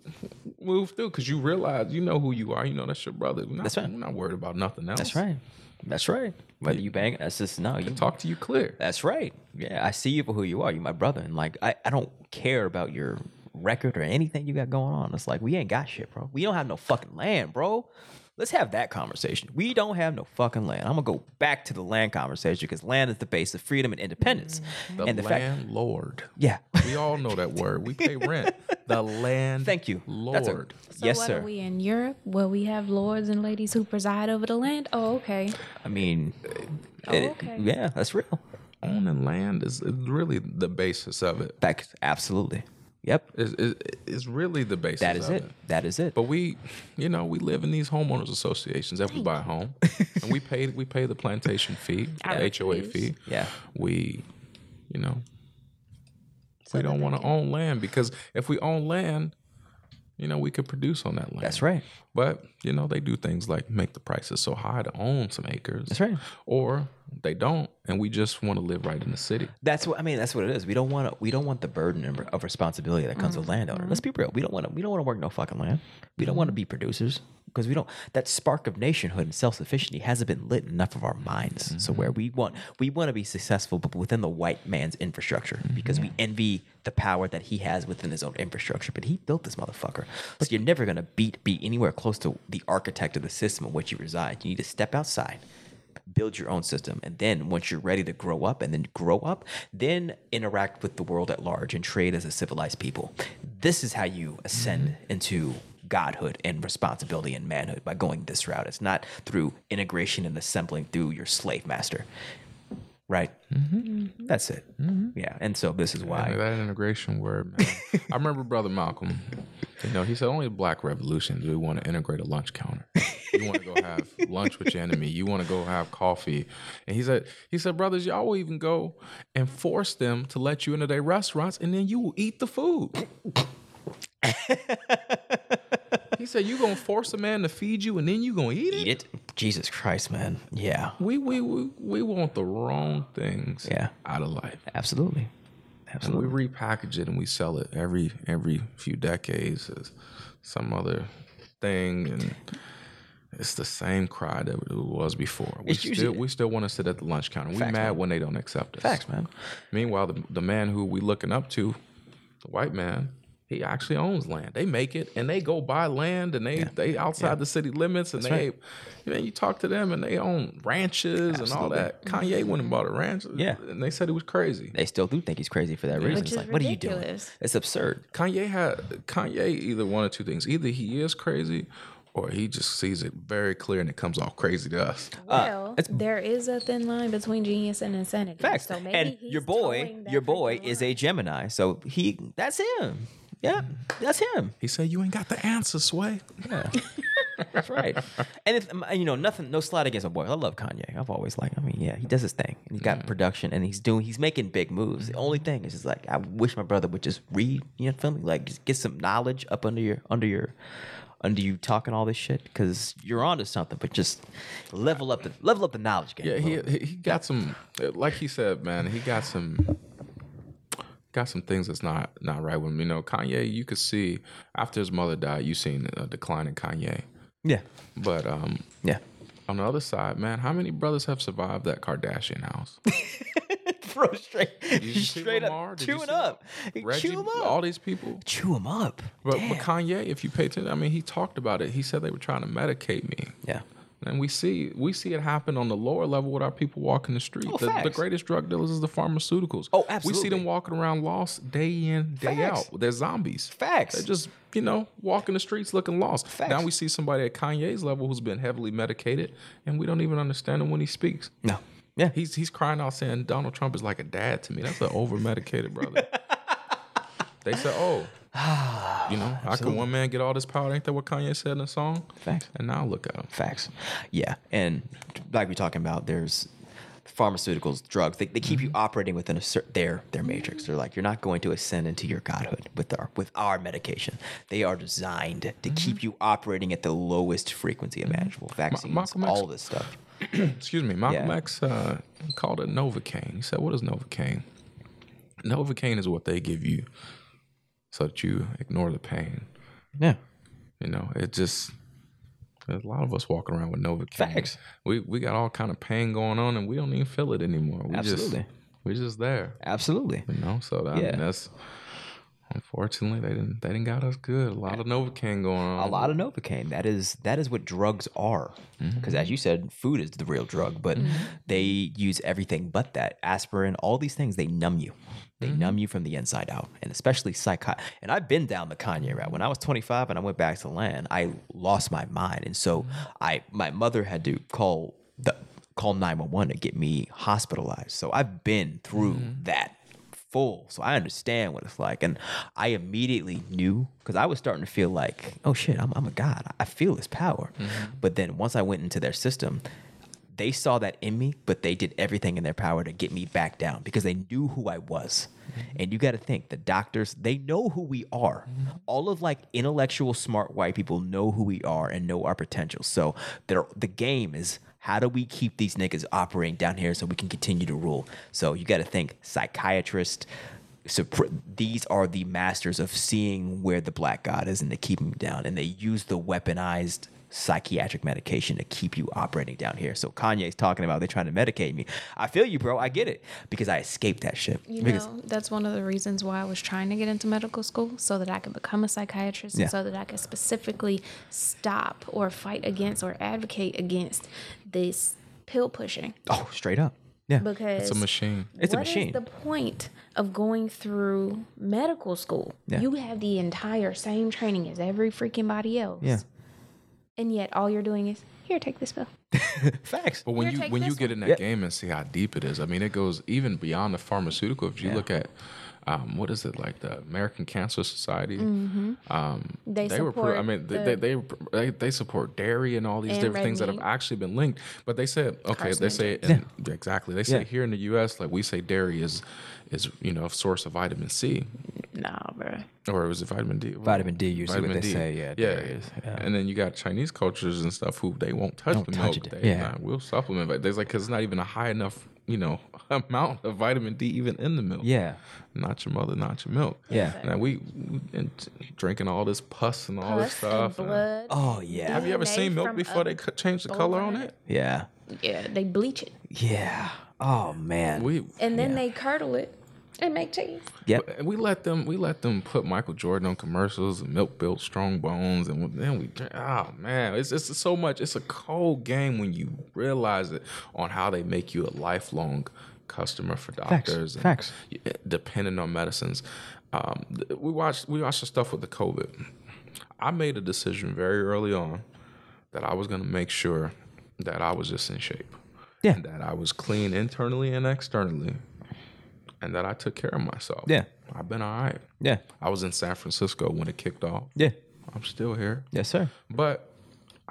[SPEAKER 3] move through because you realize you know who you are. You know that's your brother. We're not,
[SPEAKER 1] That's right.
[SPEAKER 3] We're not worried about nothing else.
[SPEAKER 1] That's right. That's right. Whether you bang, that's just no. You
[SPEAKER 3] Talk to you clear.
[SPEAKER 1] That's right. Yeah, I see you for who you are. You're my brother, and like I, I don't care about your record or anything you got going on. It's like we ain't got shit, bro. We don't have no fucking land, bro. Let's have that conversation. We don't have no fucking land. I'm gonna go back to the land conversation because land is the base of freedom and independence.
[SPEAKER 4] Mm-hmm.
[SPEAKER 3] The
[SPEAKER 1] and the fact,
[SPEAKER 3] landlord.
[SPEAKER 1] yeah,
[SPEAKER 3] We all know that word. We pay rent. The land.
[SPEAKER 1] thank you, That's a-
[SPEAKER 3] Lord.
[SPEAKER 4] So
[SPEAKER 1] yes,
[SPEAKER 4] what
[SPEAKER 1] sir.
[SPEAKER 4] are we in Europe where we have lords and ladies who preside over the land? Oh, okay.
[SPEAKER 1] I mean,
[SPEAKER 4] Oh,
[SPEAKER 1] it-
[SPEAKER 4] okay.
[SPEAKER 1] yeah, that's real.
[SPEAKER 3] Owning land is really the basis of it.
[SPEAKER 1] That absolutely. Yep,
[SPEAKER 3] It's, it- it's really the basis
[SPEAKER 1] that is
[SPEAKER 3] of
[SPEAKER 1] it. That is it.
[SPEAKER 3] But we, you know, we live in these homeowners associations. If we buy a home, and we pay, we pay the plantation fee,
[SPEAKER 4] I
[SPEAKER 3] the HOA
[SPEAKER 4] refuse.
[SPEAKER 3] fee.
[SPEAKER 1] yeah,
[SPEAKER 3] We, you know,
[SPEAKER 4] So
[SPEAKER 3] we
[SPEAKER 4] that
[SPEAKER 3] don't
[SPEAKER 4] they
[SPEAKER 3] want to
[SPEAKER 4] can-
[SPEAKER 3] own land because if we own land, you know, we could produce on that land.
[SPEAKER 1] That's right.
[SPEAKER 3] But, you know, they do things like make the prices so high to own some acres.
[SPEAKER 1] That's right.
[SPEAKER 3] Or they don't, and we just want to live right in the city.
[SPEAKER 1] That's what I mean. That's what it is. We don't want to. We don't want the burden of- of responsibility that comes with landowner. Let's be real. We don't want to. We don't want to work no fucking land. We don't want to be producers because we don't. That spark of nationhood and self sufficiency hasn't been lit enough of our minds. So where we want, we want to be successful, but within the white man's infrastructure because we envy the power that he has within his own infrastructure. But he built this motherfucker. So you're never gonna beat be anywhere close to the architect of the system in which you reside. You need to step outside build your own system and then once you're ready to grow up and then grow up then interact with the world at large and trade as a civilized people this is how you ascend into godhood and responsibility and manhood by going this route it's not through integration and assembling through your slave master right
[SPEAKER 4] Mm-hmm.
[SPEAKER 1] that's it yeah and so this is
[SPEAKER 3] I mean,
[SPEAKER 1] why
[SPEAKER 3] that integration word, man. I remember Brother Malcolm. You know, he said only black revolutions we want to integrate a lunch counter. You want to go have lunch with your enemy. You want to go have coffee. And he said, he said, brothers, y'all will even go and force them to let you into their restaurants, and then you will eat the food. he said, you gonna force a man to feed you, and then you gonna eat it.
[SPEAKER 1] eat it jesus christ man yeah
[SPEAKER 3] We, we we we want the wrong things
[SPEAKER 1] Yeah.
[SPEAKER 3] out of life.
[SPEAKER 1] absolutely
[SPEAKER 3] And
[SPEAKER 1] absolutely
[SPEAKER 3] we repackage it and we sell it every every few decades as some other thing and it's the same cry that it was before. We
[SPEAKER 1] It's
[SPEAKER 3] still
[SPEAKER 1] usually-
[SPEAKER 3] we still want to sit at the lunch counter. We
[SPEAKER 1] Facts,
[SPEAKER 3] mad
[SPEAKER 1] man.
[SPEAKER 3] when they don't accept us.
[SPEAKER 1] Facts, man.
[SPEAKER 3] Meanwhile, the the man who we looking up to, the white man, he actually owns land. They make it and they go buy land and they they outside the city limits and they
[SPEAKER 1] right.
[SPEAKER 3] you know, you talk to them and they own ranches and all
[SPEAKER 1] Absolutely.
[SPEAKER 3] that. Kanye went and bought a ranch.
[SPEAKER 1] Yeah.
[SPEAKER 3] And they said it was crazy.
[SPEAKER 1] they still do think he's crazy for that reason
[SPEAKER 4] Which
[SPEAKER 1] it's
[SPEAKER 4] is
[SPEAKER 1] like what are you doing
[SPEAKER 4] ridiculous.
[SPEAKER 1] it's absurd
[SPEAKER 3] Kanye had Kanye either one or two things. Either he is crazy or he just sees it very clear and it comes off crazy to us.
[SPEAKER 4] Well,
[SPEAKER 1] Uh, it's-
[SPEAKER 4] there is a thin line between genius and insanity.
[SPEAKER 1] Facts.
[SPEAKER 4] So maybe
[SPEAKER 1] and
[SPEAKER 4] he's
[SPEAKER 1] your boy,
[SPEAKER 4] towing that
[SPEAKER 1] your boy
[SPEAKER 4] freaking
[SPEAKER 1] is
[SPEAKER 4] line.
[SPEAKER 1] a Gemini, so he that's him. Yeah, that's him.
[SPEAKER 3] He said, You ain't got the answer, Sway.
[SPEAKER 1] That's right. and if, and, you know nothing, no slight against my boy. I love Kanye. I've always liked. I mean, yeah, he does his thing. And he's got
[SPEAKER 4] Mm-hmm.
[SPEAKER 1] production, and he's doing. He's making big moves. The only thing is, just like I wish my brother would just read. You know, feel me? Like just get some knowledge up under your under your. Under you talking all this shit because you're onto something, but just level up the level up the knowledge game.
[SPEAKER 3] Yeah,
[SPEAKER 1] a
[SPEAKER 3] he
[SPEAKER 1] little bit.
[SPEAKER 3] he got some like he said, man, he got some got some things that's not not right with him. You know, Kanye, you could see after his mother died, you seen a decline in Kanye.
[SPEAKER 1] yeah,
[SPEAKER 3] But um
[SPEAKER 1] yeah,
[SPEAKER 3] on the other side, man, how many brothers have survived that Kardashian house?
[SPEAKER 1] bro, straight
[SPEAKER 3] you see
[SPEAKER 1] straight
[SPEAKER 3] Lamar?
[SPEAKER 1] up,
[SPEAKER 3] Did you
[SPEAKER 1] chewing
[SPEAKER 3] see-
[SPEAKER 1] up, chew him up.
[SPEAKER 3] all these people.
[SPEAKER 1] chew him up.
[SPEAKER 3] But, but Kanye, if you pay attention, I mean, he talked about it. He said they were trying to medicate me.
[SPEAKER 1] yeah.
[SPEAKER 3] And we see we see it happen on the lower level with our people walking the street.
[SPEAKER 1] Oh,
[SPEAKER 3] the, the
[SPEAKER 1] facts.
[SPEAKER 3] greatest drug dealers is the pharmaceuticals.
[SPEAKER 1] Oh,
[SPEAKER 3] We see
[SPEAKER 1] absolutely.
[SPEAKER 3] them walking around lost day in, day
[SPEAKER 1] Facts.
[SPEAKER 3] out. They're zombies.
[SPEAKER 1] Facts.
[SPEAKER 3] They're just, you know, walking the streets looking lost.
[SPEAKER 1] Facts.
[SPEAKER 3] Now we see somebody at Kanye's level who's been heavily medicated and we don't even understand him when he speaks.
[SPEAKER 1] No. Yeah.
[SPEAKER 3] He's he's crying out saying Donald Trump is like a dad to me. That's an over medicated brother. they said, oh, you know, how can one man get all this power? Ain't that what Kanye said in a song?
[SPEAKER 1] Facts.
[SPEAKER 3] And now look at him.
[SPEAKER 1] Facts. Yeah. And like we're talking about, there's pharmaceuticals, drugs. They, they keep
[SPEAKER 3] Mm-hmm.
[SPEAKER 1] you operating within a cer their their matrix. They're like you're not going to ascend into your godhood with our with our medication. They are designed
[SPEAKER 3] Mm-hmm.
[SPEAKER 1] to keep you operating at the lowest frequency imaginable. Vaccines,
[SPEAKER 3] Malcolm X-
[SPEAKER 1] all this stuff.
[SPEAKER 3] Excuse me. Malcolm
[SPEAKER 1] Yeah.
[SPEAKER 3] X uh, called it Novocaine. He said, what is Novocaine? Novocaine is what they give you so that you ignore the pain.
[SPEAKER 1] Yeah.
[SPEAKER 3] You know, it just there's a lot of us walking around with Novocaine.
[SPEAKER 1] Facts.
[SPEAKER 3] We we got all kind of pain going on, and we don't even feel it anymore. We
[SPEAKER 1] Absolutely.
[SPEAKER 3] Just, we're just there.
[SPEAKER 1] Absolutely.
[SPEAKER 3] You know, so I
[SPEAKER 1] Yeah.
[SPEAKER 3] mean, that's unfortunately they didn't they didn't got us good. A lot of Novocaine going on.
[SPEAKER 1] a lot of novocaine that is that is what drugs are because as you said food is the real drug but they use everything but that aspirin all these things they numb you they numb you from the inside out and especially psycho and i've been down the kanye route when i was 25 and i went back to land i lost my mind and so i my mother had to call the call 911 to get me hospitalized so i've been through that full. So I understand what it's like. And I immediately knew because I was starting to feel like, oh shit, I'm, I'm a god. I feel this power. But then once I went into their system, They saw that in me, but they did everything in their power to get me back down because they knew who I was. And you got to think the doctors, they know who we are. All of like intellectual, smart white people know who we are and know our potential. So they're- the game is how do we keep these niggas operating down here so we can continue to rule? So you got to think psychiatrist. So pr- these are the masters of seeing where the black god is and to keep him down, and they use the weaponized psychiatric medication to keep you operating down here. So Kanye's talking about they're trying to medicate me. I feel you, bro. I get it because I escaped that shit.
[SPEAKER 4] You
[SPEAKER 1] Because-
[SPEAKER 4] know, that's one of the reasons why I was trying to get into medical school so that I could become a psychiatrist,
[SPEAKER 1] Yeah.
[SPEAKER 4] and so that I could specifically stop or fight against or advocate against this pill pushing.
[SPEAKER 1] oh, straight up, yeah.
[SPEAKER 2] because
[SPEAKER 3] It's a machine.
[SPEAKER 1] It's a
[SPEAKER 2] what is
[SPEAKER 1] machine.
[SPEAKER 2] the point of going through medical school?
[SPEAKER 1] Yeah.
[SPEAKER 2] You have the entire same training as every freaking body else.
[SPEAKER 1] yeah,
[SPEAKER 2] And yet all you're doing is here, take this pill.
[SPEAKER 1] facts.
[SPEAKER 3] But when
[SPEAKER 4] Here,
[SPEAKER 3] you
[SPEAKER 4] take
[SPEAKER 3] when you
[SPEAKER 4] this
[SPEAKER 3] get in that
[SPEAKER 1] Yep.
[SPEAKER 3] game and see how deep it is, I mean, it goes even beyond the pharmaceutical. If you
[SPEAKER 1] Yeah.
[SPEAKER 3] look at um, what is it like the American Cancer Society? Um,
[SPEAKER 2] They
[SPEAKER 3] were. Pro- I
[SPEAKER 2] support
[SPEAKER 3] mean, they, they, they they they support dairy and all these
[SPEAKER 2] And
[SPEAKER 3] different
[SPEAKER 2] red
[SPEAKER 3] things that have
[SPEAKER 2] meat.
[SPEAKER 3] actually been linked. But they said, okay, they say and- exactly. They say
[SPEAKER 1] Yeah.
[SPEAKER 3] here in the U.S., like we say, dairy is is you know a source of vitamin C
[SPEAKER 4] Nah, bruh.
[SPEAKER 3] or was it vitamin D? Well,
[SPEAKER 1] Vitamin D, usually what they say, yeah,
[SPEAKER 3] yeah.
[SPEAKER 1] there is, yeah.
[SPEAKER 3] And then you got Chinese cultures and stuff who they won't touch
[SPEAKER 1] Don't
[SPEAKER 3] the
[SPEAKER 1] touch
[SPEAKER 3] milk.
[SPEAKER 1] it,
[SPEAKER 3] They
[SPEAKER 1] yeah.
[SPEAKER 3] not- will supplement, but there's like because it's not even a high enough, you know, amount of vitamin D even in the milk.
[SPEAKER 1] Yeah,
[SPEAKER 3] Not your mother, not your milk.
[SPEAKER 1] Yeah.
[SPEAKER 3] Now we and drinking all this pus and all this
[SPEAKER 2] Pus and
[SPEAKER 3] stuff. and-
[SPEAKER 2] blood.
[SPEAKER 1] oh yeah,
[SPEAKER 3] have you ever
[SPEAKER 2] DNA
[SPEAKER 3] seen milk
[SPEAKER 2] from
[SPEAKER 3] before
[SPEAKER 2] a
[SPEAKER 3] they cut, change the color on
[SPEAKER 2] bull.
[SPEAKER 3] it?
[SPEAKER 1] yeah,
[SPEAKER 2] Yeah, they bleach it.
[SPEAKER 1] yeah. Oh man,
[SPEAKER 3] We
[SPEAKER 2] And then they curdle it and make cheese.
[SPEAKER 1] yep.
[SPEAKER 3] And we let them we let them put Michael Jordan on commercials and milk built strong bones and then we oh man it's it's so much it's a cold game when you realize it on how they make you a lifelong customer for doctors and eh,
[SPEAKER 1] Facts.
[SPEAKER 3] dependent on medicines um, th- we watched we watched the stuff with the COVID I made a decision very early on that I was going to make sure that I was just in shape
[SPEAKER 1] Yeah.
[SPEAKER 3] that I was clean internally and externally and that I took care of myself.
[SPEAKER 1] Yeah.
[SPEAKER 3] I've been all right.
[SPEAKER 1] Yeah,
[SPEAKER 3] I was in San Francisco when it kicked off.
[SPEAKER 1] yeah,
[SPEAKER 3] I'm still here.
[SPEAKER 1] yes, sir.
[SPEAKER 3] But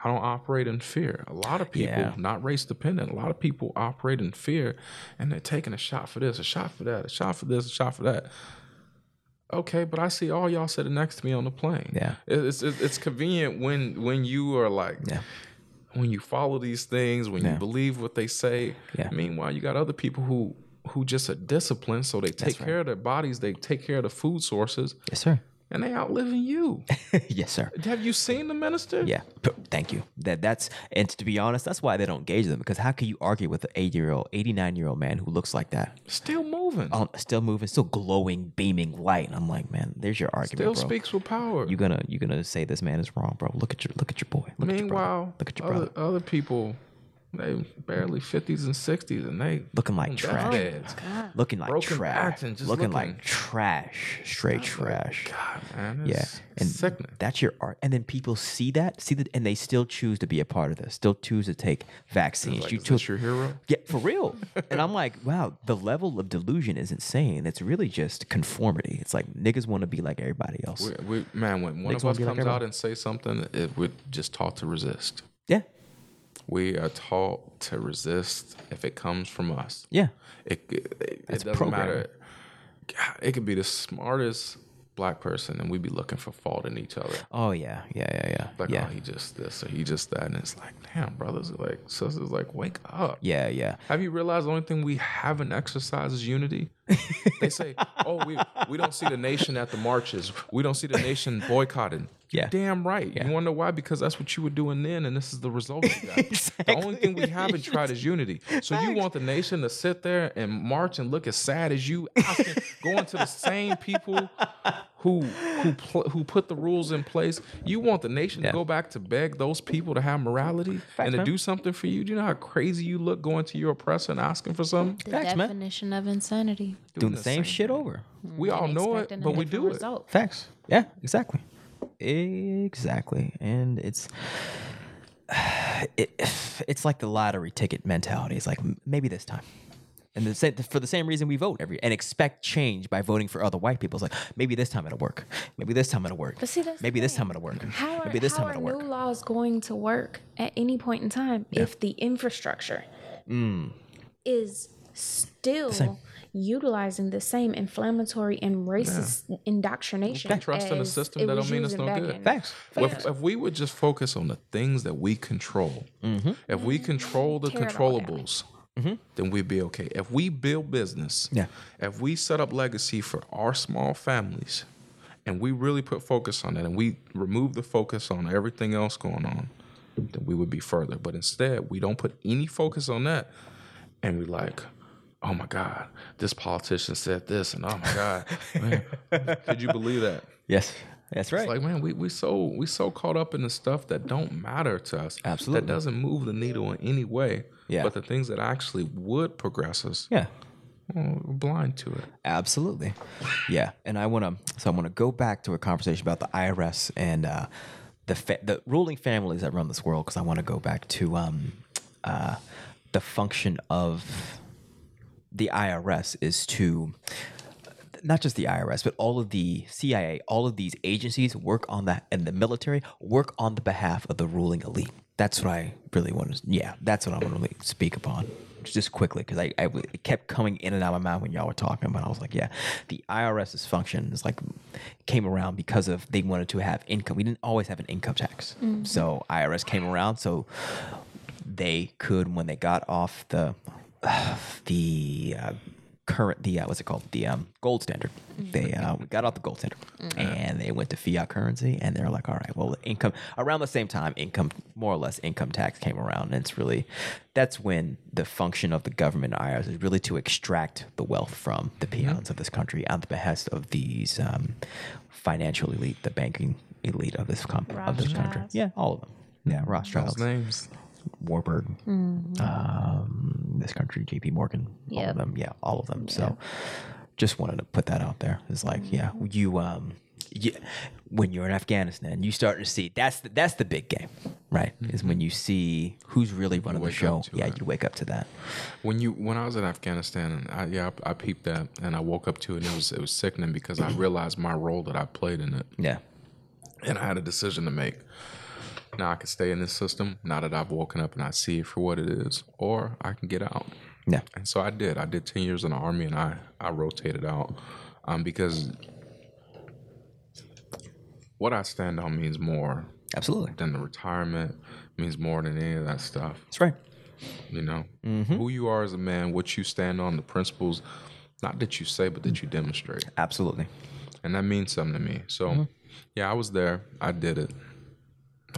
[SPEAKER 3] I don't operate in fear. A lot of people,
[SPEAKER 1] Yeah.
[SPEAKER 3] not race dependent, a lot of people operate in fear and they're taking a shot for this, a shot for that, a shot for this, a shot for that. Okay, but I see all y'all sitting next to me on the plane.
[SPEAKER 1] Yeah.
[SPEAKER 3] It- It's, it's, it's convenient when when you are like,
[SPEAKER 1] Yeah.
[SPEAKER 3] when you follow these things, when
[SPEAKER 1] Yeah.
[SPEAKER 3] you believe what they say.
[SPEAKER 1] Yeah.
[SPEAKER 3] Meanwhile, you got other people who who just are disciplined, so they take
[SPEAKER 1] right.
[SPEAKER 3] care of their bodies, they take care of the food sources,
[SPEAKER 1] Yes, sir.
[SPEAKER 3] and they outliving you.
[SPEAKER 1] yes, sir.
[SPEAKER 3] Have you seen the minister?
[SPEAKER 1] Yeah. P- Thank you. That that's and to be honest, that's why they don't gauge them because how can you argue with an 80 year old, 89 year old man who looks like that,
[SPEAKER 3] Still moving.
[SPEAKER 1] um, still moving, still glowing, beaming light? And I'm like, man, there's your
[SPEAKER 3] Still
[SPEAKER 1] argument, bro.
[SPEAKER 3] speaks with power.
[SPEAKER 1] You're gonna you're gonna say this man is wrong, bro. Look at your look at your boy. Look at your brother.
[SPEAKER 3] Meanwhile,
[SPEAKER 1] Look at your
[SPEAKER 3] other,
[SPEAKER 1] brother.
[SPEAKER 3] other people, they barely fifties and sixties, and they
[SPEAKER 1] Looking like
[SPEAKER 3] on
[SPEAKER 1] trash.
[SPEAKER 3] deathbeds.
[SPEAKER 1] Looking like
[SPEAKER 3] broken
[SPEAKER 1] trash.
[SPEAKER 3] back and just
[SPEAKER 1] looking,
[SPEAKER 3] looking-
[SPEAKER 1] like trash. Straight trash.
[SPEAKER 3] God, man,
[SPEAKER 1] Yeah,
[SPEAKER 3] it's
[SPEAKER 1] and
[SPEAKER 3] sickening.
[SPEAKER 1] that's your art. And then people see that, see that, and they still choose to be a part of this. Still choose to take vaccines.
[SPEAKER 3] Like,
[SPEAKER 1] you
[SPEAKER 3] is
[SPEAKER 1] took
[SPEAKER 3] this your hero?
[SPEAKER 1] Yeah, for real. and I'm like, wow, the level of delusion is insane. It's really just conformity. It's like niggas want to be like everybody else.
[SPEAKER 3] We, we, man, when one
[SPEAKER 1] Niggas
[SPEAKER 3] of
[SPEAKER 1] wanna
[SPEAKER 3] us
[SPEAKER 1] be like
[SPEAKER 3] comes out
[SPEAKER 1] everybody.
[SPEAKER 3] and say something, it, we're just taught to resist.
[SPEAKER 1] yeah,
[SPEAKER 3] We are taught to resist if it comes from us.
[SPEAKER 1] yeah,
[SPEAKER 3] It, it, it doesn't
[SPEAKER 1] programming.
[SPEAKER 3] matter. God, it could be the smartest black person, and we'd be looking for fault in each other.
[SPEAKER 1] oh yeah, yeah, yeah, yeah,
[SPEAKER 3] Like,
[SPEAKER 1] yeah.
[SPEAKER 3] oh, he just this or he just that. And it's like, damn, brothers, like, sisters, like, wake up.
[SPEAKER 1] yeah, yeah.
[SPEAKER 3] Have you realized the only thing we haven't exercised is unity? they say, oh, we, we don't see the nation at the marches. We don't see the nation boycotting.
[SPEAKER 1] Yeah.
[SPEAKER 3] Damn right. You wonder why? Because that's what you were doing then, and this is the result you got. The only thing we haven't tried is unity. So you want the nation to sit there and march and look as sad as you, asking, going to the same people who who pl- who put the rules in place. You want the nation to go back to beg those people to have morality and to do something for you. Do you know how crazy you look going to your oppressor and asking for something?
[SPEAKER 4] The
[SPEAKER 1] Facts, man.
[SPEAKER 4] definition of insanity.
[SPEAKER 1] Doing the same, shit over.
[SPEAKER 3] We all know it,
[SPEAKER 4] Expecting a
[SPEAKER 3] but we
[SPEAKER 4] different
[SPEAKER 3] do it.
[SPEAKER 4] result.
[SPEAKER 1] Facts. Yeah, exactly. Exactly. And it's it, it's like the lottery ticket mentality. It's like "M- maybe this time. And the same, for the same reason we vote every and expect change by voting for other white people. It's like maybe this time it'll work. Maybe this time it'll work.
[SPEAKER 4] But see, that's the
[SPEAKER 1] maybe this
[SPEAKER 4] thing.
[SPEAKER 1] time it'll work.
[SPEAKER 4] How are,
[SPEAKER 1] maybe this
[SPEAKER 4] how
[SPEAKER 1] time it'll
[SPEAKER 4] are
[SPEAKER 1] work.
[SPEAKER 4] new laws going to work at any point in time if the infrastructure gut
[SPEAKER 1] Mm.
[SPEAKER 4] is still utilizing the same inflammatory and racist indoctrination.
[SPEAKER 1] Okay.
[SPEAKER 3] Trust in a
[SPEAKER 4] as
[SPEAKER 3] system
[SPEAKER 4] it
[SPEAKER 3] that
[SPEAKER 4] was
[SPEAKER 3] don't mean us
[SPEAKER 4] using
[SPEAKER 3] no
[SPEAKER 4] back
[SPEAKER 3] good.
[SPEAKER 4] in-
[SPEAKER 1] Thanks.
[SPEAKER 3] Well, If, if we would just focus on the things that we control, if we control the
[SPEAKER 4] Mm-hmm. Care about Mm-hmm. that.
[SPEAKER 3] controllables, then we'd be okay. If we build business,
[SPEAKER 1] Yeah.
[SPEAKER 3] if we set up legacy for our small families, and we really put focus on that, and we remove the focus on everything else going on, then we would be further. But instead, we don't put any focus on that, and we like. Oh my God! This politician said this, and oh my God, man, could you believe that?
[SPEAKER 1] Yes. That's right.
[SPEAKER 3] It's like, man, we, we so we so caught up in the stuff that don't matter to us.
[SPEAKER 1] Absolutely.
[SPEAKER 3] That doesn't move the needle in any way.
[SPEAKER 1] Yeah.
[SPEAKER 3] But the things that actually would progress us,
[SPEAKER 1] yeah.
[SPEAKER 3] well, we're blind to it.
[SPEAKER 1] Absolutely. Yeah. And I want to, so I want to go back to a conversation about the IRS and uh, the fa- the ruling families that run this world because I want to go back to um, uh, the function of the IRS is to not just the IRS, but all of the CIA, all of these agencies work on that, and the military work on the behalf of the ruling elite. That's what I really want to. Yeah, that's what I want to really speak upon, just quickly, because I, I w- it kept coming in and out of my mind when y'all were talking. But I was like, yeah, the IRS's function is like came around because of they wanted to have income. We didn't always have an income tax, so IRS came around. So they could when they got off the the uh, current the uh, what's it called the um, gold standard they uh, got off the gold standard and they went to fiat currency and they're like all right well income around the same time income more or less income tax came around and it's really that's when the function of the government and IRS is really to extract the wealth from the peons of this country at the behest of these um, financial elite the banking elite of this, com- of this country
[SPEAKER 4] Rothschilds.
[SPEAKER 1] yeah all of them yeah Rothschilds
[SPEAKER 3] Those names.
[SPEAKER 1] Warburg, um, this country, J.P. Morgan, all
[SPEAKER 4] Yep.
[SPEAKER 1] of them, yeah, all of them. So, just wanted to put that out there. It's like, yeah, you, um, yeah, when you're in Afghanistan, you start to see that's the, that's the big game, right? Is when you see who's really running the
[SPEAKER 3] Mm-hmm. wake up
[SPEAKER 1] show.
[SPEAKER 3] to
[SPEAKER 1] Yeah,
[SPEAKER 3] it.
[SPEAKER 1] you wake up to that.
[SPEAKER 3] When you when I was in Afghanistan, and I, yeah, I, I peeped that, and I woke up to it, and it was it was sickening because I realized my role that I played in it,
[SPEAKER 1] Yeah,
[SPEAKER 3] and I had a decision to make. Now I can stay in this system. Now that I've woken up and I see it for what it is, or I can get out.
[SPEAKER 1] yeah,
[SPEAKER 3] And so I did. I did 10 years in the army and I, I rotated out um, because what I stand on means more
[SPEAKER 1] absolutely.
[SPEAKER 3] than the retirement, means more than any of that stuff.
[SPEAKER 1] That's right.
[SPEAKER 3] You know, who you are as a man, what you stand on, the principles, not that you say, but that you demonstrate.
[SPEAKER 1] Absolutely.
[SPEAKER 3] And that means something to me. So, yeah, I was there. I did it.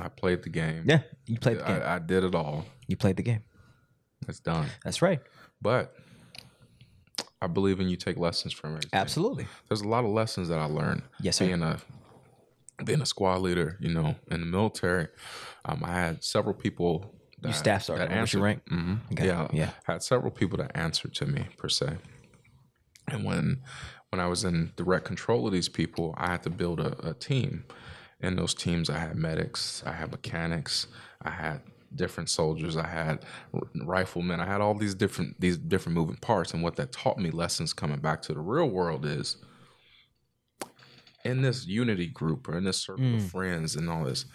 [SPEAKER 3] I played the game.
[SPEAKER 1] Yeah, you played the game.
[SPEAKER 3] I, I did it all.
[SPEAKER 1] you played the game.
[SPEAKER 3] It's done.
[SPEAKER 1] That's right.
[SPEAKER 3] But I believe in you take lessons from it.
[SPEAKER 1] Absolutely.
[SPEAKER 3] there's a lot of lessons that I learned.
[SPEAKER 1] Yes, sir.
[SPEAKER 3] Being a being a squad leader, you know, in the military, um, I had several people. That,
[SPEAKER 1] You staff sergeant.
[SPEAKER 3] that
[SPEAKER 1] What was
[SPEAKER 3] answered.
[SPEAKER 1] your rank?
[SPEAKER 3] hmm
[SPEAKER 1] Okay,
[SPEAKER 3] Yeah,
[SPEAKER 1] yeah.
[SPEAKER 3] Had several people that answered to me per se. And when when I was in direct control of these people, I had to build a, a team. In those teams, I had medics, I had mechanics, I had different soldiers, I had r- riflemen, I had all these different these different moving parts. And what that taught me lessons coming back to the real world is in this unity group or in this circle
[SPEAKER 1] Mm.
[SPEAKER 3] of friends and all this,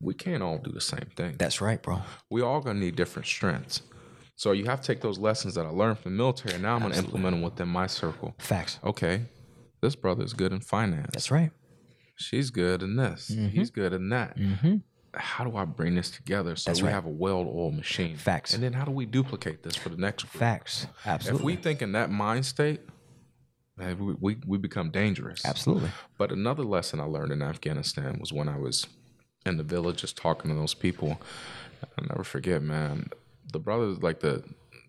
[SPEAKER 3] we can't all do the same thing
[SPEAKER 1] That's right, bro.
[SPEAKER 3] we all gonna need different strengths. So you have to take those lessons that I learned from the military, and now I'm gonna implement them within my circle.
[SPEAKER 1] Facts.
[SPEAKER 3] Okay, this brother is good in finance.
[SPEAKER 1] That's right.
[SPEAKER 3] She's good in this.
[SPEAKER 1] Mm-hmm.
[SPEAKER 3] He's good in that. How do I bring this together so
[SPEAKER 1] That's
[SPEAKER 3] we
[SPEAKER 1] right.
[SPEAKER 3] have a well-oiled machine?
[SPEAKER 1] Facts.
[SPEAKER 3] And then how do we duplicate this for the next group?
[SPEAKER 1] Facts.
[SPEAKER 3] If
[SPEAKER 1] Absolutely.
[SPEAKER 3] we think in that mind state, man, we, we, we become dangerous.
[SPEAKER 1] Absolutely.
[SPEAKER 3] But another lesson I learned in Afghanistan was when I was in the village just talking to those people. I'll never forget, man. The brothers, like the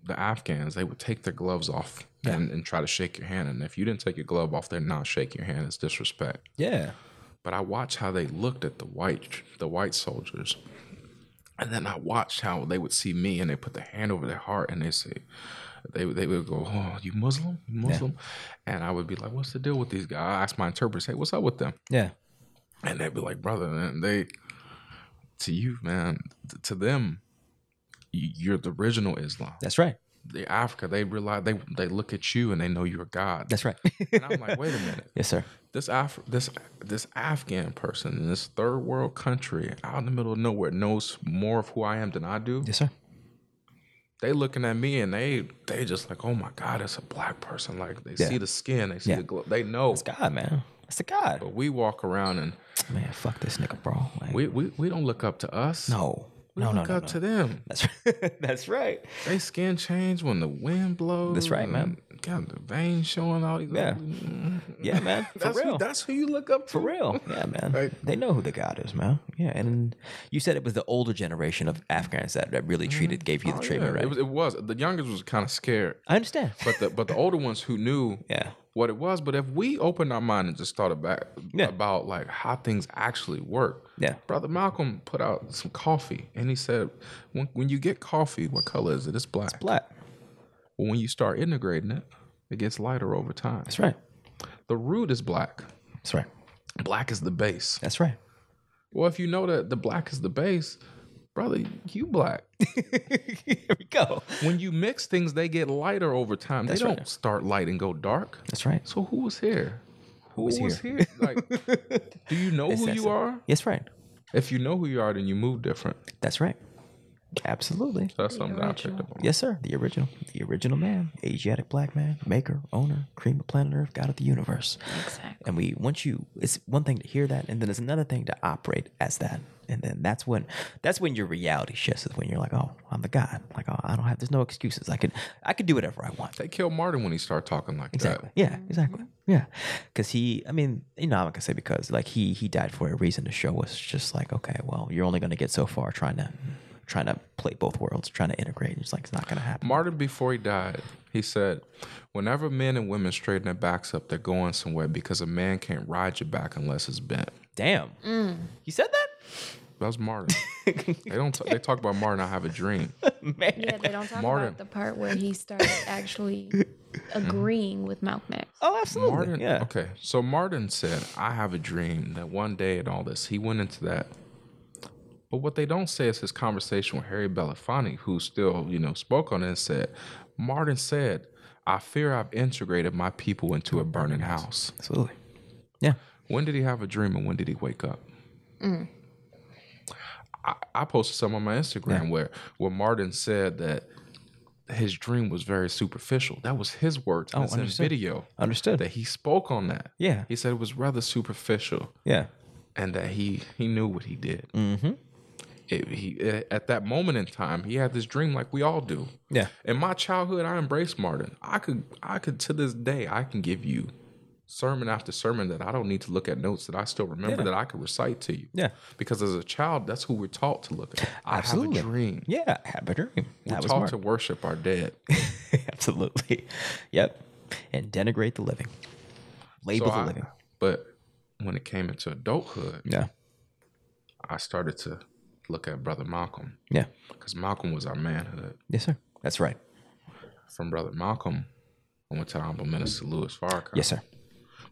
[SPEAKER 3] the Afghans, they would take their gloves off and, and try to shake your hand. And if you didn't take your glove off, they're not shaking your hand. It's disrespect.
[SPEAKER 1] Yeah.
[SPEAKER 3] But I watched how they looked at the white the white soldiers. And then I watched how they would see me and they put their hand over their heart and they say they they would go, Oh, you Muslim? You Muslim? And I would be like, What's the deal with these guys? I asked my interpreter, Hey, what's up with them?
[SPEAKER 1] Yeah.
[SPEAKER 3] and they'd be like, brother, and they, to you, man, t- to them, y- you're the original Islam.
[SPEAKER 1] That's right.
[SPEAKER 3] The Africa, they realize they they look at you and they know you're God.
[SPEAKER 1] That's right.
[SPEAKER 3] and I'm like, wait a minute,
[SPEAKER 1] yes, sir.
[SPEAKER 3] this Af- this this Afghan person in this third world country out in the middle of nowhere knows more of who I am than I do.
[SPEAKER 1] Yes, sir.
[SPEAKER 3] they looking at me and they they just like, oh my God, it's a black person. Like they
[SPEAKER 1] Yeah.
[SPEAKER 3] see the skin, they see
[SPEAKER 1] Yeah.
[SPEAKER 3] the glow, they know.
[SPEAKER 1] It's God, man. It's a God.
[SPEAKER 3] But we walk around and
[SPEAKER 1] Oh, Man, fuck this nigga, bro. Like,
[SPEAKER 3] we, we, we don't look up to us.
[SPEAKER 1] no.
[SPEAKER 3] We
[SPEAKER 1] No, no,
[SPEAKER 3] look
[SPEAKER 1] no.
[SPEAKER 3] up
[SPEAKER 1] no.
[SPEAKER 3] to them.
[SPEAKER 1] That's right. That's right.
[SPEAKER 3] They skin change when the wind blows.
[SPEAKER 1] That's right, man.
[SPEAKER 3] and Got the veins showing all these.
[SPEAKER 1] Yeah. Yeah, man. For
[SPEAKER 3] That's,
[SPEAKER 1] real.
[SPEAKER 3] Who, that's who you look up to.
[SPEAKER 1] For real. Yeah, man. They know who the God is, man. Yeah. And you said it was the older generation of Afghans that, that really treated, gave you the
[SPEAKER 3] Oh,
[SPEAKER 1] treatment, right?
[SPEAKER 3] yeah. It was, it was. The youngest was kind of scared,
[SPEAKER 1] I understand.
[SPEAKER 3] but the but the older ones who knew
[SPEAKER 1] Yeah.
[SPEAKER 3] what it was. But if we opened our mind and just thought about
[SPEAKER 1] Yeah.
[SPEAKER 3] about like how things actually work,
[SPEAKER 1] Yeah.
[SPEAKER 3] Brother Malcolm put out some coffee, and he said, "When when you get coffee, what color is it? It's black.
[SPEAKER 1] Black.
[SPEAKER 3] Well, when you start integrating it, it gets lighter over time.
[SPEAKER 1] That's right.
[SPEAKER 3] The root is black.
[SPEAKER 1] That's right.
[SPEAKER 3] Black is the base.
[SPEAKER 1] That's right.
[SPEAKER 3] Well, if you know that the black is the base, brother, you black.
[SPEAKER 1] Here we go.
[SPEAKER 3] when you mix things, they get lighter over time.
[SPEAKER 1] That's
[SPEAKER 3] they
[SPEAKER 1] right.
[SPEAKER 3] don't start light and go dark.
[SPEAKER 1] That's right.
[SPEAKER 3] So who was here? Who
[SPEAKER 1] was here?
[SPEAKER 3] Like, do you know who
[SPEAKER 1] that
[SPEAKER 3] you
[SPEAKER 1] simple.
[SPEAKER 3] are?
[SPEAKER 1] Yes, right.
[SPEAKER 3] If you know who you are, then you move different.
[SPEAKER 1] That's right. Absolutely.
[SPEAKER 3] That's something that I picked up on.
[SPEAKER 1] Yes, sir. The original. The original man. Asiatic black man. Maker, owner, cream of planet Earth, God of the universe.
[SPEAKER 4] Exactly.
[SPEAKER 1] And we, once you, it's one thing to hear that, and then it's another thing to operate as that. And then that's when, that's when your reality shifts. Is when you're like, oh, I'm the God. Like, oh, I don't have. There's no excuses. I could, I could do whatever I want.
[SPEAKER 3] They killed Martin when he started talking like
[SPEAKER 1] Exactly. Yeah. Exactly. Yeah. Because he, I mean, you know, I'm not gonna say because like he, he died for a reason to show us just like, okay, well, you're only gonna get so far trying to, trying to play both worlds, trying to integrate. It's like it's not gonna
[SPEAKER 3] that.
[SPEAKER 1] happen.
[SPEAKER 3] Martin, before he died, he said, Whenever men and women straighten their backs up, they're going somewhere because a man can't ride your back unless it's bent.
[SPEAKER 1] Damn. You said that?
[SPEAKER 3] That was Martin. they don't. T- they talk about Martin. I have a dream.
[SPEAKER 4] Yeah, they don't talk
[SPEAKER 3] Martin.
[SPEAKER 4] about the part where he started actually
[SPEAKER 1] Mm-hmm.
[SPEAKER 4] agreeing with Malcolm X.
[SPEAKER 1] Oh, absolutely.
[SPEAKER 3] Martin.
[SPEAKER 1] yeah.
[SPEAKER 3] Okay. So Martin said, I have a dream that one day and all this. He went into that. But what they don't say is his conversation with Harry Belafonte, who still, you know, spoke on it and said, Martin said, I fear I've integrated my people into a burning house.
[SPEAKER 1] Absolutely. Yeah.
[SPEAKER 3] When did he have a dream and when did he wake up? I, I posted some on my Instagram where where Martin said that his dream was very superficial. That was his words. and
[SPEAKER 1] Oh,
[SPEAKER 3] it's in
[SPEAKER 1] understood.
[SPEAKER 3] video
[SPEAKER 1] Understood.
[SPEAKER 3] that he spoke on that.
[SPEAKER 1] Yeah.
[SPEAKER 3] He said it was rather superficial
[SPEAKER 1] Yeah.
[SPEAKER 3] and that he he knew what he did. Mm-hmm. It, he, at that moment in time, he had this dream like we all do.
[SPEAKER 1] Yeah.
[SPEAKER 3] In my childhood, I embraced Martin. I could, I could to this day, I can give you sermon after sermon that I don't need to look at notes that I still remember that I can recite to you.
[SPEAKER 1] Yeah.
[SPEAKER 3] Because as a child, that's who we're taught to look at. I
[SPEAKER 1] Absolutely.
[SPEAKER 3] have a dream.
[SPEAKER 1] Yeah. I Have a dream.
[SPEAKER 3] We're
[SPEAKER 1] That was
[SPEAKER 3] taught
[SPEAKER 1] Mark.
[SPEAKER 3] to worship our dead.
[SPEAKER 1] Absolutely. Yep. And denigrate the living. Label
[SPEAKER 3] So
[SPEAKER 1] the
[SPEAKER 3] I-
[SPEAKER 1] living.
[SPEAKER 3] but when it came into adulthood,
[SPEAKER 1] Yeah.
[SPEAKER 3] I started to look at Brother Malcolm
[SPEAKER 1] Yeah.
[SPEAKER 3] because Malcolm was our manhood.
[SPEAKER 1] Yes, sir. That's right.
[SPEAKER 3] From Brother Malcolm, I went to Honorable Minister Louis Farrakhan.
[SPEAKER 1] Yes, sir.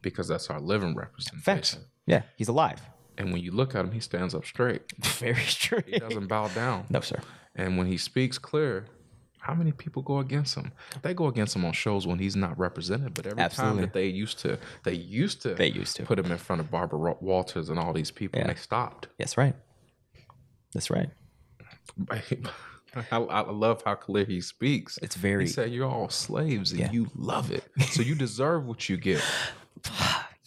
[SPEAKER 3] Because that's our living representation.
[SPEAKER 1] Facts. Yeah. He's alive.
[SPEAKER 3] And when you look at him, he stands up straight.
[SPEAKER 1] Very true.
[SPEAKER 3] He doesn't bow down.
[SPEAKER 1] No, sir.
[SPEAKER 3] And when he speaks clear, how many people go against him? They go against him on shows when he's not represented. But every
[SPEAKER 1] Absolutely.
[SPEAKER 3] time that they used to, they used to,
[SPEAKER 1] They used to.
[SPEAKER 3] put him in front of Barbara Wa- Walters and all these people, and they stopped.
[SPEAKER 1] Yes, right. That's right.
[SPEAKER 3] I, I love how clear he speaks.
[SPEAKER 1] It's very-
[SPEAKER 3] He said, "You're all slaves, and you love it, so you deserve what you get."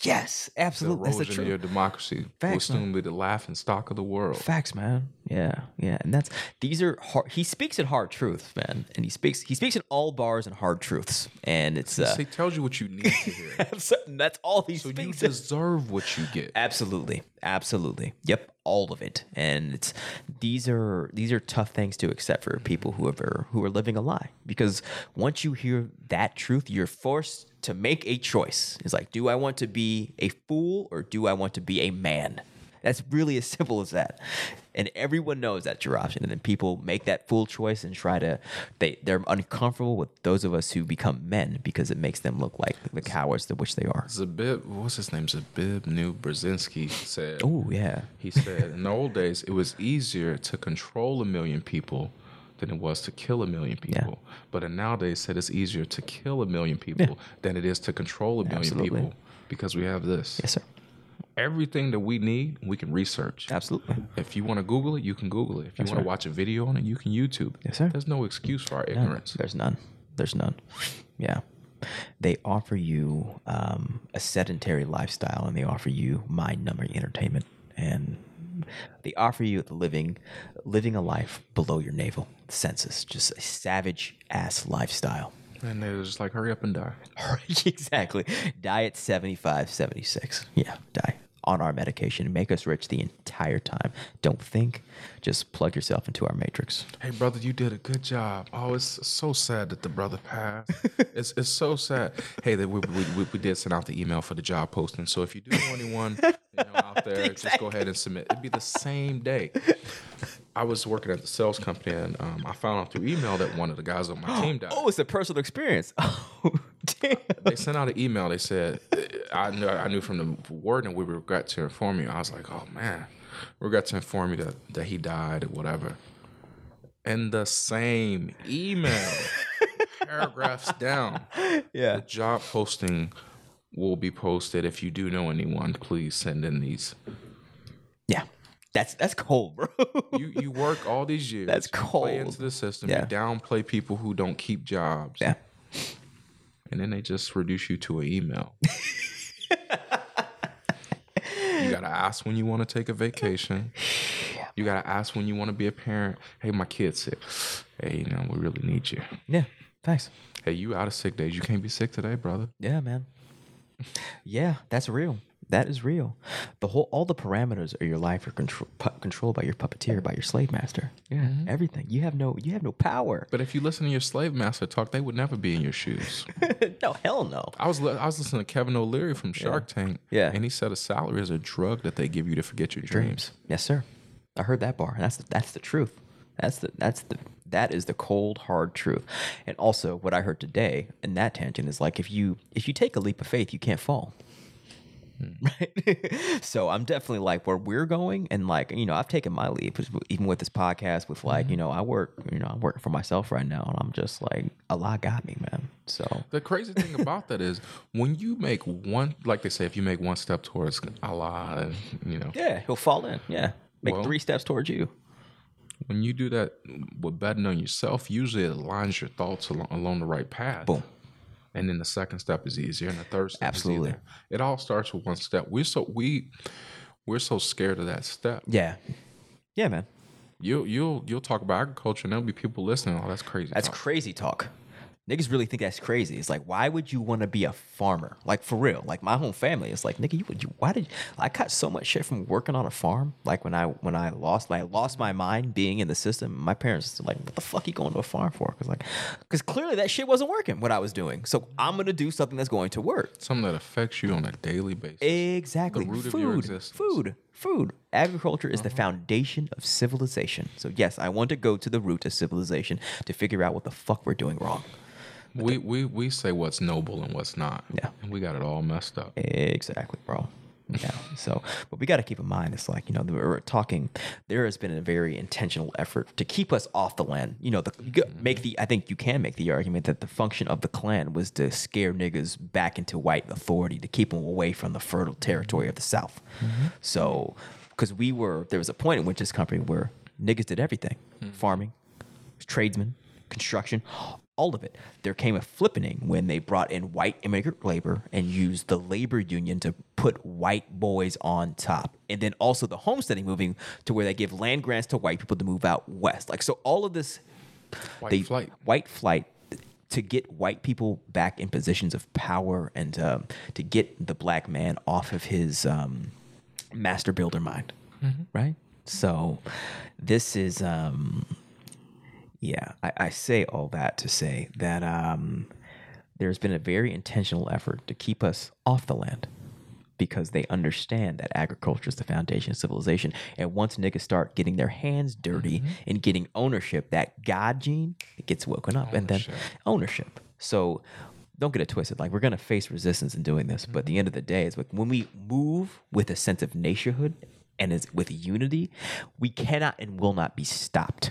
[SPEAKER 1] Yes,
[SPEAKER 3] The
[SPEAKER 1] absolutely. That's the
[SPEAKER 3] erosion of
[SPEAKER 1] truth.
[SPEAKER 3] your democracy will
[SPEAKER 1] Facts, man.
[SPEAKER 3] soon be the laughing stock of the world.
[SPEAKER 1] Facts, man. Yeah, yeah, and that's these are hard. He speaks in hard truths, man, and he speaks he speaks in all bars and hard truths, and it's uh,
[SPEAKER 3] So he tells you what you need to hear.
[SPEAKER 1] that's all he
[SPEAKER 3] so you
[SPEAKER 1] speaks. in.
[SPEAKER 3] deserve what you get.
[SPEAKER 1] Absolutely, absolutely. Yep, all of it. And it's these are these are tough things to accept for people who are who are living a lie because once you hear that truth, you're forced to make a choice. It's like, do I want to be a fool or do I want to be a man? That's really as simple as that. And everyone knows that's your option. And then people make that fool choice and try to they they're uncomfortable with those of us who become men because it makes them look like the cowards that which they are.
[SPEAKER 3] Zabib, what's his name? Zabib New Brzezinski said.
[SPEAKER 1] Oh yeah.
[SPEAKER 3] He said, in the old days, it was easier to control a million people than it was to kill a million people. But in nowadays, said it's easier to kill a million people than it is to control a million
[SPEAKER 1] Absolutely.
[SPEAKER 3] people because we have this.
[SPEAKER 1] Yes, sir.
[SPEAKER 3] everything that we need, we can research.
[SPEAKER 1] Absolutely.
[SPEAKER 3] If you want to Google it, you can Google it. If you want to watch a video on it, you can YouTube. it.
[SPEAKER 1] Yes, sir.
[SPEAKER 3] There's no excuse for our ignorance.
[SPEAKER 1] There's none. There's none. Yeah. They offer you um, a sedentary lifestyle and they offer you mind numbing entertainment and they offer you the living living a life below your navel senses. Just a savage ass lifestyle.
[SPEAKER 3] And they're just like, hurry up and die.
[SPEAKER 1] exactly. Die at 75, 76. Yeah, die on our medication. Make us rich the entire time. Don't think. Just plug yourself into our matrix.
[SPEAKER 3] Hey, brother, you did a good job. Oh, it's so sad that the brother passed. it's, it's so sad. Hey, that we, we, we, we did send out the email for the job posting. So if you do know anyone you know, out there, just go ahead and submit. It'd be the same day. I was working at the sales company, and um, I found out through email that one of the guys on my team died.
[SPEAKER 1] Oh, it's a personal experience. Oh, damn.
[SPEAKER 3] they sent out an email. They said, I knew, I knew from the warden, we regret to inform you. I was like, oh man, we regret to inform you that, that he died or whatever. In the same email, paragraphs down,
[SPEAKER 1] Yeah.
[SPEAKER 3] job posting will be posted. If you do know anyone, please send in these.
[SPEAKER 1] Yeah. That's that's cold, bro.
[SPEAKER 3] You you work all these years.
[SPEAKER 1] That's
[SPEAKER 3] you Play
[SPEAKER 1] cold.
[SPEAKER 3] into the system.
[SPEAKER 1] Yeah.
[SPEAKER 3] You downplay people who don't keep jobs.
[SPEAKER 1] yeah.
[SPEAKER 3] and then they just reduce you to an email. you gotta ask when you want to take a vacation. You gotta ask when you want to be a parent. Hey, my kid's sick. Hey, you know we really need you.
[SPEAKER 1] Yeah. Thanks.
[SPEAKER 3] Hey, you out of sick days. You can't be sick today, brother.
[SPEAKER 1] Yeah, man. Yeah, that's real. That is real. The whole, all the parameters of your life are control, pu- controlled by your puppeteer, by your slave master. Yeah, everything. You have no, you have no power.
[SPEAKER 3] But if you listen to your slave master talk, they would never be in your shoes.
[SPEAKER 1] no, hell no.
[SPEAKER 3] I was li- I was listening to Kevin O'Leary from Shark Tank.
[SPEAKER 1] Yeah.
[SPEAKER 3] and he said a salary is a drug that they give you to forget your, dreams.
[SPEAKER 1] Yes, sir. I heard that bar. That's the, that's the truth. That's the that's the that is the cold hard truth. And also, what I heard today in that tangent is like if you if you take a leap of faith, you can't fall. Hmm. Right. so I'm definitely like where we're going, and like you know, I've taken my leap even with this podcast. With like you know, I work you know I'm working for myself right now, and I'm just like Allah got me, man. So
[SPEAKER 3] The crazy thing about that is when you make one, like they say, if you make one step towards Allah, you know,
[SPEAKER 1] yeah, he'll fall in. Yeah, make
[SPEAKER 3] Well-
[SPEAKER 1] three steps towards you.
[SPEAKER 3] when you do that with betting on yourself, usually it aligns your thoughts along, along the right path. Boom. And then the second step is easier, and the third step
[SPEAKER 1] Absolutely.
[SPEAKER 3] is easier. It all starts with one step. We're so we we're so scared of that step.
[SPEAKER 1] Yeah, yeah, man.
[SPEAKER 3] You you'll you'll talk about agriculture, and there'll be people listening. Oh, that's crazy.
[SPEAKER 1] That's
[SPEAKER 3] talk."
[SPEAKER 1] crazy talk. Niggas really think that's crazy. It's like, why would you want to be a farmer? Like for real. Like my whole family is like, nigga, you would you why did I got so much shit from working on a farm? Like when I when I lost I lost my mind being in the system. My parents were like, what the fuck you going to a farm for? Cause like, cause clearly that shit wasn't working what I was doing. So I'm gonna do something that's going to work.
[SPEAKER 3] something that affects you on a daily basis.
[SPEAKER 1] Exactly.
[SPEAKER 3] The root
[SPEAKER 1] food,
[SPEAKER 3] of your existence. Uh-huh.
[SPEAKER 1] Food. Food. Agriculture is the foundation of civilization. So yes, I want to go to the root of civilization to figure out what the fuck we're doing wrong.
[SPEAKER 3] we we we say what's noble and what's not.
[SPEAKER 1] Yeah.
[SPEAKER 3] and we got it all messed up.
[SPEAKER 1] Exactly, bro. Yeah. So, but we got to keep in mind, it's like, you know, the- we're talking, there has been a very intentional effort to keep us off the land. You know, the, you could make the, I think you can make the argument that the function of the Klan was to scare niggas back into white authority, to keep them away from the fertile territory of the South. So, because we were, there was a point in which this company where niggas did everything farming, tradesmen, construction, all of it. There came a flippening when they brought in white immigrant labor and used the labor union to put white boys on top. And then also the homesteading moving to where they give land grants to white people to move out west. Like so all of this
[SPEAKER 3] White
[SPEAKER 1] they-
[SPEAKER 3] flight.
[SPEAKER 1] White flight to get white people back in positions of power and um, to get the black man off of his um, master builder mind,
[SPEAKER 3] Mm-hmm.
[SPEAKER 1] right? So this is, um, yeah, I, I say all that to say that um, there's been a very intentional effort to keep us off the land because they understand that agriculture is the foundation of civilization. And once niggas start getting their hands dirty and getting ownership, that God gene it gets woken up and then ownership. So don't get it twisted. Like we're gonna face resistance in doing this, but at the end of the day, it's like when we move with a sense of nationhood and is with unity, we cannot and will not be stopped.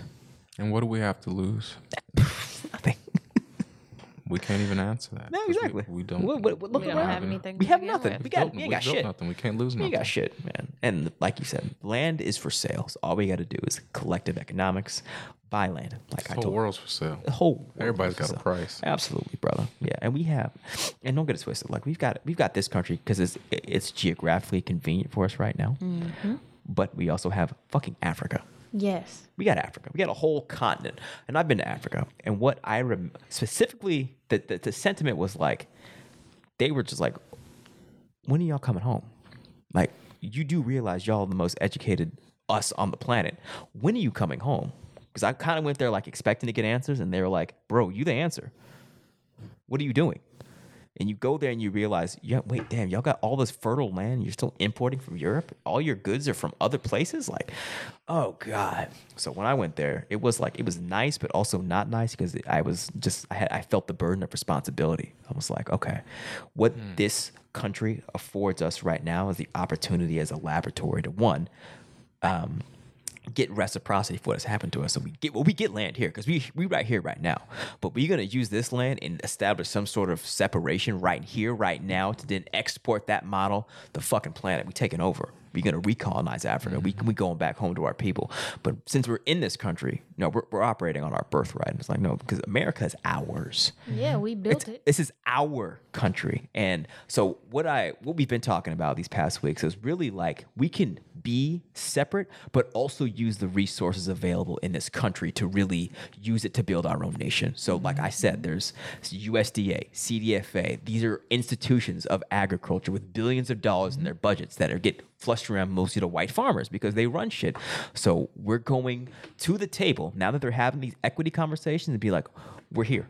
[SPEAKER 3] And what do we have to lose?
[SPEAKER 1] Nothing.
[SPEAKER 3] We We can't even answer that.
[SPEAKER 1] No,
[SPEAKER 3] 'cause we-
[SPEAKER 1] exactly.
[SPEAKER 3] We, don't.
[SPEAKER 1] What- what- what- look
[SPEAKER 4] We don't
[SPEAKER 1] around.
[SPEAKER 4] have anything.
[SPEAKER 1] We
[SPEAKER 4] to
[SPEAKER 1] have
[SPEAKER 4] begin
[SPEAKER 1] nothing.
[SPEAKER 4] with.
[SPEAKER 1] We got
[SPEAKER 3] built-
[SPEAKER 1] we
[SPEAKER 3] we
[SPEAKER 1] ain't got
[SPEAKER 3] built
[SPEAKER 1] shit.
[SPEAKER 3] nothing. We can't lose
[SPEAKER 1] We ain't
[SPEAKER 3] nothing.
[SPEAKER 1] got shit, man. And like you said, land is for sales. All we got to do is collective economics, buy land. Like I
[SPEAKER 3] The whole
[SPEAKER 1] told
[SPEAKER 3] world's for sale.
[SPEAKER 1] the whole world
[SPEAKER 3] Everybody's got
[SPEAKER 1] is
[SPEAKER 3] a
[SPEAKER 1] up.
[SPEAKER 3] price.
[SPEAKER 1] Absolutely, brother. Yeah, and we have, and don't get it twisted. Like we've got we've got this country because it's it's geographically convenient for us right now.
[SPEAKER 4] Mm-hmm.
[SPEAKER 1] But we also have fucking Africa.
[SPEAKER 2] Yes.
[SPEAKER 1] We got Africa. We got a whole continent. And I've been to Africa. And what I rem- specifically, the, the, the sentiment was like, they were just like, when are y'all coming home? Like, you do realize y'all are the most educated us on the planet. When are you coming home? Because I kind of went there like expecting to get answers. And they were like, bro, you the answer. What are you doing? And you go there and you realize, yeah, wait, damn, y'all got all this fertile land. You're still importing from Europe. All your goods are from other places. Like, oh god. So when I went there, it was like it was nice, but also not nice because I was just I had I felt the burden of responsibility. I was like, okay, what this country affords us right now is the opportunity as a laboratory to one get reciprocity for what has happened to us. So we get well, we get land here because we we right here right now. But we're gonna use this land and establish some sort of separation right here, right now, to then export that model the fucking planet. We taking over. We're gonna recolonize Africa. We we going back home to our people. But since we're in this country, no, we're, we're operating on our birthright. And it's like no, because America is ours
[SPEAKER 4] Yeah, we built
[SPEAKER 1] it's-
[SPEAKER 4] it.
[SPEAKER 1] This is our country, and so what I what we've been talking about these past weeks is really like we can be separate, but also use the resources available in this country to really use it to build our own nation. So, like I said, there's USDA, CDFA. These are institutions of agriculture with billions of dollars in their budgets that are get flushed around mostly to white farmers because they run shit. So we're going to the table now that they're having these equity conversations and be like, we're here.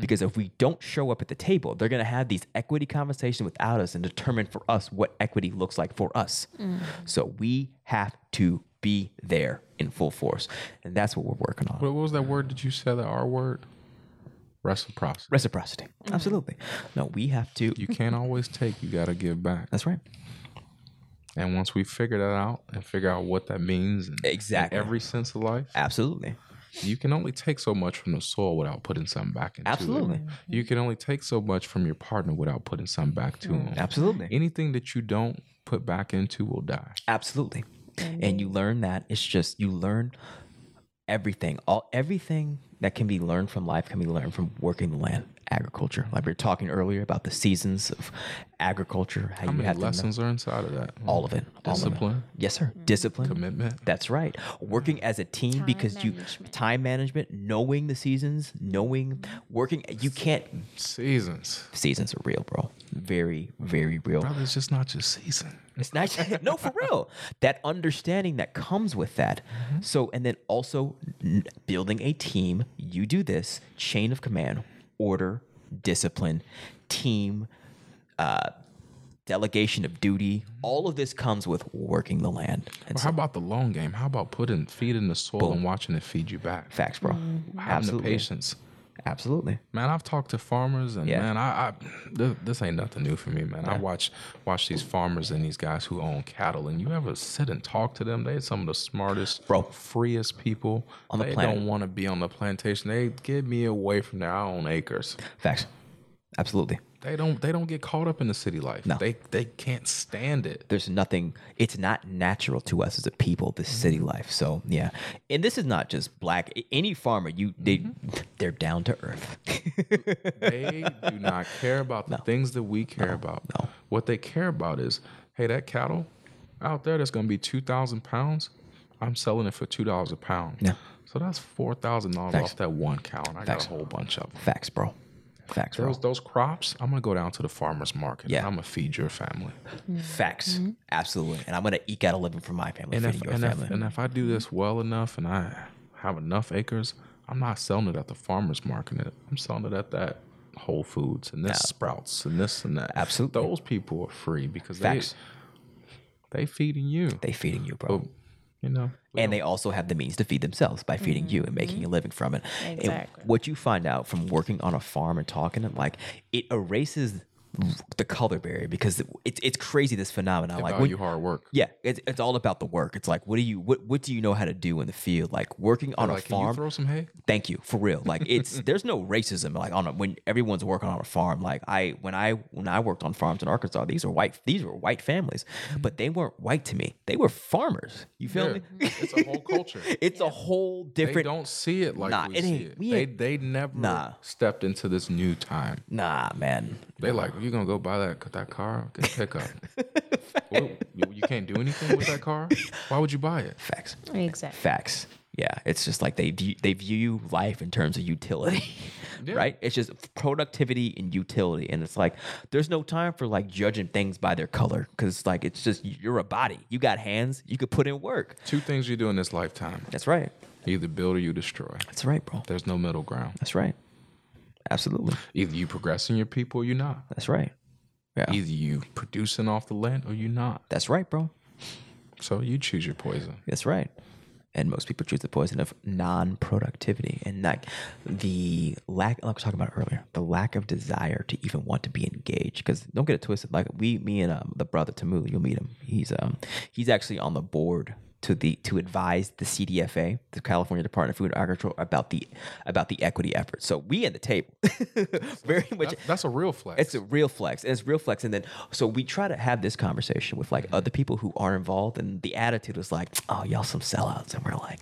[SPEAKER 1] Because if we don't show up at the table, they're going to have these equity conversations without us and determine for us what equity looks like for us. So we have to be there in full force. And that's what we're working on.
[SPEAKER 3] What, what was that word that you said? That R word? Reciprocity.
[SPEAKER 1] Reciprocity. Absolutely. No, we have to.
[SPEAKER 3] you can't always take. You got to give back.
[SPEAKER 1] That's right.
[SPEAKER 3] And once we figure that out and figure out what that means, in- in
[SPEAKER 1] Exactly.
[SPEAKER 3] every sense of life,
[SPEAKER 1] Absolutely.
[SPEAKER 3] you can only take so much from the soil without putting something back into it.
[SPEAKER 1] Absolutely.
[SPEAKER 3] You can only take so much from your partner without putting something back to him.
[SPEAKER 1] Mm, Absolutely.
[SPEAKER 3] Anything that you don't put back into will die.
[SPEAKER 1] Absolutely. And you learn that it's just you learn everything. All everything that can be learned from life can be learned from working the land, agriculture. Like we were talking earlier about the seasons of agriculture, how,
[SPEAKER 3] How
[SPEAKER 1] you
[SPEAKER 3] many
[SPEAKER 1] have to know Oh.
[SPEAKER 3] lessons are inside of that?
[SPEAKER 1] all of it. all of it.
[SPEAKER 3] Discipline.
[SPEAKER 1] Yes, sir. Discipline.
[SPEAKER 3] Commitment.
[SPEAKER 1] That's right. Working as a team because you
[SPEAKER 4] management.
[SPEAKER 1] time management, knowing the seasons, knowing working you can't
[SPEAKER 3] Seasons.
[SPEAKER 1] seasons are real, bro. Very, very real.
[SPEAKER 3] Brother, it's just not your season.
[SPEAKER 1] It's not no for real. That understanding that comes with that. So and then also n- building a team. You do this chain of command, order, discipline, team, uh, delegation of duty. All of this comes with working the land. And
[SPEAKER 3] Or how about the long game? How about putting feet in the soil and watching it feed you back?
[SPEAKER 1] facts, bro.
[SPEAKER 3] Having the
[SPEAKER 1] Absolutely,
[SPEAKER 3] patience.
[SPEAKER 1] absolutely.
[SPEAKER 3] Man, I've talked to farmers, and
[SPEAKER 1] Yeah.
[SPEAKER 3] man, I, I this, this ain't nothing new for me, man. I watch watch these farmers and these guys who own cattle, and you ever sit and talk to them? They're some of the smartest,
[SPEAKER 1] Bro.
[SPEAKER 3] freest people.
[SPEAKER 1] On the
[SPEAKER 3] they
[SPEAKER 1] planet.
[SPEAKER 3] don't want to be on the plantation. They get me away from their own acres.
[SPEAKER 1] Facts, absolutely.
[SPEAKER 3] They don't they don't get caught up in the city life.
[SPEAKER 1] No.
[SPEAKER 3] They they can't stand it.
[SPEAKER 1] there's nothing it's not natural to us as a people this city life so yeah and this is not just black A- any farmer you they they're down to earth
[SPEAKER 3] they do not care about the things that we care about.
[SPEAKER 1] no.
[SPEAKER 3] What they care about is, hey, that cattle out there that's going to be 2,000 pounds, I'm selling it for $2 a pound.
[SPEAKER 1] Yeah.
[SPEAKER 3] So that's $4,000
[SPEAKER 1] Facts.
[SPEAKER 3] off that one cow, and I
[SPEAKER 1] Facts.
[SPEAKER 3] got a whole bunch of them.
[SPEAKER 1] facts bro facts bro
[SPEAKER 3] Those, those crops, I'm going to go down to the farmer's market
[SPEAKER 1] Yeah.
[SPEAKER 3] and I'm going to feed your family.
[SPEAKER 1] facts absolutely and i'm gonna eke out a living for my family
[SPEAKER 3] And
[SPEAKER 1] for
[SPEAKER 3] if,
[SPEAKER 1] your
[SPEAKER 3] and, if,
[SPEAKER 1] family
[SPEAKER 3] and if I do this well enough and I have enough acres, I'm not selling it at the farmer's market. I'm selling it at that Whole Foods and this Sprouts and this and that.
[SPEAKER 1] Absolutely.
[SPEAKER 3] Those people are free because
[SPEAKER 1] facts
[SPEAKER 3] they they feeding you.
[SPEAKER 1] they feeding you bro
[SPEAKER 3] you know. we
[SPEAKER 1] and they also have the means to feed themselves by feeding you and making a living from it. And
[SPEAKER 4] Exactly.
[SPEAKER 1] what you find out from working on a farm and talking it, like it erases the color barrier because it's it's crazy this phenomenon. Like
[SPEAKER 3] Value
[SPEAKER 1] when,
[SPEAKER 3] Oh, hard work.
[SPEAKER 1] yeah, it's it's all about the work. It's like what do you what what do you know how to do in the field? Like working on a
[SPEAKER 3] Like, can you
[SPEAKER 1] farm.
[SPEAKER 3] throw some hay?
[SPEAKER 1] Thank you for real. Like it's there's no racism like on a, when everyone's working on a farm. Like I when I when I worked on farms in Arkansas, these were white these were white families, but they weren't white to me. They were farmers. You feel
[SPEAKER 3] Mm-hmm. Yeah.
[SPEAKER 1] me?
[SPEAKER 3] it's a whole culture.
[SPEAKER 1] It's a whole
[SPEAKER 3] They
[SPEAKER 1] different.
[SPEAKER 3] don't see it like
[SPEAKER 1] Nah,
[SPEAKER 3] we
[SPEAKER 1] it
[SPEAKER 3] see
[SPEAKER 1] ain't-
[SPEAKER 3] it.
[SPEAKER 1] we
[SPEAKER 3] They
[SPEAKER 1] ain't-
[SPEAKER 3] they never
[SPEAKER 1] Nah.
[SPEAKER 3] stepped into this new time.
[SPEAKER 1] Nah, man.
[SPEAKER 3] They like, you gonna go buy that that car? Get a pickup. well, you, you can't do anything with that car. Why would you buy it?
[SPEAKER 1] Facts.
[SPEAKER 4] Exactly.
[SPEAKER 1] Facts. Yeah, it's just like they view, they view life in terms of utility,
[SPEAKER 3] Yeah.
[SPEAKER 1] right? It's just productivity and utility, and it's like there's no time for like judging things by their color because like it's just you're a body, you got hands, you could put in work.
[SPEAKER 3] Two things you do in this lifetime:
[SPEAKER 1] That's right.
[SPEAKER 3] you either build or you destroy.
[SPEAKER 1] That's right, bro.
[SPEAKER 3] There's no middle ground.
[SPEAKER 1] That's right. Absolutely.
[SPEAKER 3] Either you progressing your people or you're not.
[SPEAKER 1] That's right. Yeah.
[SPEAKER 3] Either you producing off the land or you're not.
[SPEAKER 1] That's right, bro.
[SPEAKER 3] So you choose your poison.
[SPEAKER 1] That's right. And most people choose the poison of non-productivity and like the lack. Like I was talking about earlier, the lack of desire to even want to be engaged. Because don't get it twisted. Like we, me, and um, the brother Tamu, you'll meet him. He's um he's actually on the board to the to advise the CDFA, the California Department of Food and Agriculture, about the about the equity effort. So we at the table, very much.
[SPEAKER 3] That's, that's a real flex.
[SPEAKER 1] It's a real flex. It's real flex. And then, so we try to have this conversation with like other people who are involved, and the attitude is like, "Oh, y'all some sellouts," and we're like,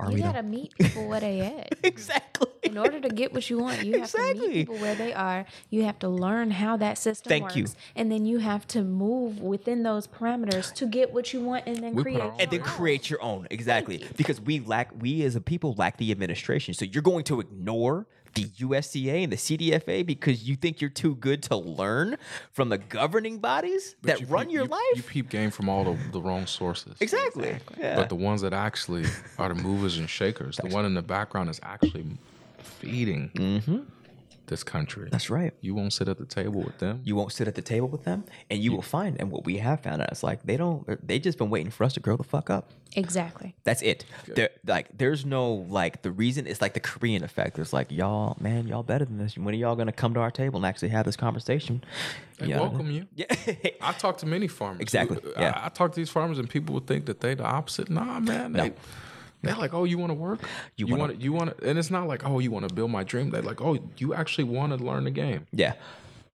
[SPEAKER 1] "Are we?"
[SPEAKER 4] You
[SPEAKER 1] though?
[SPEAKER 4] gotta meet people where they at.
[SPEAKER 1] Exactly.
[SPEAKER 4] In order to get what you want, you have to
[SPEAKER 1] Exactly.
[SPEAKER 4] meet people where they are. You have to learn how that system
[SPEAKER 1] Thank
[SPEAKER 4] works,
[SPEAKER 1] you.
[SPEAKER 4] and then you have to move within those parameters to get what you want, and then
[SPEAKER 3] We put
[SPEAKER 4] create.
[SPEAKER 3] our
[SPEAKER 4] your
[SPEAKER 3] own
[SPEAKER 1] And then
[SPEAKER 4] own.
[SPEAKER 1] create your own exactly because we lack we as a people lack the administration. So you're going to ignore the USDA and the CDFA because you think you're too good to learn from the governing bodies
[SPEAKER 3] You
[SPEAKER 1] that run
[SPEAKER 3] peep-
[SPEAKER 1] your
[SPEAKER 3] you-
[SPEAKER 1] life.
[SPEAKER 3] You peep game from all the, the wrong sources.
[SPEAKER 1] exactly. Yeah.
[SPEAKER 3] But the ones that actually are the movers and shakers, the one in the background is actually feeding
[SPEAKER 1] Mm-hmm.
[SPEAKER 3] this country.
[SPEAKER 1] That's right.
[SPEAKER 3] You won't sit at the table with them.
[SPEAKER 1] you won't sit at the table with them and you will find and what we have found out is like they don't uh, they just been waiting for us to grow the fuck up
[SPEAKER 4] Exactly.
[SPEAKER 1] that's it There like there's no like the reason it's like the korean effect there's like y'all man y'all better than this when are y'all gonna come to our table and actually have this conversation
[SPEAKER 3] They
[SPEAKER 1] Yeah.
[SPEAKER 3] welcome you.
[SPEAKER 1] yeah
[SPEAKER 3] I talk to many farmers.
[SPEAKER 1] Exactly,
[SPEAKER 3] I-
[SPEAKER 1] yeah.
[SPEAKER 3] I, talk to these farmers, and people would think that they the opposite. Nah, man. They, They're like, oh, you want to work?
[SPEAKER 1] You
[SPEAKER 3] You,
[SPEAKER 1] wanna-
[SPEAKER 3] want to? You want to? And it's not like, oh, you want to build my dream. They're like, oh, you actually want to learn the game.
[SPEAKER 1] yeah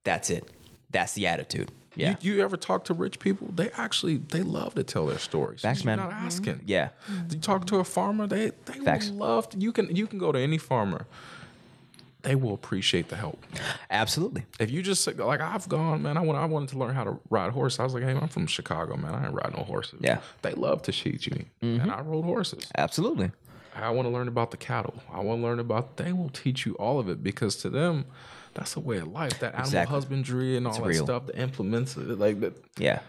[SPEAKER 1] that's it that's the attitude yeah
[SPEAKER 3] You, you ever talk to rich people? They actually they love to tell their stories.
[SPEAKER 1] Facts,
[SPEAKER 3] You're
[SPEAKER 1] man.
[SPEAKER 3] Not asking.
[SPEAKER 1] yeah
[SPEAKER 3] You talk to a farmer, they they
[SPEAKER 1] Facts.
[SPEAKER 3] will love. To, you can you can go to any farmer. They will appreciate the help.
[SPEAKER 1] absolutely
[SPEAKER 3] If you just say- like I've gone, man, I want I wanted to learn how to ride horse. I was like, hey, I'm from Chicago, man. I ain't riding no horses.
[SPEAKER 1] Yeah. Mm-hmm.
[SPEAKER 3] They love to teach you. And I rode horses.
[SPEAKER 1] absolutely
[SPEAKER 3] I want to learn about the cattle. I want to learn about they will teach you all of it because to them, that's a way of life. That animal
[SPEAKER 1] Exactly.
[SPEAKER 3] husbandry and all that
[SPEAKER 1] real.
[SPEAKER 3] stuff, the implements like that
[SPEAKER 1] yeah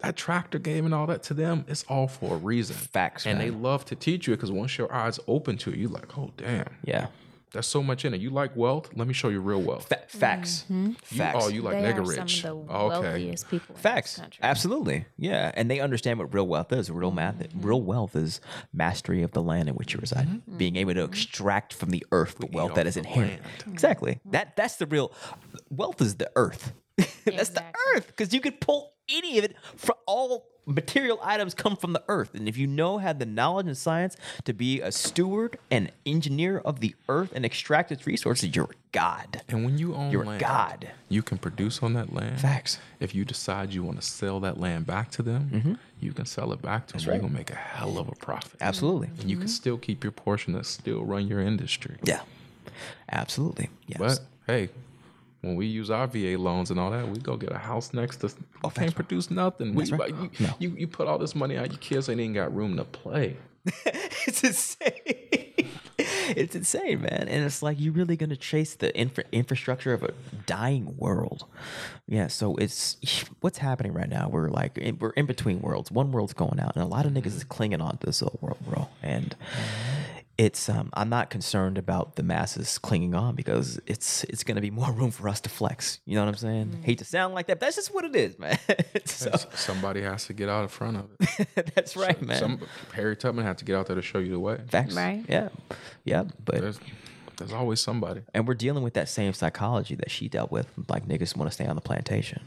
[SPEAKER 3] that tractor game and all that to them, it's all for a reason.
[SPEAKER 1] Facts,
[SPEAKER 3] And they
[SPEAKER 1] man.
[SPEAKER 3] love to teach you it because once your eyes open to it, you like, oh damn,
[SPEAKER 1] yeah
[SPEAKER 3] there's so much in it. You like wealth? Let me show you real wealth.
[SPEAKER 1] Fa- facts
[SPEAKER 3] You-
[SPEAKER 1] facts
[SPEAKER 3] oh, you like
[SPEAKER 4] they
[SPEAKER 3] nigga
[SPEAKER 4] are
[SPEAKER 3] rich?
[SPEAKER 4] some of the
[SPEAKER 3] Okay,
[SPEAKER 4] wealthiest people. in this
[SPEAKER 1] Facts.
[SPEAKER 4] country.
[SPEAKER 1] Absolutely. Yeah. And they understand what real wealth is. Real math real wealth is mastery of the land in which you reside. Being able to extract from the earth the wealth that
[SPEAKER 3] off
[SPEAKER 1] is
[SPEAKER 3] the
[SPEAKER 1] inherent. Exactly. That that's the real wealth is the earth. that's the
[SPEAKER 4] Exactly.
[SPEAKER 1] earth. Because you could pull any of it from all material items come from the earth. And if you know had the knowledge and science to be a steward and engineer of the earth and extract its resources, you're God.
[SPEAKER 3] And when you own
[SPEAKER 1] You're a
[SPEAKER 3] land,
[SPEAKER 1] god.
[SPEAKER 3] you can produce on that land.
[SPEAKER 1] Facts.
[SPEAKER 3] If you decide you want to sell that land back to them,
[SPEAKER 1] Mm-hmm.
[SPEAKER 3] you can sell it back to them. You're gonna make a hell of a profit.
[SPEAKER 1] Absolutely.
[SPEAKER 3] And you can still keep your portion and still run your industry.
[SPEAKER 1] Yeah. Absolutely. Yes.
[SPEAKER 3] But hey, when we use our VA loans and all that, we go get a house next to. We
[SPEAKER 1] that's right.
[SPEAKER 3] can't produce nothing. We,
[SPEAKER 1] Oh, That's right.
[SPEAKER 3] you,
[SPEAKER 1] No.
[SPEAKER 3] you you put all this money out, your kids ain't even got room to play.
[SPEAKER 1] it's insane. it's insane, man. And it's like you're really gonna chase the infra- infrastructure of a dying world. Yeah. So it's what's happening right now. We're like in, we're in between worlds. One world's going out, and a lot of niggas is clinging on to this old world, bro. And it's um, I'm not concerned about the masses clinging on because it's it's gonna be more room for us to flex. You know what I'm saying? Hate to sound like that, but that's just what it is, man. so
[SPEAKER 3] S- Somebody has to get out in front of it.
[SPEAKER 1] that's right, man.
[SPEAKER 3] Some Harry Tubman had to get out there to show you the way.
[SPEAKER 1] Facts.
[SPEAKER 4] Right.
[SPEAKER 1] Yeah. Yeah. But
[SPEAKER 3] There's There's always somebody.
[SPEAKER 1] And we're dealing with that same psychology that she dealt with. Like niggas want to stay on the plantation.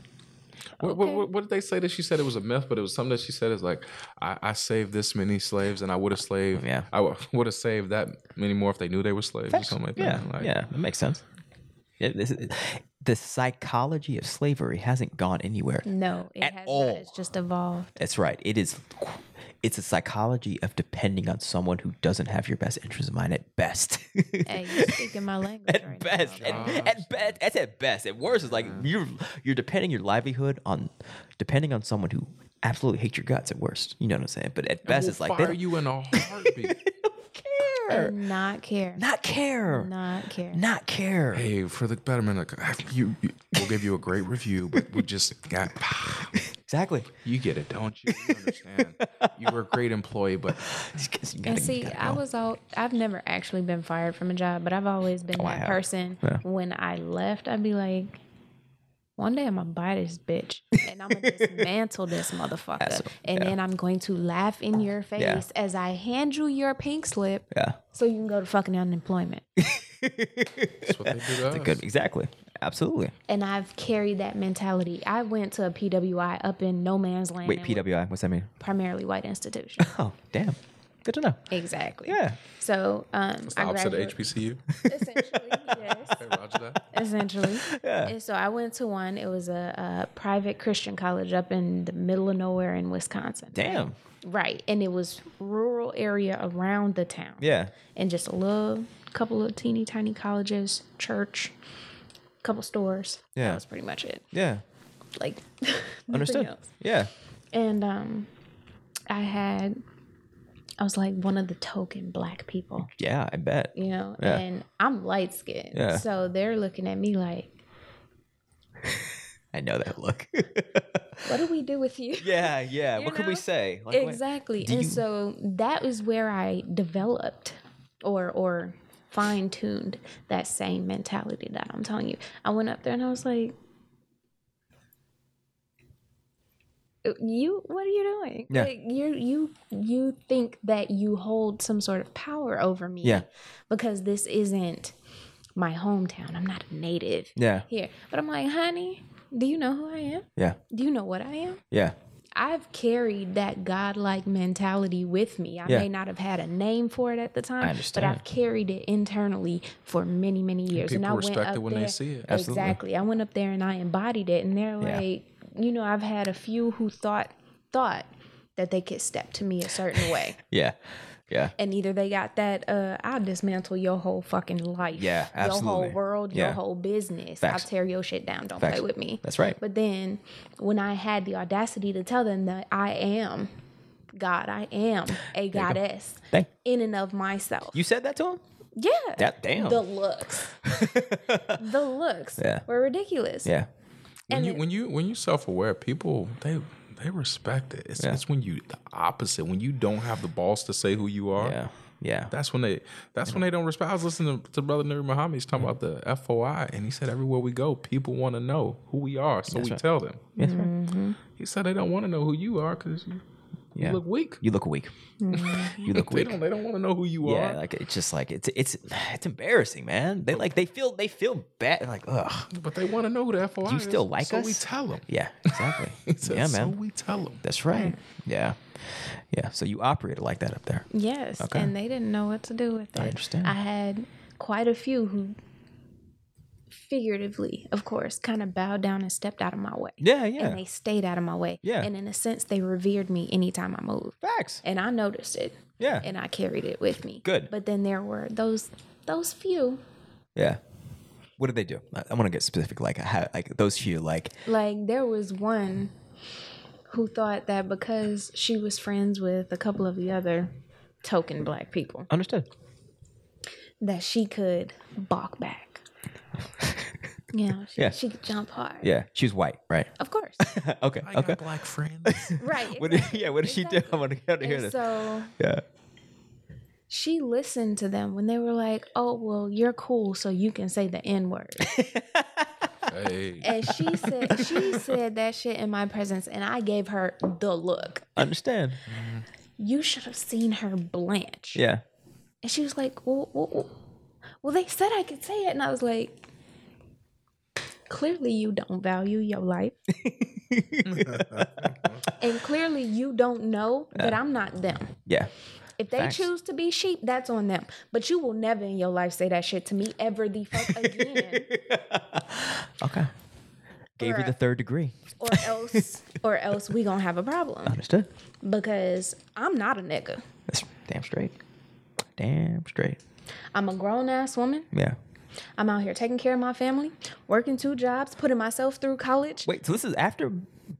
[SPEAKER 3] What, what- what, what did they say that she said it was a myth, but it was something that she said is like, I, I saved this many slaves and I would have slaved,
[SPEAKER 1] Oh, Yeah.
[SPEAKER 3] I would have saved that many more if they knew they were slaves or something like that.
[SPEAKER 1] yeah,
[SPEAKER 3] Like,
[SPEAKER 1] yeah, that makes sense. Yeah, this is, the psychology of slavery hasn't gone anywhere.
[SPEAKER 2] No, it
[SPEAKER 1] At
[SPEAKER 2] has
[SPEAKER 1] all.
[SPEAKER 2] not. It's just evolved.
[SPEAKER 1] That's right. It is. It's a psychology of depending on someone who doesn't have your best interest in mind at best.
[SPEAKER 2] Hey, you're speaking my language right
[SPEAKER 1] best.
[SPEAKER 2] now.
[SPEAKER 1] At, at best, that's at best. At worst, it's like you're you're depending your livelihood on depending on someone who absolutely hates your guts. At worst, you know what I'm saying. But at best,
[SPEAKER 3] We'll
[SPEAKER 1] it's like they
[SPEAKER 3] fire
[SPEAKER 1] don't
[SPEAKER 3] you in a heartbeat.
[SPEAKER 1] care,
[SPEAKER 2] And Not care.
[SPEAKER 1] not care, not,
[SPEAKER 2] Not
[SPEAKER 1] care.
[SPEAKER 2] care.
[SPEAKER 3] hey, for the betterment, of, you, you, we'll give you a great review, but we just got.
[SPEAKER 1] Exactly.
[SPEAKER 3] You get it, don't you? You understand. you were a great employee, but
[SPEAKER 2] And see, I was all I've never actually been fired from a job, but I've always been
[SPEAKER 1] Oh, I
[SPEAKER 2] that
[SPEAKER 1] have.
[SPEAKER 2] person.
[SPEAKER 1] Yeah.
[SPEAKER 2] When I left, I'd be like, one day I'm gonna buy this bitch and I'm gonna dismantle this motherfucker.
[SPEAKER 1] That's-
[SPEAKER 2] and
[SPEAKER 1] yeah.
[SPEAKER 2] then I'm going to laugh in your face as I hand you your pink slip
[SPEAKER 1] Yeah.
[SPEAKER 2] so you can go to fucking unemployment.
[SPEAKER 3] that's what they do to us.
[SPEAKER 1] Good. Exactly. Absolutely.
[SPEAKER 2] and I've carried that mentality. I went to a PWI up in no man's land
[SPEAKER 1] Wait,
[SPEAKER 2] and was
[SPEAKER 1] PWI. What's that mean?
[SPEAKER 2] primarily white institution.
[SPEAKER 1] Oh, damn. Good to know.
[SPEAKER 2] exactly.
[SPEAKER 1] Yeah.
[SPEAKER 2] So um
[SPEAKER 3] The
[SPEAKER 2] I
[SPEAKER 3] opposite of
[SPEAKER 2] graduated
[SPEAKER 3] HBCU.
[SPEAKER 2] essentially, yes.
[SPEAKER 3] Hey, Roger that.
[SPEAKER 2] essentially. And so I went to one. It was a, a private Christian college up in the middle of nowhere in Wisconsin.
[SPEAKER 1] Damn.
[SPEAKER 2] Right, and it was rural area around the town.
[SPEAKER 1] Yeah.
[SPEAKER 2] and just a little couple of teeny tiny colleges, church, couple stores.
[SPEAKER 1] Yeah.
[SPEAKER 2] that was pretty much it.
[SPEAKER 1] Yeah.
[SPEAKER 2] Like nothing
[SPEAKER 1] Understood.
[SPEAKER 2] else.
[SPEAKER 1] Yeah.
[SPEAKER 2] And um, I had. I was like one of the token black people
[SPEAKER 1] Yeah. I bet.
[SPEAKER 2] you know,
[SPEAKER 1] Yeah.
[SPEAKER 2] and I'm light skinned.
[SPEAKER 1] Yeah.
[SPEAKER 2] So they're looking at me like,
[SPEAKER 1] I know that look.
[SPEAKER 2] what do we do with you?
[SPEAKER 1] yeah. Yeah.
[SPEAKER 2] You
[SPEAKER 1] what could we
[SPEAKER 2] know?
[SPEAKER 1] say? Like, what-
[SPEAKER 2] exactly.
[SPEAKER 1] do
[SPEAKER 2] And
[SPEAKER 1] you-
[SPEAKER 2] so that was where I developed or or fine tuned that same mentality that I'm telling you. I went up there and I was like, you what are you doing
[SPEAKER 1] Yeah.
[SPEAKER 2] like you you you think that you hold some sort of power over me
[SPEAKER 1] Yeah.
[SPEAKER 2] because this isn't my hometown i'm not a native
[SPEAKER 1] Yeah.
[SPEAKER 2] here. But I'm like, honey, do you know who I am?
[SPEAKER 1] Yeah.
[SPEAKER 2] Do you know what I am?
[SPEAKER 1] Yeah.
[SPEAKER 2] I've carried that godlike mentality with me. I
[SPEAKER 1] Yeah.
[SPEAKER 2] may not have had a name for it at the time, but
[SPEAKER 1] understand.
[SPEAKER 2] I've carried it internally for many, many years.
[SPEAKER 3] People
[SPEAKER 2] and I went
[SPEAKER 3] respect
[SPEAKER 2] up
[SPEAKER 3] it when
[SPEAKER 2] there,
[SPEAKER 3] they see it.
[SPEAKER 1] Absolutely.
[SPEAKER 2] Exactly. I went up there and I embodied it, and they're
[SPEAKER 1] Yeah.
[SPEAKER 2] like, you know, I've had a few who thought thought that they could step to me a certain way,
[SPEAKER 1] Yeah. Yeah.
[SPEAKER 2] and either they got that, uh, I'll dismantle your whole fucking life,
[SPEAKER 1] Yeah,
[SPEAKER 2] your
[SPEAKER 1] absolutely.
[SPEAKER 2] whole world,
[SPEAKER 1] Yeah.
[SPEAKER 2] your whole business.
[SPEAKER 1] Facts.
[SPEAKER 2] I'll tear your shit down. Don't
[SPEAKER 1] Facts.
[SPEAKER 2] play with me.
[SPEAKER 1] That's right.
[SPEAKER 2] But then when I had the audacity to tell them that I am God, I am a goddess
[SPEAKER 1] Dang.
[SPEAKER 2] in and of myself.
[SPEAKER 1] You said that to him?
[SPEAKER 2] yeah.
[SPEAKER 1] That damn.
[SPEAKER 2] The looks. the looks
[SPEAKER 1] Yeah.
[SPEAKER 2] were ridiculous.
[SPEAKER 1] yeah.
[SPEAKER 3] When you when you when you self aware, people they they respect it. It's,
[SPEAKER 1] Yeah.
[SPEAKER 3] it's when you the opposite when you don't have the balls to say who you are.
[SPEAKER 1] Yeah. Yeah.
[SPEAKER 3] That's when they. That's when they don't respect. I was listening to, to Brother Nuri Muhammad. He's talking about the FOI, and he said everywhere we go, people want to know who we are, so we tell them.
[SPEAKER 1] That's right.
[SPEAKER 3] He said they don't want to know who you are because you, you
[SPEAKER 1] Yeah.
[SPEAKER 3] look weak.
[SPEAKER 1] You look weak.
[SPEAKER 2] Mm-hmm.
[SPEAKER 1] you look
[SPEAKER 3] They
[SPEAKER 1] weak.
[SPEAKER 3] don't. They don't want to know who you
[SPEAKER 1] Yeah,
[SPEAKER 3] are.
[SPEAKER 1] like it's just like it's it's it's embarrassing, man. They like they feel they feel bad. Like ugh.
[SPEAKER 3] but they want to know who the FOI.
[SPEAKER 1] You still
[SPEAKER 3] is,
[SPEAKER 1] like
[SPEAKER 3] so
[SPEAKER 1] us?
[SPEAKER 3] we tell them.
[SPEAKER 1] Yeah, exactly. yeah,
[SPEAKER 3] So
[SPEAKER 1] man.
[SPEAKER 3] we tell them.
[SPEAKER 1] That's right. Yeah, yeah. So you operated like that up there.
[SPEAKER 2] Yes. And they didn't know what to do with it. I
[SPEAKER 1] understand.
[SPEAKER 2] I had quite a few who figuratively, of course, kind of bowed down and stepped out of my way.
[SPEAKER 1] Yeah, yeah.
[SPEAKER 2] And they stayed out of my way.
[SPEAKER 1] Yeah.
[SPEAKER 2] And in a sense, they revered me anytime I moved.
[SPEAKER 1] Facts.
[SPEAKER 2] And I noticed it.
[SPEAKER 1] Yeah.
[SPEAKER 2] and I carried it with me.
[SPEAKER 1] Good.
[SPEAKER 2] But then there were those those few
[SPEAKER 1] yeah. What did they do? I, want to get specific. Like how, like those few. Like
[SPEAKER 2] like there was one who thought that because she was friends with a couple of the other token black people
[SPEAKER 1] understood.
[SPEAKER 2] that she could balk back. You know, she,
[SPEAKER 1] Yeah.
[SPEAKER 2] she could jump hard.
[SPEAKER 1] Yeah, she's white, right?
[SPEAKER 2] Of course.
[SPEAKER 1] okay,
[SPEAKER 3] I
[SPEAKER 1] okay.
[SPEAKER 3] got black friends.
[SPEAKER 2] right.
[SPEAKER 1] What did, yeah, what did she do? I want to get to hear
[SPEAKER 2] And
[SPEAKER 1] this.
[SPEAKER 2] so
[SPEAKER 1] yeah,
[SPEAKER 2] she listened to them when they were like, "Oh, well, you're cool, so you can say the N word."
[SPEAKER 3] hey,
[SPEAKER 2] and she said she said that shit in my presence, and I gave her the look.
[SPEAKER 1] understand.
[SPEAKER 2] you should have seen her blanch.
[SPEAKER 1] Yeah,
[SPEAKER 2] And she was like, well, well, they said I could say it. And I was like, clearly you don't value your life. and clearly you don't know that I'm not them.
[SPEAKER 1] Yeah.
[SPEAKER 2] If they
[SPEAKER 1] Facts.
[SPEAKER 2] choose to be sheep, that's on them. But you will never in your life say that shit to me ever the fuck again.
[SPEAKER 1] Okay. Gave her the
[SPEAKER 2] Bruh.
[SPEAKER 1] third degree.
[SPEAKER 2] or else or else we gonna have a problem.
[SPEAKER 1] Understood.
[SPEAKER 2] Because I'm not a nigga.
[SPEAKER 1] That's damn straight. Damn straight.
[SPEAKER 2] I'm a grown ass woman.
[SPEAKER 1] Yeah.
[SPEAKER 2] I'm out here taking care of my family, working two jobs, putting myself through college.
[SPEAKER 1] Wait, so this is after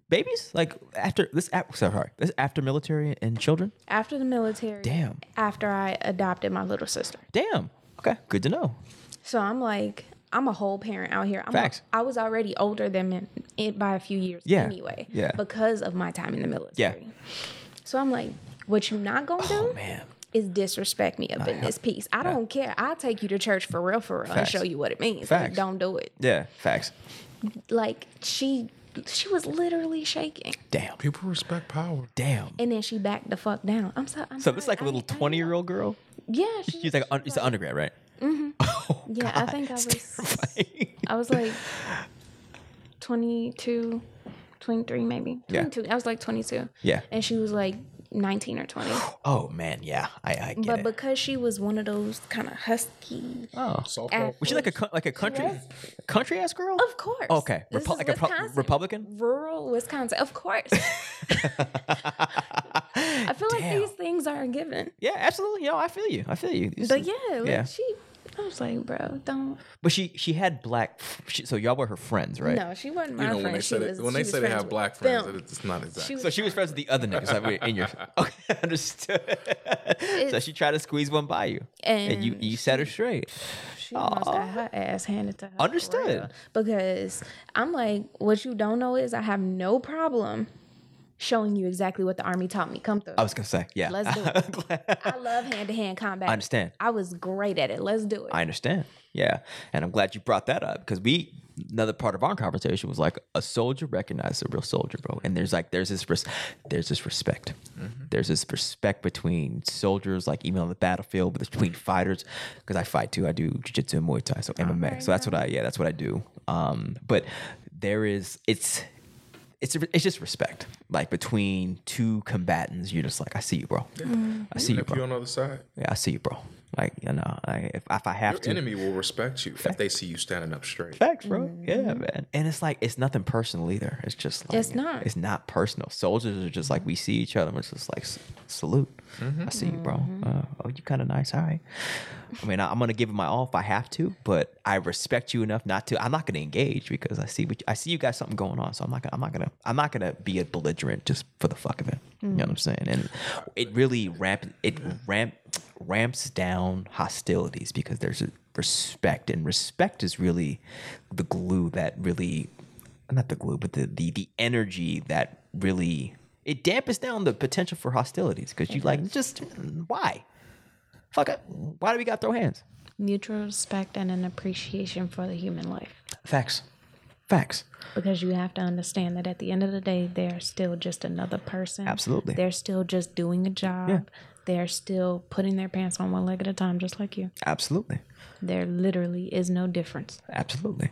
[SPEAKER 1] babies? Like after this? Ap- sorry, this after military and children?
[SPEAKER 2] after the military
[SPEAKER 1] Damn.
[SPEAKER 2] after i adopted my little sister
[SPEAKER 1] Damn. Okay. Good to know.
[SPEAKER 2] so i'm like i'm a whole parent out here I'm a-
[SPEAKER 1] Facts.
[SPEAKER 2] i was already older than men it by a few years
[SPEAKER 1] Yeah.
[SPEAKER 2] anyway
[SPEAKER 1] Yeah.
[SPEAKER 2] because of my time in the military so i'm like what you not gonna do
[SPEAKER 1] Oh, Man.
[SPEAKER 2] is disrespect me up in this piece i don't care i'll take you to church for real for real and
[SPEAKER 1] Facts.
[SPEAKER 2] show you what it means Like,
[SPEAKER 1] Facts.
[SPEAKER 2] don't do it
[SPEAKER 1] Yeah. Facts.
[SPEAKER 2] like she she was literally shaking
[SPEAKER 1] Damn.
[SPEAKER 3] People respect power.
[SPEAKER 1] Damn.
[SPEAKER 2] and then she backed the fuck down i'm sorry I'm
[SPEAKER 1] So this is like a
[SPEAKER 2] a
[SPEAKER 1] little twenty-year-old girl.
[SPEAKER 2] yeah she-
[SPEAKER 1] She's like, "Oh, un- it's an undergrad, right? oh,
[SPEAKER 2] yeah i think i was I was like 22, 23 maybe.
[SPEAKER 1] Yeah.
[SPEAKER 2] 22. I was like 22.
[SPEAKER 1] Yeah.
[SPEAKER 2] And she was like 19 or 20.
[SPEAKER 1] oh man, yeah, I, I get
[SPEAKER 2] but
[SPEAKER 1] it.
[SPEAKER 2] because she was one of those kind of husky,
[SPEAKER 1] oh.
[SPEAKER 3] Softball.
[SPEAKER 1] Was she like a co- like a country
[SPEAKER 2] was.
[SPEAKER 1] country ass girl?
[SPEAKER 2] of course.
[SPEAKER 1] Okay.
[SPEAKER 2] This
[SPEAKER 1] Repu-
[SPEAKER 2] is
[SPEAKER 1] like a pro-
[SPEAKER 2] Wisconsin.
[SPEAKER 1] Republican?
[SPEAKER 2] Rural Wisconsin. Of course. I feel like
[SPEAKER 1] Damn.
[SPEAKER 2] these things are a given.
[SPEAKER 1] Yeah, absolutely. Yo, I feel you. I feel you. This
[SPEAKER 2] But
[SPEAKER 1] is-
[SPEAKER 2] yeah, like
[SPEAKER 1] Yeah.
[SPEAKER 2] she, I was like, bro, don't.
[SPEAKER 1] But she she had black. f- She, so y'all were her friends, right?
[SPEAKER 2] No, she wasn't my
[SPEAKER 3] You know
[SPEAKER 2] friend.
[SPEAKER 3] when they
[SPEAKER 2] She
[SPEAKER 3] say they,
[SPEAKER 2] was-
[SPEAKER 3] when
[SPEAKER 2] she
[SPEAKER 3] they
[SPEAKER 2] was
[SPEAKER 3] say they have
[SPEAKER 2] with
[SPEAKER 3] black friends,
[SPEAKER 2] them.
[SPEAKER 3] it's not exactly.
[SPEAKER 2] She
[SPEAKER 1] So she was friends with the other niggas like, wait, in your. Okay, understood. so she tried to squeeze one by you, and, you
[SPEAKER 2] And
[SPEAKER 1] you set her straight.
[SPEAKER 2] She almost got her ass handed to her. for
[SPEAKER 1] Understood.
[SPEAKER 2] real. Because I'm like, what you don't know is I have no problem showing you exactly what the army taught me. Come through.
[SPEAKER 1] I was gonna say, yeah.
[SPEAKER 2] Let's do it. I love hand to hand combat.
[SPEAKER 1] I understand.
[SPEAKER 2] I was great at it. Let's do it.
[SPEAKER 1] I understand. Yeah. And I'm glad you brought that up because we, another part of our conversation was like a soldier recognizes a real soldier, bro. And there's like, there's this, res- there's this respect. There's this respect between soldiers, like even on the battlefield, but between fighters. Because I fight too. I do jujitsu and Muay Thai. So MMA. so that's what I, yeah, that's what I do. Um, but there is, it's, it's, it's just respect, like between two combatants. You're just like, I see you, bro. I see you,
[SPEAKER 3] if you're
[SPEAKER 1] bro.
[SPEAKER 3] on the other side,
[SPEAKER 1] Yeah, I see you, bro. Like, you know, like if, if I have
[SPEAKER 3] your
[SPEAKER 1] to,
[SPEAKER 3] enemy will respect you if they see you standing up straight.
[SPEAKER 1] Facts, bro. Yeah, man. And it's like it's nothing personal either. It's just like
[SPEAKER 2] It's not.
[SPEAKER 1] It's not personal. Soldiers are just like we see each other. and It's just like s- salute. I see you, bro. Uh, oh, you kind of nice. All right. I mean, I, I'm gonna give it my all if I have to, but I respect you enough not to. I'm not gonna engage because I see what you- I see. You got something going on, so I'm not. Gonna, I'm not gonna. I'm not gonna be a belligerent just for the fuck of it. You know what I'm saying? And it really ramp. It ramp ramps down hostilities because there's a respect and respect is really the glue that really not the glue but the the, the energy that really it dampens down the potential for hostilities because you like just why fuck it why do we gotta throw hands
[SPEAKER 2] Mutual respect and an appreciation for the human life.
[SPEAKER 1] facts facts
[SPEAKER 2] Because you have to understand that at the end of the day, they're still just another person.
[SPEAKER 1] Absolutely.
[SPEAKER 2] They're still just doing a job. They're still putting their pants on one leg at a time, just like you.
[SPEAKER 1] absolutely
[SPEAKER 2] There literally is no difference.
[SPEAKER 1] absolutely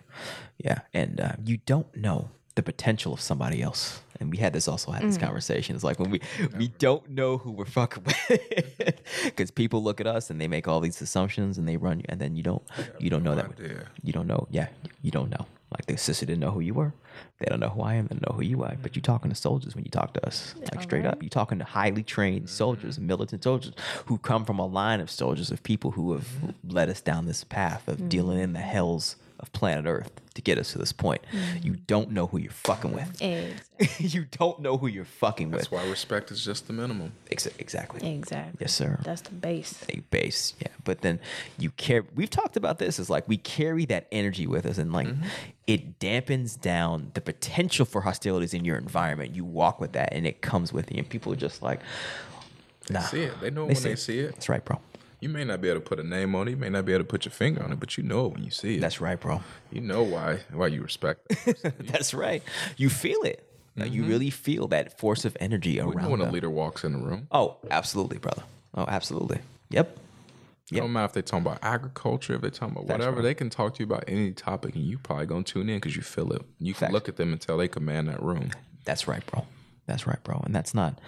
[SPEAKER 1] yeah and uh, you don't know the potential of somebody else and we had this also had this conversation it's like when we we don't know who we're fucking with because people look at us and they make all these assumptions and they run you and then you don't you don't know that
[SPEAKER 3] idea.
[SPEAKER 1] you don't know yeah you don't know like the sister didn't know who you were they don't know who i am they don't know who you are but you talking to soldiers when you talk to us like straight up you talking to highly trained soldiers militant soldiers who come from a line of soldiers of people who have led us down this path of dealing in the hells of planet earth to get us to this point you don't know who you're fucking with
[SPEAKER 2] Exactly.
[SPEAKER 1] you don't know who you're fucking
[SPEAKER 3] That's
[SPEAKER 1] with
[SPEAKER 3] why respect is just the minimum.
[SPEAKER 1] Ex- exactly
[SPEAKER 2] exactly.
[SPEAKER 1] yes sir
[SPEAKER 2] That's the base.
[SPEAKER 1] a base. Yeah. But then you care we've talked about this is like we carry that energy with us and like
[SPEAKER 3] Mm-hmm.
[SPEAKER 1] it dampens down the potential for hostilities in your environment. You walk with that and it comes with you. And people are just like nah.
[SPEAKER 3] See it. They know it
[SPEAKER 1] They
[SPEAKER 3] when
[SPEAKER 1] see
[SPEAKER 3] they
[SPEAKER 1] it.
[SPEAKER 3] see it.
[SPEAKER 1] That's right, bro.
[SPEAKER 3] You may not be able to put a name on it. You may not be able to put your finger on it, but you know it when you see it.
[SPEAKER 1] That's right, bro.
[SPEAKER 3] you know why why you respect. It.
[SPEAKER 1] That's right. You feel it. Like,
[SPEAKER 3] Mm-hmm.
[SPEAKER 1] You really feel that force of energy
[SPEAKER 3] You know
[SPEAKER 1] around
[SPEAKER 3] when a
[SPEAKER 1] them.
[SPEAKER 3] leader walks in the room.
[SPEAKER 1] Oh, absolutely, brother. Oh, absolutely. Yep.
[SPEAKER 3] It don't matter if they're talking about agriculture, if they're talking about whatever, they can talk to you about any topic and you probably gonna tune in because you feel it. You can look at them and tell they command that room.
[SPEAKER 1] That's right, bro. That's right, bro. And that's not,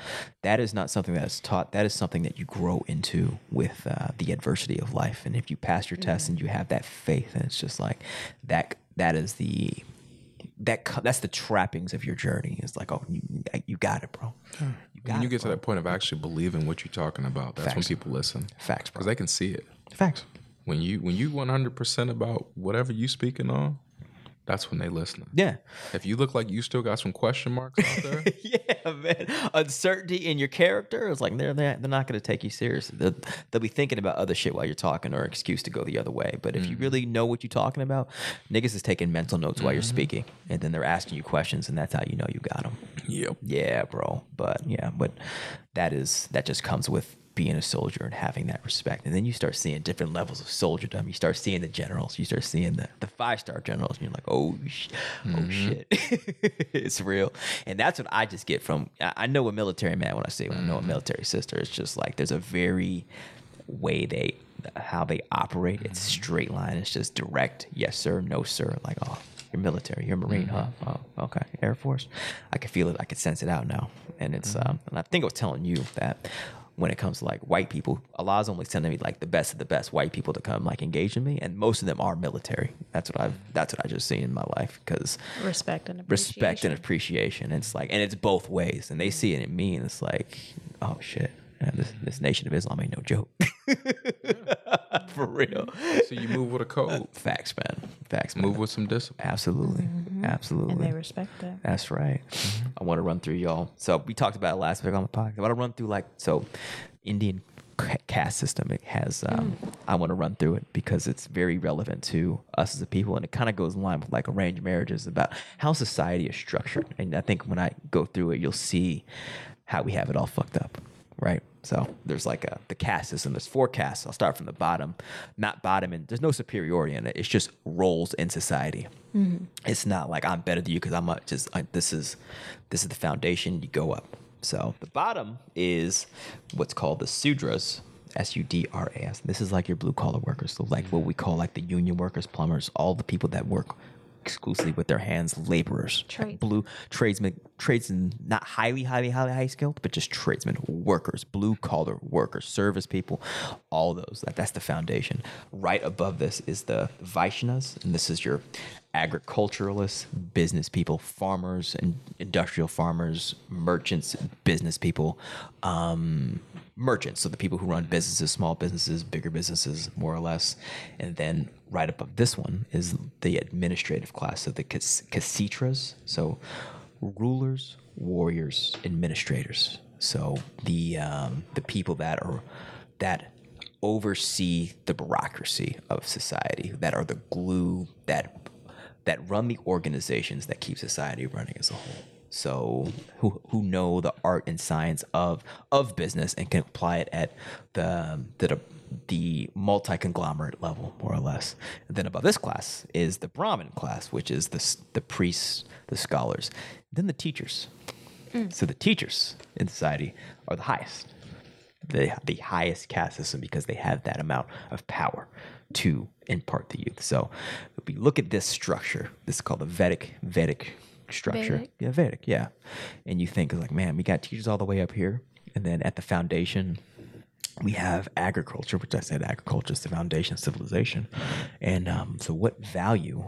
[SPEAKER 1] that is not something that is taught. That is something that you grow into with uh, the adversity of life. And if you pass your test
[SPEAKER 3] Mm-hmm.
[SPEAKER 1] and you have that faith, and it's just like that, that is the, that co- that's the trappings of your journey. It's like, oh, you, you got it, bro. You got
[SPEAKER 3] When you
[SPEAKER 1] it.
[SPEAKER 3] get to that point of actually believing what you're talking about, that's when
[SPEAKER 1] Facts.
[SPEAKER 3] people listen.
[SPEAKER 1] Facts, bro.
[SPEAKER 3] Because they can see it.
[SPEAKER 1] Facts.
[SPEAKER 3] When you when you one hundred percent about whatever you speaking on, that's when they listening.
[SPEAKER 1] Yeah.
[SPEAKER 3] If you look like you still got some question marks out there,
[SPEAKER 1] yeah, man. Uncertainty in your character is like they're they're, they're not going to take you seriously. They'll, they'll be thinking about other shit while you're talking, or excuse to go the other way. But if you really know what you're talking about, niggas is taking mental notes while you're speaking, and then they're asking you questions, and that's how you know you got them.
[SPEAKER 3] yep.
[SPEAKER 1] Yeah, bro. But yeah, but that is that just comes with being a soldier and having that respect. And then you start seeing different levels of soldierdom. You start seeing the generals. You start seeing the, the five star generals. And you're like, oh, sh- oh shit, it's real. And that's what I just get from. I, I know a military man when I say when I know a military sister. It's just like there's a very way they how they operate. It's straight line. It's just direct. Yes sir. No sir. Like oh, you're military. You're a marine,
[SPEAKER 4] Mm-hmm.
[SPEAKER 1] huh? Oh, okay. Air Force. I can feel it. I can sense it out now. And it's
[SPEAKER 4] Mm-hmm.
[SPEAKER 1] um. And I think I was telling you that when it comes to like white people, Allah's only sending me like the best of the best white people to come like engage in me, and most of them are military. That's what I've.
[SPEAKER 4] Mm-hmm.
[SPEAKER 1] That's what I just seen in my life because
[SPEAKER 4] Respect and appreciation. Mm-hmm.
[SPEAKER 1] respect and appreciation. It's like, and it's both ways, and they see it in me, and it's like, oh shit, yeah, this this Nation of Islam ain't no joke, for real.
[SPEAKER 3] So you move with a code.
[SPEAKER 1] Facts, man. Facts, man.
[SPEAKER 3] Move with some discipline.
[SPEAKER 1] Absolutely, absolutely.
[SPEAKER 4] Mm-hmm. And they respect that.
[SPEAKER 1] That's right. I want to run through y'all. So we talked about it last week on the podcast. I want to run through like so Indian ca- caste system. It has. Um, I want to run through it because it's very relevant to us as a people, and it kind of goes in line with like arranged marriages about how society is structured. And I think when I go through it, you'll see how we have it all fucked up. Right. So there's like a the caste system. There's four castes. I'll start from the bottom, not bottom, and there's no superiority in it. It's just roles in society. It's not like I'm better than you because I'm a, just I, this is this is the foundation. You go up. So the bottom is what's called the sudras. S U D R A S. This is like your blue collar workers. So like what we call like the union workers, plumbers, all the people that work exclusively with their hands, laborers, like
[SPEAKER 4] Trades.
[SPEAKER 1] blue tradesmen, tradesmen, not highly, highly, highly, high skilled, but just tradesmen, workers, blue collar workers, service people, all those. That, that's the foundation. Right above this is the Vaishnas, and this is your agriculturalists, business people, farmers, and industrial farmers, merchants, business people, um, merchants. So the people who run businesses, small businesses, bigger businesses, more or less. And then right above this one is the administrative class. So the cas- casitras. So rulers, warriors, administrators. So the um, the people that are that oversee the bureaucracy of society, that are the glue that that run the organizations that keep society running as a whole. So who who know the art and science of of business and can apply it at the the the multi conglomerate level more or less. And then above this class is the Brahmin class, which is the s- the priests, the scholars, then the teachers. So the teachers in society are the highest the the highest caste system because they have that amount of power to impart to youth. So if we look at this structure, this is called the Vedic Vedic structure.
[SPEAKER 4] Vedic.
[SPEAKER 1] Yeah, Vedic, yeah. And you think like, man, we got teachers all the way up here. And then at the foundation, we have agriculture, which I said agriculture is the foundation of civilization. And um, so what value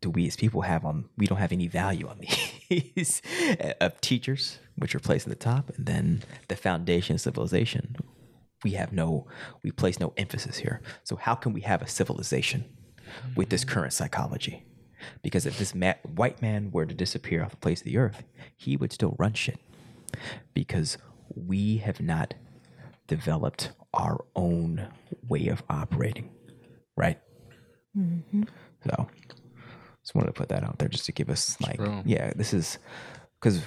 [SPEAKER 1] do we as people have on we don't have any value on these uh, of teachers which are placed in the top and then the foundation of civilization we have no we place no emphasis here so how can we have a civilization with this current psychology because if this ma- white man were to disappear off the face of the earth he would still run shit because we have not developed our own way of operating right so just wanted to put that out there just to give us like yeah this is because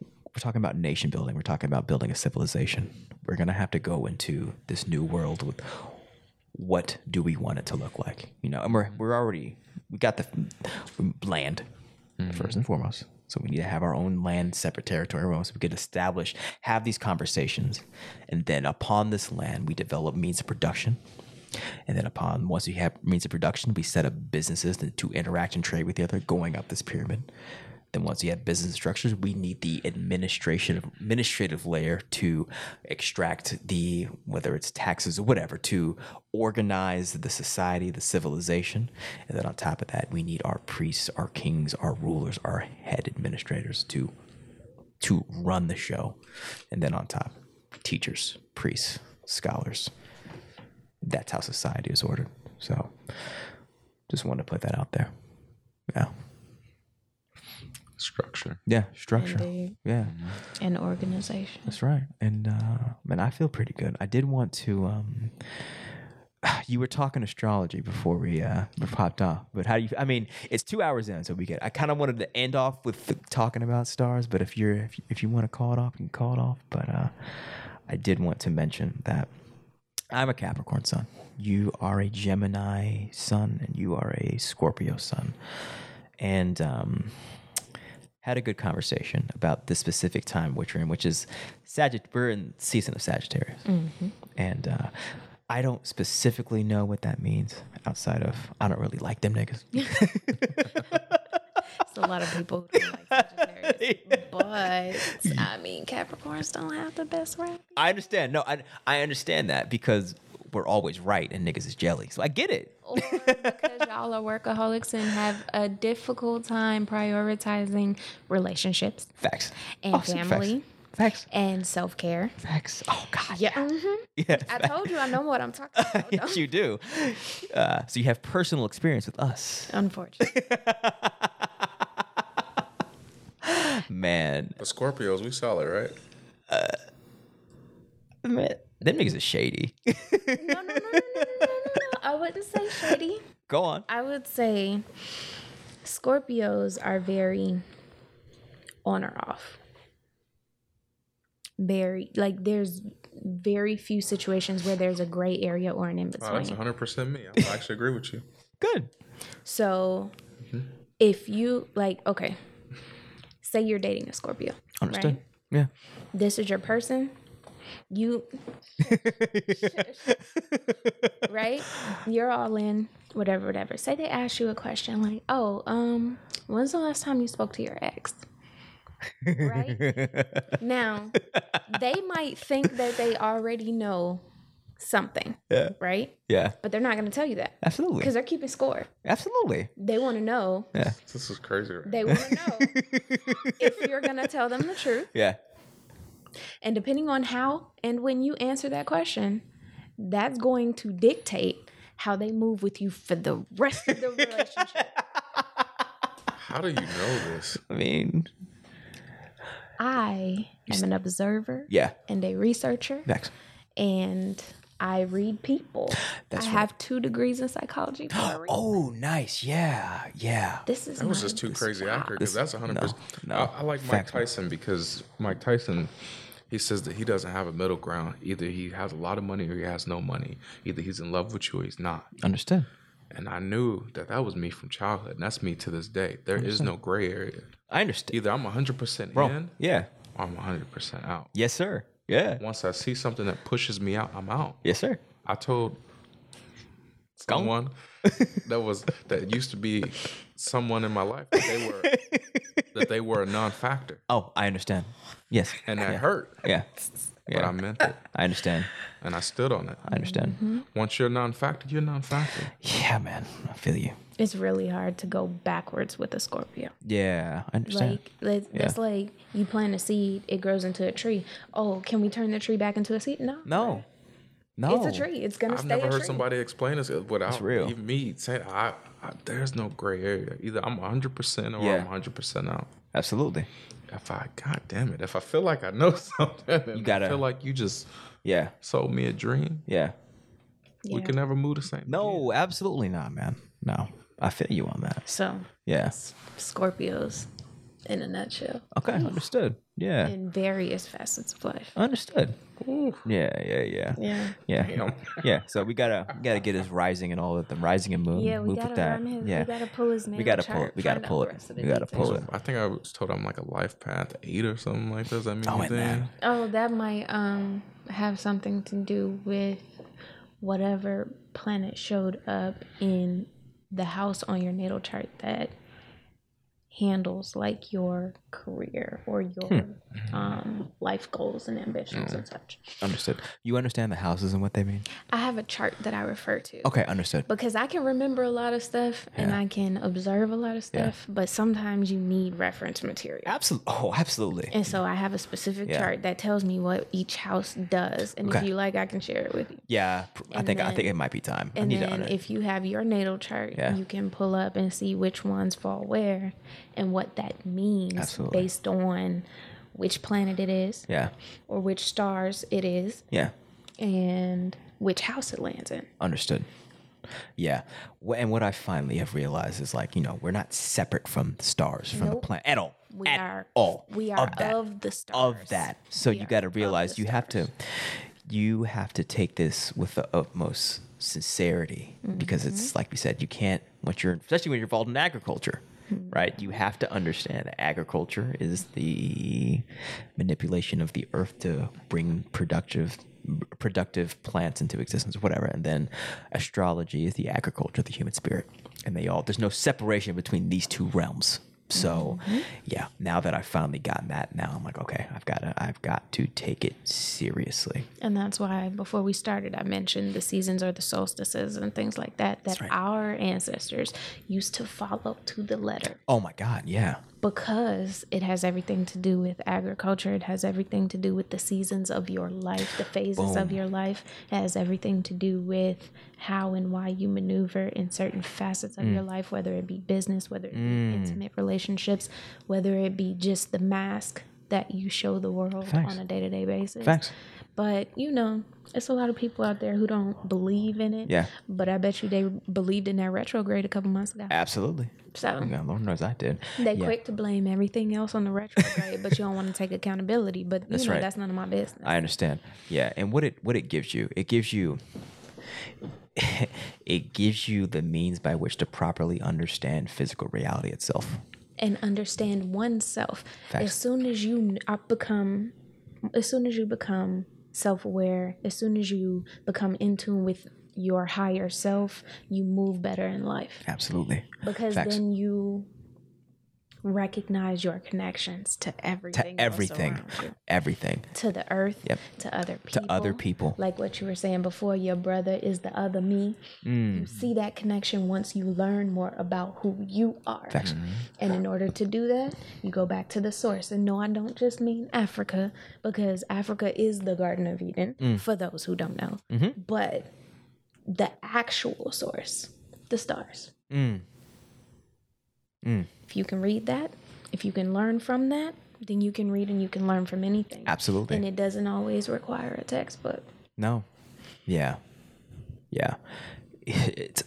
[SPEAKER 1] we're talking about nation building we're talking about building a civilization we're gonna have to go into this new world with what do we want it to look like you know and we're, we're already we got the land first and foremost so we need to have our own land separate territory everywhere else. we could establish have these conversations and then upon this land we develop means of production And then upon once we have means of production, we set up businesses to, to interact and trade with the other, going up this pyramid. Then once you have business structures, we need the administration administrative layer to extract the whether it's taxes or whatever to organize the society, the civilization. And then on top of that, we need our priests, our kings, our rulers, our head administrators to to run the show. And then on top, teachers, priests, scholars. That's how society is ordered. So just wanted to put that out there. Yeah.
[SPEAKER 3] Structure.
[SPEAKER 1] Yeah. Structure.
[SPEAKER 2] Indeed.
[SPEAKER 1] Yeah.
[SPEAKER 2] and organization.
[SPEAKER 1] That's right. And uh man, I feel pretty good. I did want to um you were talking astrology before we uh we popped off. But how do you I mean, it's 2 hours in so we get I kind of wanted to end off with talking about stars, but if you're if you, if you want to call it off, you can call it off, but uh I did want to mention that I'm a Capricorn sun. You are a Gemini sun and you are a Scorpio sun. And um had a good conversation about this specific time which we're in, which is Sagitt- we're in season of Sagittarius,
[SPEAKER 2] Mm-hmm.
[SPEAKER 1] and uh, I don't specifically know what that means outside of I don't really like them niggas.
[SPEAKER 2] It's a lot of people who don't like Sagittarius. But I mean, Capricorns don't have the best rap.
[SPEAKER 1] I understand, no, I I understand that because we're always right and niggas is jelly, so I get it.
[SPEAKER 2] Or because y'all are workaholics and have a difficult time prioritizing relationships
[SPEAKER 1] Facts
[SPEAKER 2] and
[SPEAKER 1] Awesome
[SPEAKER 2] family
[SPEAKER 1] Facts.
[SPEAKER 2] and self care.
[SPEAKER 1] Facts. Facts. Oh God.
[SPEAKER 2] Yeah. mhm.
[SPEAKER 1] Yeah.
[SPEAKER 2] I told you I know what I'm talking about.
[SPEAKER 1] yes, you do. Uh, so you have personal experience with us,
[SPEAKER 2] Unfortunately.
[SPEAKER 1] man.
[SPEAKER 3] But Scorpios, we sell it, right?
[SPEAKER 1] man them niggas is shady.
[SPEAKER 2] No, no, no, no, no, no, no. I wouldn't say shady.
[SPEAKER 1] Go on.
[SPEAKER 5] I would say Scorpios are very on or off.
[SPEAKER 2] Very, like, there's very few situations where there's a gray area or an in
[SPEAKER 3] Oh, that's
[SPEAKER 2] between.
[SPEAKER 3] 100% me. I actually agree with you.
[SPEAKER 1] Good.
[SPEAKER 2] So if you, like, okay, say you're dating a Scorpio.
[SPEAKER 1] Understood.
[SPEAKER 2] Right.
[SPEAKER 1] Yeah.
[SPEAKER 2] this is your person you right you're all in whatever whatever say they ask you a question like oh um when's the last time you spoke to your ex right now
[SPEAKER 5] They might think that they already know something,
[SPEAKER 1] Yeah.
[SPEAKER 5] right?
[SPEAKER 1] Yeah.
[SPEAKER 5] But they're not going to tell you that
[SPEAKER 1] Absolutely.
[SPEAKER 5] because they're keeping score.
[SPEAKER 1] Absolutely.
[SPEAKER 5] They want to know.
[SPEAKER 3] This is crazy, right?
[SPEAKER 5] They want to know if you're going to tell them the truth.
[SPEAKER 1] Yeah.
[SPEAKER 5] And depending on how and when you answer that question, that's going to dictate how they move with you for the rest of the relationship.
[SPEAKER 3] How do you know this?
[SPEAKER 1] I mean,
[SPEAKER 2] i am an observer
[SPEAKER 1] yeah.
[SPEAKER 2] and a researcher
[SPEAKER 1] Facts.
[SPEAKER 2] and i read people
[SPEAKER 1] That's
[SPEAKER 2] i
[SPEAKER 1] right.
[SPEAKER 2] have two degrees in psychology for a reason.
[SPEAKER 1] Oh, nice. Yeah. Yeah.
[SPEAKER 2] this is
[SPEAKER 3] That was
[SPEAKER 2] my-
[SPEAKER 3] just too crazy accurate because that's 100%.
[SPEAKER 1] no,
[SPEAKER 3] I, I like Mike
[SPEAKER 1] facts, man.
[SPEAKER 3] Tyson because Mike Tyson, he says that he doesn't have a middle ground. Either he has a lot of money or he has no money. Either he's in love with you or he's not.
[SPEAKER 1] Understood.
[SPEAKER 3] And I knew that that was me from childhood. And that's me to this day. There is no gray area.
[SPEAKER 1] I understand.
[SPEAKER 3] Either I'm 100%
[SPEAKER 1] Bro.
[SPEAKER 3] in
[SPEAKER 1] Yeah.
[SPEAKER 3] or I'm 100% out.
[SPEAKER 1] Yes, sir. Yeah.
[SPEAKER 3] Once I see something that pushes me out, I'm out.
[SPEAKER 1] Yes, sir.
[SPEAKER 3] I told
[SPEAKER 1] Go on.
[SPEAKER 3] someone that was that used to be someone in my life that they were that they were a non-factor,
[SPEAKER 1] Oh, I understand. Yes.
[SPEAKER 3] and that hurt.
[SPEAKER 1] Yeah.
[SPEAKER 3] But I meant it,
[SPEAKER 1] I understand.
[SPEAKER 3] and I stood on it.
[SPEAKER 1] I understand.
[SPEAKER 2] Mm-hmm.
[SPEAKER 3] Once you're a non-factor, you're a non-factor.
[SPEAKER 1] Yeah, man. I feel you.
[SPEAKER 2] it's really hard to go backwards with a scorpio
[SPEAKER 1] Yeah. I understand.
[SPEAKER 2] Like that's, that's like you plant a seed, it grows into a tree. Oh, can we turn the tree back into a seed? No,
[SPEAKER 1] no. No.
[SPEAKER 2] it's a tree. It's gonna
[SPEAKER 3] I've
[SPEAKER 2] stay
[SPEAKER 3] never
[SPEAKER 2] a
[SPEAKER 3] heard
[SPEAKER 2] tree.
[SPEAKER 3] somebody explain this without
[SPEAKER 1] real.
[SPEAKER 3] even me saying, I, I, "There's no gray area. Either I'm 100 percent or
[SPEAKER 1] Yeah.
[SPEAKER 3] I'm 100 percent out."
[SPEAKER 1] Absolutely.
[SPEAKER 3] If I, God damn it, if I feel like I know something, and
[SPEAKER 1] gotta-
[SPEAKER 3] I feel like you just
[SPEAKER 1] Yeah.
[SPEAKER 3] sold me a dream.
[SPEAKER 1] Yeah.
[SPEAKER 3] We can never move the same.
[SPEAKER 1] No, absolutely not, man. No. I feel you on that.
[SPEAKER 2] So
[SPEAKER 1] Yeah.
[SPEAKER 2] Scorpios, in a nutshell,
[SPEAKER 1] Okay. Understood. Yeah.
[SPEAKER 2] in various facets of life.
[SPEAKER 1] Understood. Yeah, yeah, yeah,
[SPEAKER 2] Yeah.
[SPEAKER 1] yeah,
[SPEAKER 3] Damn.
[SPEAKER 1] yeah. So we gotta we gotta get his rising and all that, the rising and moon.
[SPEAKER 2] Yeah, we
[SPEAKER 1] move
[SPEAKER 2] gotta
[SPEAKER 1] with that.
[SPEAKER 2] run his.
[SPEAKER 1] yeah,
[SPEAKER 2] We gotta pull his name.
[SPEAKER 1] we gotta pull it. We gotta pull it. We gotta pull it.
[SPEAKER 3] I think I was told I'm like a life path eight or something like that. Does that mean
[SPEAKER 1] Oh, it
[SPEAKER 3] anything?
[SPEAKER 1] matters.
[SPEAKER 2] Oh, that might um have something to do with whatever planet showed up in the house on your natal chart that handles like your career or your
[SPEAKER 1] Hmm.
[SPEAKER 2] um, life goals and ambitions and such.
[SPEAKER 1] Understood. You understand the houses and what they mean?
[SPEAKER 2] I have a chart that I refer to.
[SPEAKER 1] Okay, understood.
[SPEAKER 2] because I can remember a lot of stuff and I can observe a lot of stuff, but sometimes you need reference material.
[SPEAKER 1] Absolutely. Oh, absolutely.
[SPEAKER 2] And so I have a specific
[SPEAKER 1] Yeah.
[SPEAKER 2] chart that tells me what each house does. And if
[SPEAKER 1] Okay.
[SPEAKER 2] you like, I can share it with you.
[SPEAKER 1] Yeah, pr- I think I
[SPEAKER 2] then-
[SPEAKER 1] think it might be time. I
[SPEAKER 2] And
[SPEAKER 1] need to
[SPEAKER 2] then
[SPEAKER 1] under-
[SPEAKER 2] if you have your natal chart,
[SPEAKER 1] Yeah.
[SPEAKER 2] you can pull up and see which ones fall where and what that means
[SPEAKER 1] Absolutely.
[SPEAKER 2] based on which planet it is
[SPEAKER 1] Yeah,
[SPEAKER 2] or which stars it is
[SPEAKER 1] yeah,
[SPEAKER 2] and which house it lands in.
[SPEAKER 1] understood. Yeah, Wh- and what I finally have realized is like you know we're not separate from the stars from the
[SPEAKER 2] Nope.
[SPEAKER 1] planet at all.
[SPEAKER 2] We
[SPEAKER 1] at
[SPEAKER 2] are
[SPEAKER 1] all.
[SPEAKER 2] we are of,
[SPEAKER 1] that.
[SPEAKER 2] the stars.
[SPEAKER 1] of that. So you
[SPEAKER 2] Yeah,
[SPEAKER 1] got to
[SPEAKER 2] of the
[SPEAKER 1] realize you have to you have to take this with the utmost sincerity because it's
[SPEAKER 2] Mm-hmm.
[SPEAKER 1] like you said you can't once you're especially when you're involved in agriculture. Right, you have to understand that agriculture is the manipulation of the earth to bring productive, productive plants into existence, or whatever. And then astrology is the agriculture of the human spirit, and they all there's no separation between these two realms. So, yeah, now that I've finally gotten that, now I'm like, okay, I've got to, I've got to take it seriously.
[SPEAKER 2] And that's why before we started, I mentioned the seasons or the solstices and things like that that
[SPEAKER 1] right.
[SPEAKER 2] our ancestors used to follow to the letter
[SPEAKER 1] Oh my God, yeah,
[SPEAKER 2] because it has everything to do with agriculture. It has everything to do with the seasons of your life, the phases of your life. It has everything to do with how and why you maneuver in certain facets of your
[SPEAKER 1] Mm.
[SPEAKER 2] life, whether it be business, whether it be intimate relationships, whether it be just the mask that you show the world
[SPEAKER 1] Facts.
[SPEAKER 2] on a day to day basis.
[SPEAKER 1] Facts.
[SPEAKER 2] But you know, it's a lot of people out there who don't believe in it.
[SPEAKER 1] Yeah.
[SPEAKER 2] But I bet you they believed in that retrograde a couple months ago.
[SPEAKER 1] absolutely.
[SPEAKER 2] So
[SPEAKER 1] Yeah, Lord knows I did.
[SPEAKER 2] they
[SPEAKER 1] yeah.
[SPEAKER 2] quick to blame everything else on the retrograde, but you don't want to take accountability. But you know,
[SPEAKER 1] right.
[SPEAKER 2] that's none of my business.
[SPEAKER 1] I understand. Yeah, and what it what it gives you, it gives you it gives you the means by which to properly understand physical reality itself.
[SPEAKER 2] and understand oneself.
[SPEAKER 1] Facts.
[SPEAKER 2] As soon as you kn- uh, become, as soon as you become self-aware, as soon as you become in tune with your higher self, you move better in life.
[SPEAKER 1] Absolutely.
[SPEAKER 2] because
[SPEAKER 1] Facts.
[SPEAKER 2] then you recognize your connections to
[SPEAKER 1] to
[SPEAKER 2] everything else
[SPEAKER 1] everything,
[SPEAKER 2] around you.
[SPEAKER 1] everything.
[SPEAKER 2] to the earth
[SPEAKER 1] Yep.
[SPEAKER 2] to other people
[SPEAKER 1] To other people.
[SPEAKER 2] like what you were saying before your brother is the other me you
[SPEAKER 1] Mm.
[SPEAKER 2] see that connection once you learn more about who you are Mm-hmm.
[SPEAKER 1] Facts.
[SPEAKER 2] and in order to do that you go back to the source and no i don't just mean africa because africa is the garden of eden
[SPEAKER 1] Mm.
[SPEAKER 2] for those who don't know
[SPEAKER 1] Mm-hmm.
[SPEAKER 2] but the actual source the stars
[SPEAKER 1] Mm.
[SPEAKER 2] if you can read that if you can learn from that then you can read and you can learn from anything
[SPEAKER 1] Absolutely.
[SPEAKER 2] and it doesn't always require a textbook.
[SPEAKER 1] No. Yeah. Yeah. It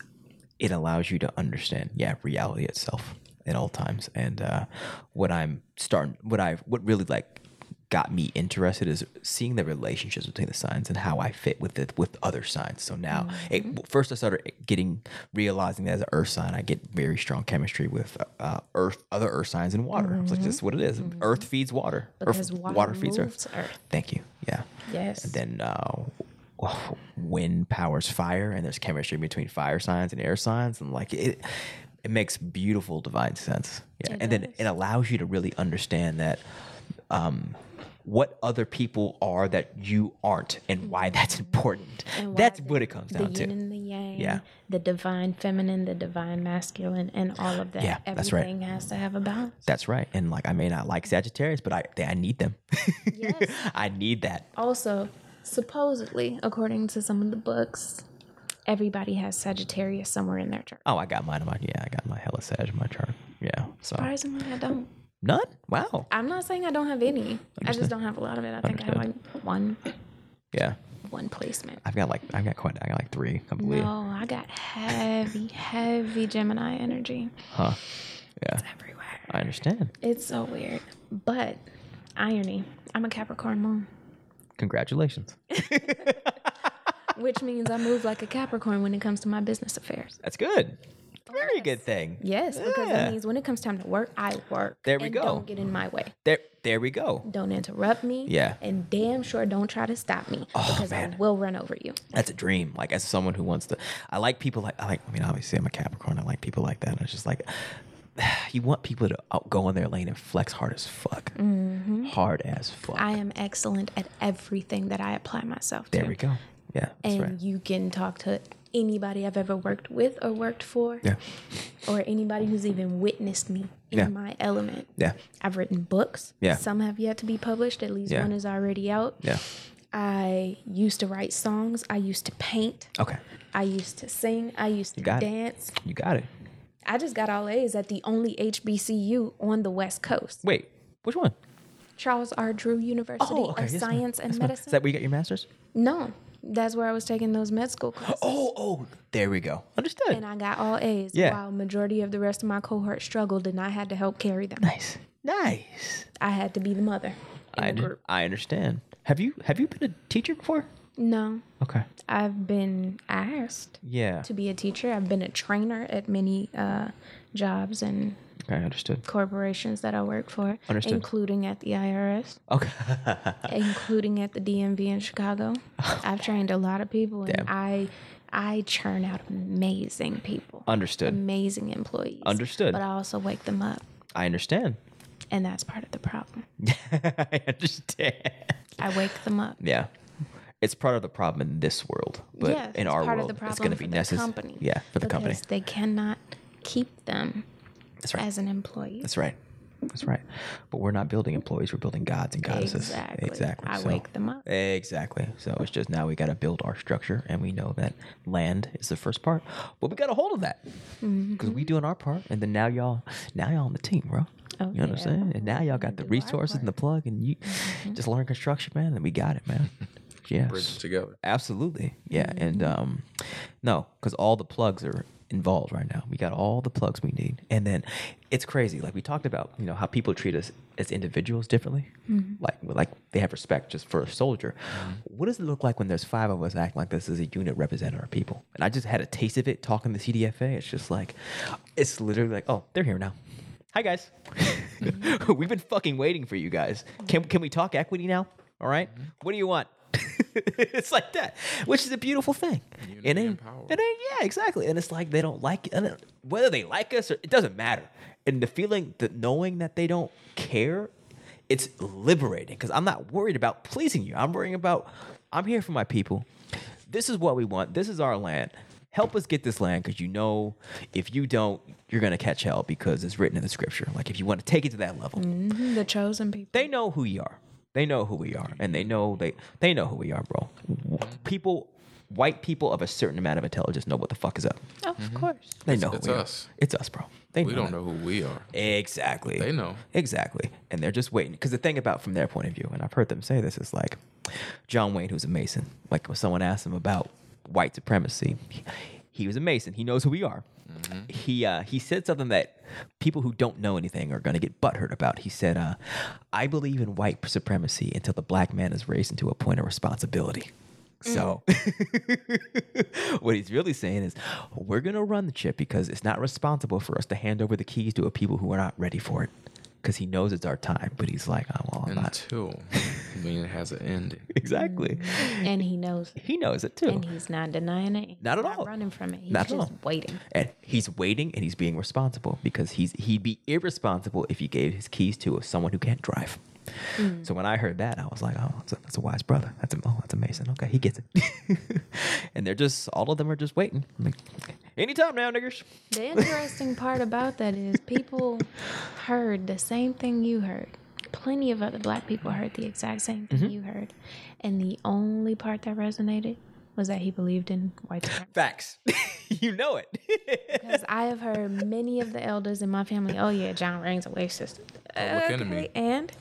[SPEAKER 1] it allows you to understand, yeah, reality itself at all times. And uh, what I'm starting, what I what really like got me interested is seeing the relationships between the signs and how I fit with it with other signs. So now, it, first I started getting realizing that as an earth sign, I get very strong chemistry with uh, earth, other earth signs, and water. It's like that's what it is. Earth feeds water.
[SPEAKER 2] Because
[SPEAKER 1] earth,
[SPEAKER 2] water moves earth.
[SPEAKER 1] Thank you. Yeah.
[SPEAKER 2] Yes.
[SPEAKER 1] And then uh, w- wind powers fire, and there's chemistry between fire signs and air signs, and like it, it makes beautiful divine sense. Yeah. and then it allows you to really understand that. Um, what other people are that you aren't, and why that's important.
[SPEAKER 2] And why
[SPEAKER 1] That's
[SPEAKER 2] the-
[SPEAKER 1] what it comes
[SPEAKER 2] the
[SPEAKER 1] down
[SPEAKER 2] yin
[SPEAKER 1] to.
[SPEAKER 2] and the yang,
[SPEAKER 1] Yeah.
[SPEAKER 2] the divine feminine, the divine masculine, and all of that.
[SPEAKER 1] Yeah, that's right.
[SPEAKER 2] Everything has to have a balance.
[SPEAKER 1] That's right. And like, I may not like Sagittarius, but I I need them.
[SPEAKER 2] Yes.
[SPEAKER 1] I need that.
[SPEAKER 2] Also, supposedly, according to some of the books, everybody has Sagittarius somewhere in their chart.
[SPEAKER 1] Oh, I got mine. on My yeah, I got my hella Sag in my chart. Yeah. So
[SPEAKER 2] Surprisingly, I don't.
[SPEAKER 1] none. Wow.
[SPEAKER 2] I'm not saying I don't have any. I just don't have a lot of it. I think I have like one
[SPEAKER 1] Yeah.
[SPEAKER 2] one placement.
[SPEAKER 1] I've got like I've got quite I got like three, I believe.
[SPEAKER 2] No, I got heavy, heavy Gemini energy
[SPEAKER 1] Huh. Yeah.
[SPEAKER 2] everywhere.
[SPEAKER 1] I understand.
[SPEAKER 2] It's so weird. But irony, I'm a Capricorn moon,
[SPEAKER 1] Congratulations.
[SPEAKER 2] which means I move like a Capricorn when it comes to my business affairs.
[SPEAKER 1] That's good. a very good thing.
[SPEAKER 2] Yes, because
[SPEAKER 1] Yeah.
[SPEAKER 2] that means when it comes time to work, I work.
[SPEAKER 1] There we
[SPEAKER 2] and
[SPEAKER 1] go.
[SPEAKER 2] Don't get in my way.
[SPEAKER 1] There, there we go.
[SPEAKER 2] Don't interrupt me.
[SPEAKER 1] Yeah. Oh,
[SPEAKER 2] And damn sure don't try to stop me because I will run over you.
[SPEAKER 1] That's a dream. Like as someone who wants to, I like people like I like. I mean, obviously, I'm a Capricorn. I like people like that. And it's just like you want people to out- go in their lane and flex hard as fuck, hard as fuck.
[SPEAKER 2] Mm-hmm. I am excellent at everything that I apply myself to.
[SPEAKER 1] there we go. Yeah, that's
[SPEAKER 2] and
[SPEAKER 1] right.
[SPEAKER 2] you can talk to anybody I've ever worked with or worked for,
[SPEAKER 1] Yeah,
[SPEAKER 2] or anybody who's even witnessed me in
[SPEAKER 1] Yeah.
[SPEAKER 2] my element.
[SPEAKER 1] yeah,
[SPEAKER 2] I've written books.
[SPEAKER 1] Yeah.
[SPEAKER 2] Some have yet to be published. At least
[SPEAKER 1] Yeah.
[SPEAKER 2] one is already out.
[SPEAKER 1] yeah.
[SPEAKER 2] I used to write songs. I used to paint.
[SPEAKER 1] Okay,
[SPEAKER 2] I used to sing. I used to
[SPEAKER 1] got it.
[SPEAKER 2] dance.
[SPEAKER 1] you got it.
[SPEAKER 2] I just got all A's at the only HBCU on the West Coast,
[SPEAKER 1] Wait, which one?
[SPEAKER 2] Charles R. Drew University Oh, of
[SPEAKER 1] Oh, yes, ma'am.
[SPEAKER 2] Science and
[SPEAKER 1] Yes, ma'am.
[SPEAKER 2] Medicine.
[SPEAKER 1] Is that where you got your master's?
[SPEAKER 2] no, that's where I was taking those med school classes.
[SPEAKER 1] Oh, oh, there we go. Understood.
[SPEAKER 2] and I got all A's
[SPEAKER 1] Yeah.
[SPEAKER 2] while majority of the rest of my cohort struggled and I had to help carry them.
[SPEAKER 1] nice, nice.
[SPEAKER 2] I had to be the mother in
[SPEAKER 1] I,
[SPEAKER 2] the
[SPEAKER 1] under-
[SPEAKER 2] group.
[SPEAKER 1] I understand. Have you have you been a teacher before?
[SPEAKER 2] No,
[SPEAKER 1] Okay.
[SPEAKER 2] I've been asked
[SPEAKER 1] Yeah.
[SPEAKER 2] to be a teacher. I've been a trainer at many uh, jobs and
[SPEAKER 1] Okay, understood.
[SPEAKER 2] corporations that I work for,
[SPEAKER 1] Understood.
[SPEAKER 2] including at the IRS,
[SPEAKER 1] Okay.
[SPEAKER 2] including at the DMV in Chicago. I've trained a lot of people and
[SPEAKER 1] Damn.
[SPEAKER 2] I I churn out amazing people.
[SPEAKER 1] understood.
[SPEAKER 2] Amazing employees.
[SPEAKER 1] Understood.
[SPEAKER 2] But I also wake them up
[SPEAKER 1] I understand.
[SPEAKER 2] and that's part of the problem.
[SPEAKER 1] I understand.
[SPEAKER 2] I wake them up.
[SPEAKER 1] Yeah. It's part of the problem in this world, but
[SPEAKER 2] Yes,
[SPEAKER 1] in
[SPEAKER 2] it's
[SPEAKER 1] our
[SPEAKER 2] part of
[SPEAKER 1] world,
[SPEAKER 2] the
[SPEAKER 1] it's
[SPEAKER 2] problem
[SPEAKER 1] going to
[SPEAKER 2] for
[SPEAKER 1] be
[SPEAKER 2] the
[SPEAKER 1] necessary.
[SPEAKER 2] company.
[SPEAKER 1] Yeah, for the company.
[SPEAKER 2] Because they cannot keep them
[SPEAKER 1] That's right.
[SPEAKER 2] as an employee.
[SPEAKER 1] That's right. That's right. But we're not building employees; we're building gods and goddesses.
[SPEAKER 2] Exactly. I
[SPEAKER 1] so- Eh,
[SPEAKER 2] wake them up.
[SPEAKER 1] Exactly. So it's just now we got to build our structure, and we know that land is the first part, but we got a hold of that
[SPEAKER 2] Mm-hmm.
[SPEAKER 1] because we doing our part, and then now y'all, now y'all on the team, bro.
[SPEAKER 2] Oh,
[SPEAKER 1] you know what I'm
[SPEAKER 2] yeah.
[SPEAKER 1] saying? And now y'all got the resources and the plug, and you
[SPEAKER 2] Mm-hmm.
[SPEAKER 1] just learn construction, man, and we got it, man.
[SPEAKER 3] Bridge
[SPEAKER 1] Yes,
[SPEAKER 3] together.
[SPEAKER 1] absolutely. Yeah, and um, no, because all the plugs are involved right now. We got all the plugs we need, and then it's crazy. Like we talked about, you know how people treat us as individuals differently. Like like they have respect just for a soldier. What does it look like when there's five of us acting like this as a unit representing our people? And I just had a taste of it talking to CDFA. It's just like, it's literally like, oh, they're here now. Hi guys, we've been fucking waiting for you guys. Can can we talk equity now? All right,
[SPEAKER 3] Mm-hmm.
[SPEAKER 1] what do you want? it's like that, which is a beautiful thing.
[SPEAKER 3] Unity
[SPEAKER 1] it
[SPEAKER 3] and
[SPEAKER 1] ain't,
[SPEAKER 3] power.
[SPEAKER 1] it ain't- yeah, exactly. And it's like they don't like and it- whether they like us or it doesn't matter. And the feeling that knowing that they don't care, it's liberating because I'm not worried about pleasing you. I'm worrying about I'm here for my people. This is what we want. This is our land. Help us get this land because you know if you don't, you're gonna catch hell because it's written in the scripture. Like if you want to take it to that level,
[SPEAKER 2] The chosen people.
[SPEAKER 1] they know who you are. They know who we are, and they know they they know who we are, bro. People, white people of a certain amount of intelligence know what the fuck is up.
[SPEAKER 2] Of
[SPEAKER 3] Mm-hmm.
[SPEAKER 2] course.
[SPEAKER 1] They know who
[SPEAKER 3] it's
[SPEAKER 1] we
[SPEAKER 3] us.
[SPEAKER 1] are. It's us, bro. They
[SPEAKER 3] We don't
[SPEAKER 1] that.
[SPEAKER 3] know who we are.
[SPEAKER 1] exactly.
[SPEAKER 3] They know.
[SPEAKER 1] exactly, and they're just waiting. Because the thing about from their point of view, and I've heard them say this, is like John Wayne, who's a Mason. Like when someone asked him about white supremacy, he, he was a Mason. He knows who we are.
[SPEAKER 3] Mm-hmm.
[SPEAKER 1] He uh, he said something that people who don't know anything are going to get butthurt about. He said, uh, "I believe in white supremacy until the black man is raised into a point of responsibility." So, what he's really saying is, we're going to run the chip because it's not responsible for us to hand over the keys to a people who are not ready for it. Because he knows it's our time, but he's like, oh, well, I'm not.
[SPEAKER 3] Until when it has an ending.
[SPEAKER 1] Exactly.
[SPEAKER 2] And he knows. it.
[SPEAKER 1] He knows it too.
[SPEAKER 2] Mm-hmm. And he's not denying it. He's
[SPEAKER 1] Not at all.
[SPEAKER 2] Not running from it. He's
[SPEAKER 1] Not at
[SPEAKER 2] just
[SPEAKER 1] all.
[SPEAKER 2] waiting.
[SPEAKER 1] And he's waiting and he's being responsible because he's he'd be irresponsible if he gave his keys to someone who can't drive.
[SPEAKER 2] Mm.
[SPEAKER 1] So when I heard that, I was like, "Oh, that's a, that's a wise brother. That's a, oh, that's amazing. Okay, he gets it." and they're just all of them are just waiting. I'm like, anytime now, niggers.
[SPEAKER 2] The interesting part about that is people heard the same thing you heard. Plenty of other black people heard the exact same thing you heard. And the only part that resonated was that he believed in white supremacy.
[SPEAKER 1] Facts. you know it.
[SPEAKER 2] Because I have heard many of the elders in my family, oh yeah, John Rain's a racist.
[SPEAKER 3] Public
[SPEAKER 2] okay,
[SPEAKER 3] enemy.
[SPEAKER 2] And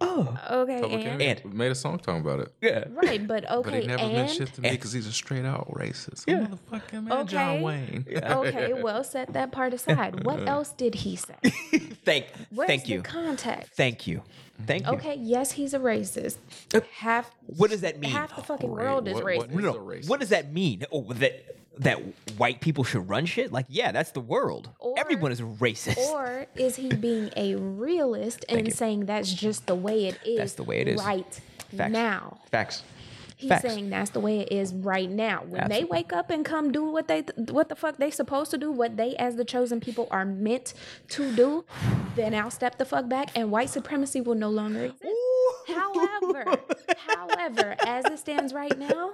[SPEAKER 1] oh,
[SPEAKER 2] okay,
[SPEAKER 3] Public
[SPEAKER 2] and
[SPEAKER 3] Enemy
[SPEAKER 1] And-
[SPEAKER 3] we made a song talking about it.
[SPEAKER 1] yeah.
[SPEAKER 2] right, but okay,
[SPEAKER 3] But he never
[SPEAKER 2] and
[SPEAKER 3] meant shit to me
[SPEAKER 1] and-
[SPEAKER 3] because he's a straight out racist. Yeah. Motherfucking man, John
[SPEAKER 2] Okay.
[SPEAKER 3] Wayne.
[SPEAKER 2] okay, well, set that part aside. What else did he say?
[SPEAKER 1] Thank.
[SPEAKER 2] Where's
[SPEAKER 1] thank
[SPEAKER 2] the
[SPEAKER 1] you.
[SPEAKER 2] context?
[SPEAKER 1] Thank you. Thank you. Uh,
[SPEAKER 2] Okay, yes, he's a racist. Half
[SPEAKER 1] What does that mean?
[SPEAKER 2] half the fucking
[SPEAKER 3] Wait,
[SPEAKER 2] world is
[SPEAKER 3] what- what
[SPEAKER 2] racist.
[SPEAKER 3] is a
[SPEAKER 1] No,
[SPEAKER 3] racist?
[SPEAKER 1] What does that mean? Oh, that that white people should run shit? Like, yeah, that's the world.
[SPEAKER 2] Or-
[SPEAKER 1] Everyone is racist.
[SPEAKER 2] Or is he being a realist and
[SPEAKER 1] you.
[SPEAKER 2] saying that's just the way it is?
[SPEAKER 1] That's the way it is.
[SPEAKER 2] Right
[SPEAKER 1] Facts.
[SPEAKER 2] now.
[SPEAKER 1] Facts.
[SPEAKER 2] He's
[SPEAKER 1] Facts.
[SPEAKER 2] saying that's the way it is right now. When they
[SPEAKER 1] Absolutely.
[SPEAKER 2] wake up and come do what they what the fuck they supposed to do, what they as the chosen people are meant to do, then I'll step the fuck back and white supremacy will no longer exist. However, however, as it stands right now,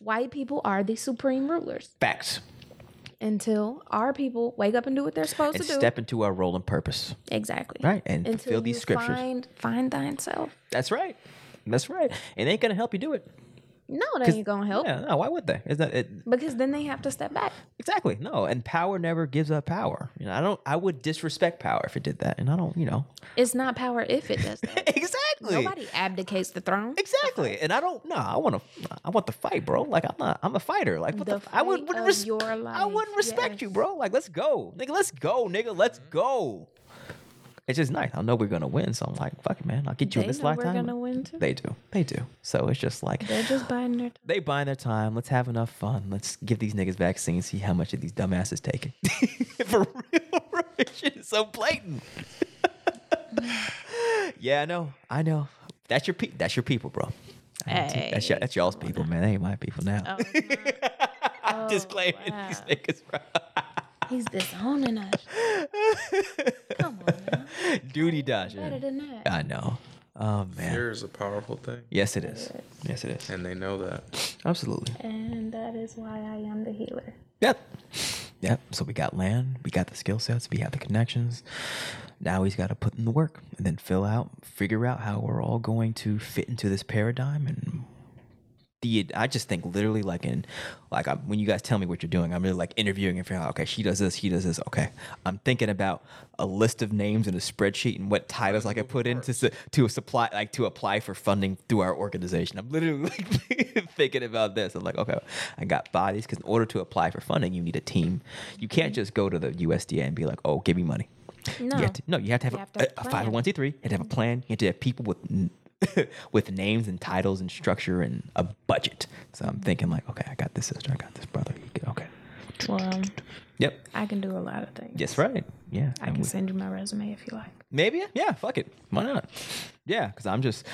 [SPEAKER 2] white people are the supreme rulers
[SPEAKER 1] Facts.
[SPEAKER 2] until our people wake up and do what they're supposed
[SPEAKER 1] And
[SPEAKER 2] to do.
[SPEAKER 1] step into our role and purpose.
[SPEAKER 2] exactly.
[SPEAKER 1] Right, and
[SPEAKER 2] until
[SPEAKER 1] fulfill these
[SPEAKER 2] you
[SPEAKER 1] scriptures.
[SPEAKER 2] Find, find thyself.
[SPEAKER 1] That's right. That's right. It ain't gonna help you do it.
[SPEAKER 2] No, that ain't gonna help
[SPEAKER 1] Yeah, no, why would they? Is that it,
[SPEAKER 2] because then they have to step back.
[SPEAKER 1] exactly no? And power never gives up power. You know, I don't. I would disrespect power if it did that, and I don't. You know,
[SPEAKER 2] It's not power if it does that.
[SPEAKER 1] exactly.
[SPEAKER 2] Nobody abdicates the throne.
[SPEAKER 1] Exactly, and I don't. No, I want to. I want the fight, bro. Like I'm not. I'm a fighter. Like what the.
[SPEAKER 2] The
[SPEAKER 1] f- I would.
[SPEAKER 2] fight
[SPEAKER 1] would
[SPEAKER 2] of
[SPEAKER 1] res-
[SPEAKER 2] your
[SPEAKER 1] I wouldn't
[SPEAKER 2] life,
[SPEAKER 1] respect you, bro. Like let's go, nigga. Let's go, nigga. Let's go. It's just nice. I know we're gonna win, so I'm like, fuck it, man. I'll get you
[SPEAKER 2] They
[SPEAKER 1] in this
[SPEAKER 2] know we're
[SPEAKER 1] lifetime.
[SPEAKER 2] gonna win, too.
[SPEAKER 1] They do. They do. So it's just like
[SPEAKER 2] They're just biding their time.
[SPEAKER 1] they buying their time. Let's have enough fun. Let's give these niggas vaccines. See how much of these dumbasses take it. For real, bro, this shit is so blatant. yeah, I know. I know. That's your pe- that's your people, bro. I know, too. That's, y- that's y'all's people, man. They ain't my people now. Disclaiming these niggas, bro.
[SPEAKER 2] He's disowning us. Come on, now.
[SPEAKER 1] Duty
[SPEAKER 2] better
[SPEAKER 1] dodging.
[SPEAKER 2] than that.
[SPEAKER 1] I know. Oh man.
[SPEAKER 3] Fear is a powerful thing,
[SPEAKER 1] Yes, it is. Yes, it is.
[SPEAKER 3] and they know that.
[SPEAKER 1] Absolutely.
[SPEAKER 2] And that is why I am the healer.
[SPEAKER 1] Yep. Yep. So we got land, we got the skill sets, we have the connections. Now he's got to put in the work and then fill out, figure out how we're all going to fit into this paradigm. And the I just think literally like in like I, when you guys tell me what you're doing, I'm really like interviewing and figuring out okay, she does this, he does this. Okay, I'm thinking about a list of names in a spreadsheet and what titles I could put into to, su- to supply like to apply for funding through our organization. I'm literally like thinking about this. I'm like, okay, I got bodies because in order to apply for funding, you need a team. You can't just go to the USDA and be like, oh, give me money.
[SPEAKER 2] No.
[SPEAKER 1] you have to, no, you have to have,
[SPEAKER 2] You have to have
[SPEAKER 1] a, uh,
[SPEAKER 2] a
[SPEAKER 1] a
[SPEAKER 2] plan.
[SPEAKER 1] 501c3. You have to have a plan. You have to have people with n- with names and titles and structure and a budget. So I'm thinking like, okay, I got this sister, I got this brother. You get- Okay.
[SPEAKER 2] Well,
[SPEAKER 1] Yep.
[SPEAKER 2] I can do a lot of things.
[SPEAKER 1] Yes, right. Yeah.
[SPEAKER 2] I
[SPEAKER 1] and
[SPEAKER 2] can
[SPEAKER 1] we-
[SPEAKER 2] send you my resume if you like.
[SPEAKER 1] Maybe. Yeah. Fuck it. Why not? Yeah. Cause I'm just,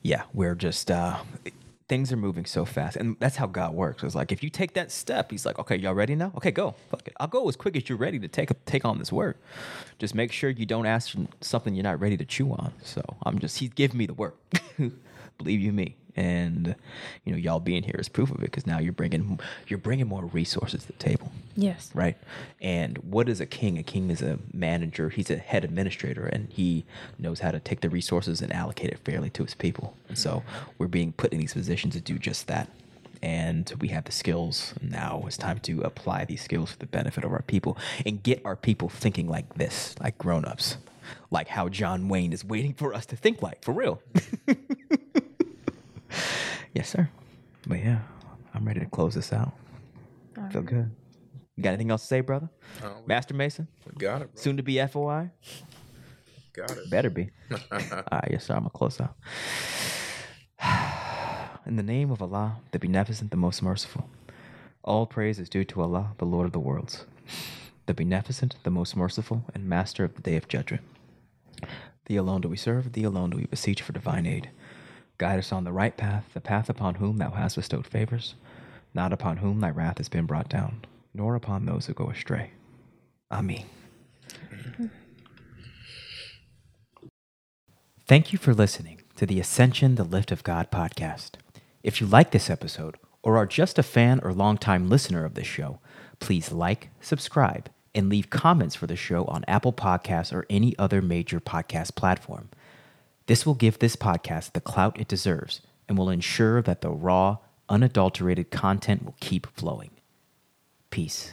[SPEAKER 1] yeah, we're just, uh, things are moving so fast. And that's how God works. It's like, if you take that step, he's like, okay, y'all ready now? Okay, go. Fuck it. I'll go as quick as you're ready to take, take on this work. Just make sure you don't ask something you're not ready to chew on. So I'm just, he's giving me the work. Believe you me. And you know, y'all being here is proof of it. Cause now you're bringing, you're bringing more resources to the table
[SPEAKER 2] Yes.
[SPEAKER 1] right? And what is a king? A king is a manager. He's a head administrator, and he knows how to take the resources and allocate it fairly to his people. And so we're being put in these positions to do just that. And we have the skills. Now it's time to apply these skills for the benefit of our people and get our people thinking like this, like grown-ups, like how John Wayne is waiting for us to think like, for real. yes, sir. But yeah, I'm ready to close this out. Feel good. You got anything else to say, brother?
[SPEAKER 3] Oh, we-
[SPEAKER 1] Master Mason,
[SPEAKER 3] we got it, bro.
[SPEAKER 1] soon to be FOI.
[SPEAKER 3] Got it.
[SPEAKER 1] Better be. All right, yes, sir. I'm going to close out. In the name of Allah, the Beneficent, the Most Merciful. All praise is due to Allah, the Lord of the worlds, the Beneficent, the Most Merciful, and Master of the Day of Judgment. Thee alone do we serve, thee alone do we beseech for divine aid. Guide us on the right path, the path upon whom thou hast bestowed favors, not upon whom thy wrath has been brought down, nor upon those who go astray. Ameen. Thank you for listening to the Ascension, the Lift of God podcast. If you like this episode or are just a fan or longtime listener of this show, please like, subscribe, and leave comments for the show on Apple Podcasts or any other major podcast platform. This will give this podcast the clout it deserves and will ensure that the raw, unadulterated content will keep flowing. Peace.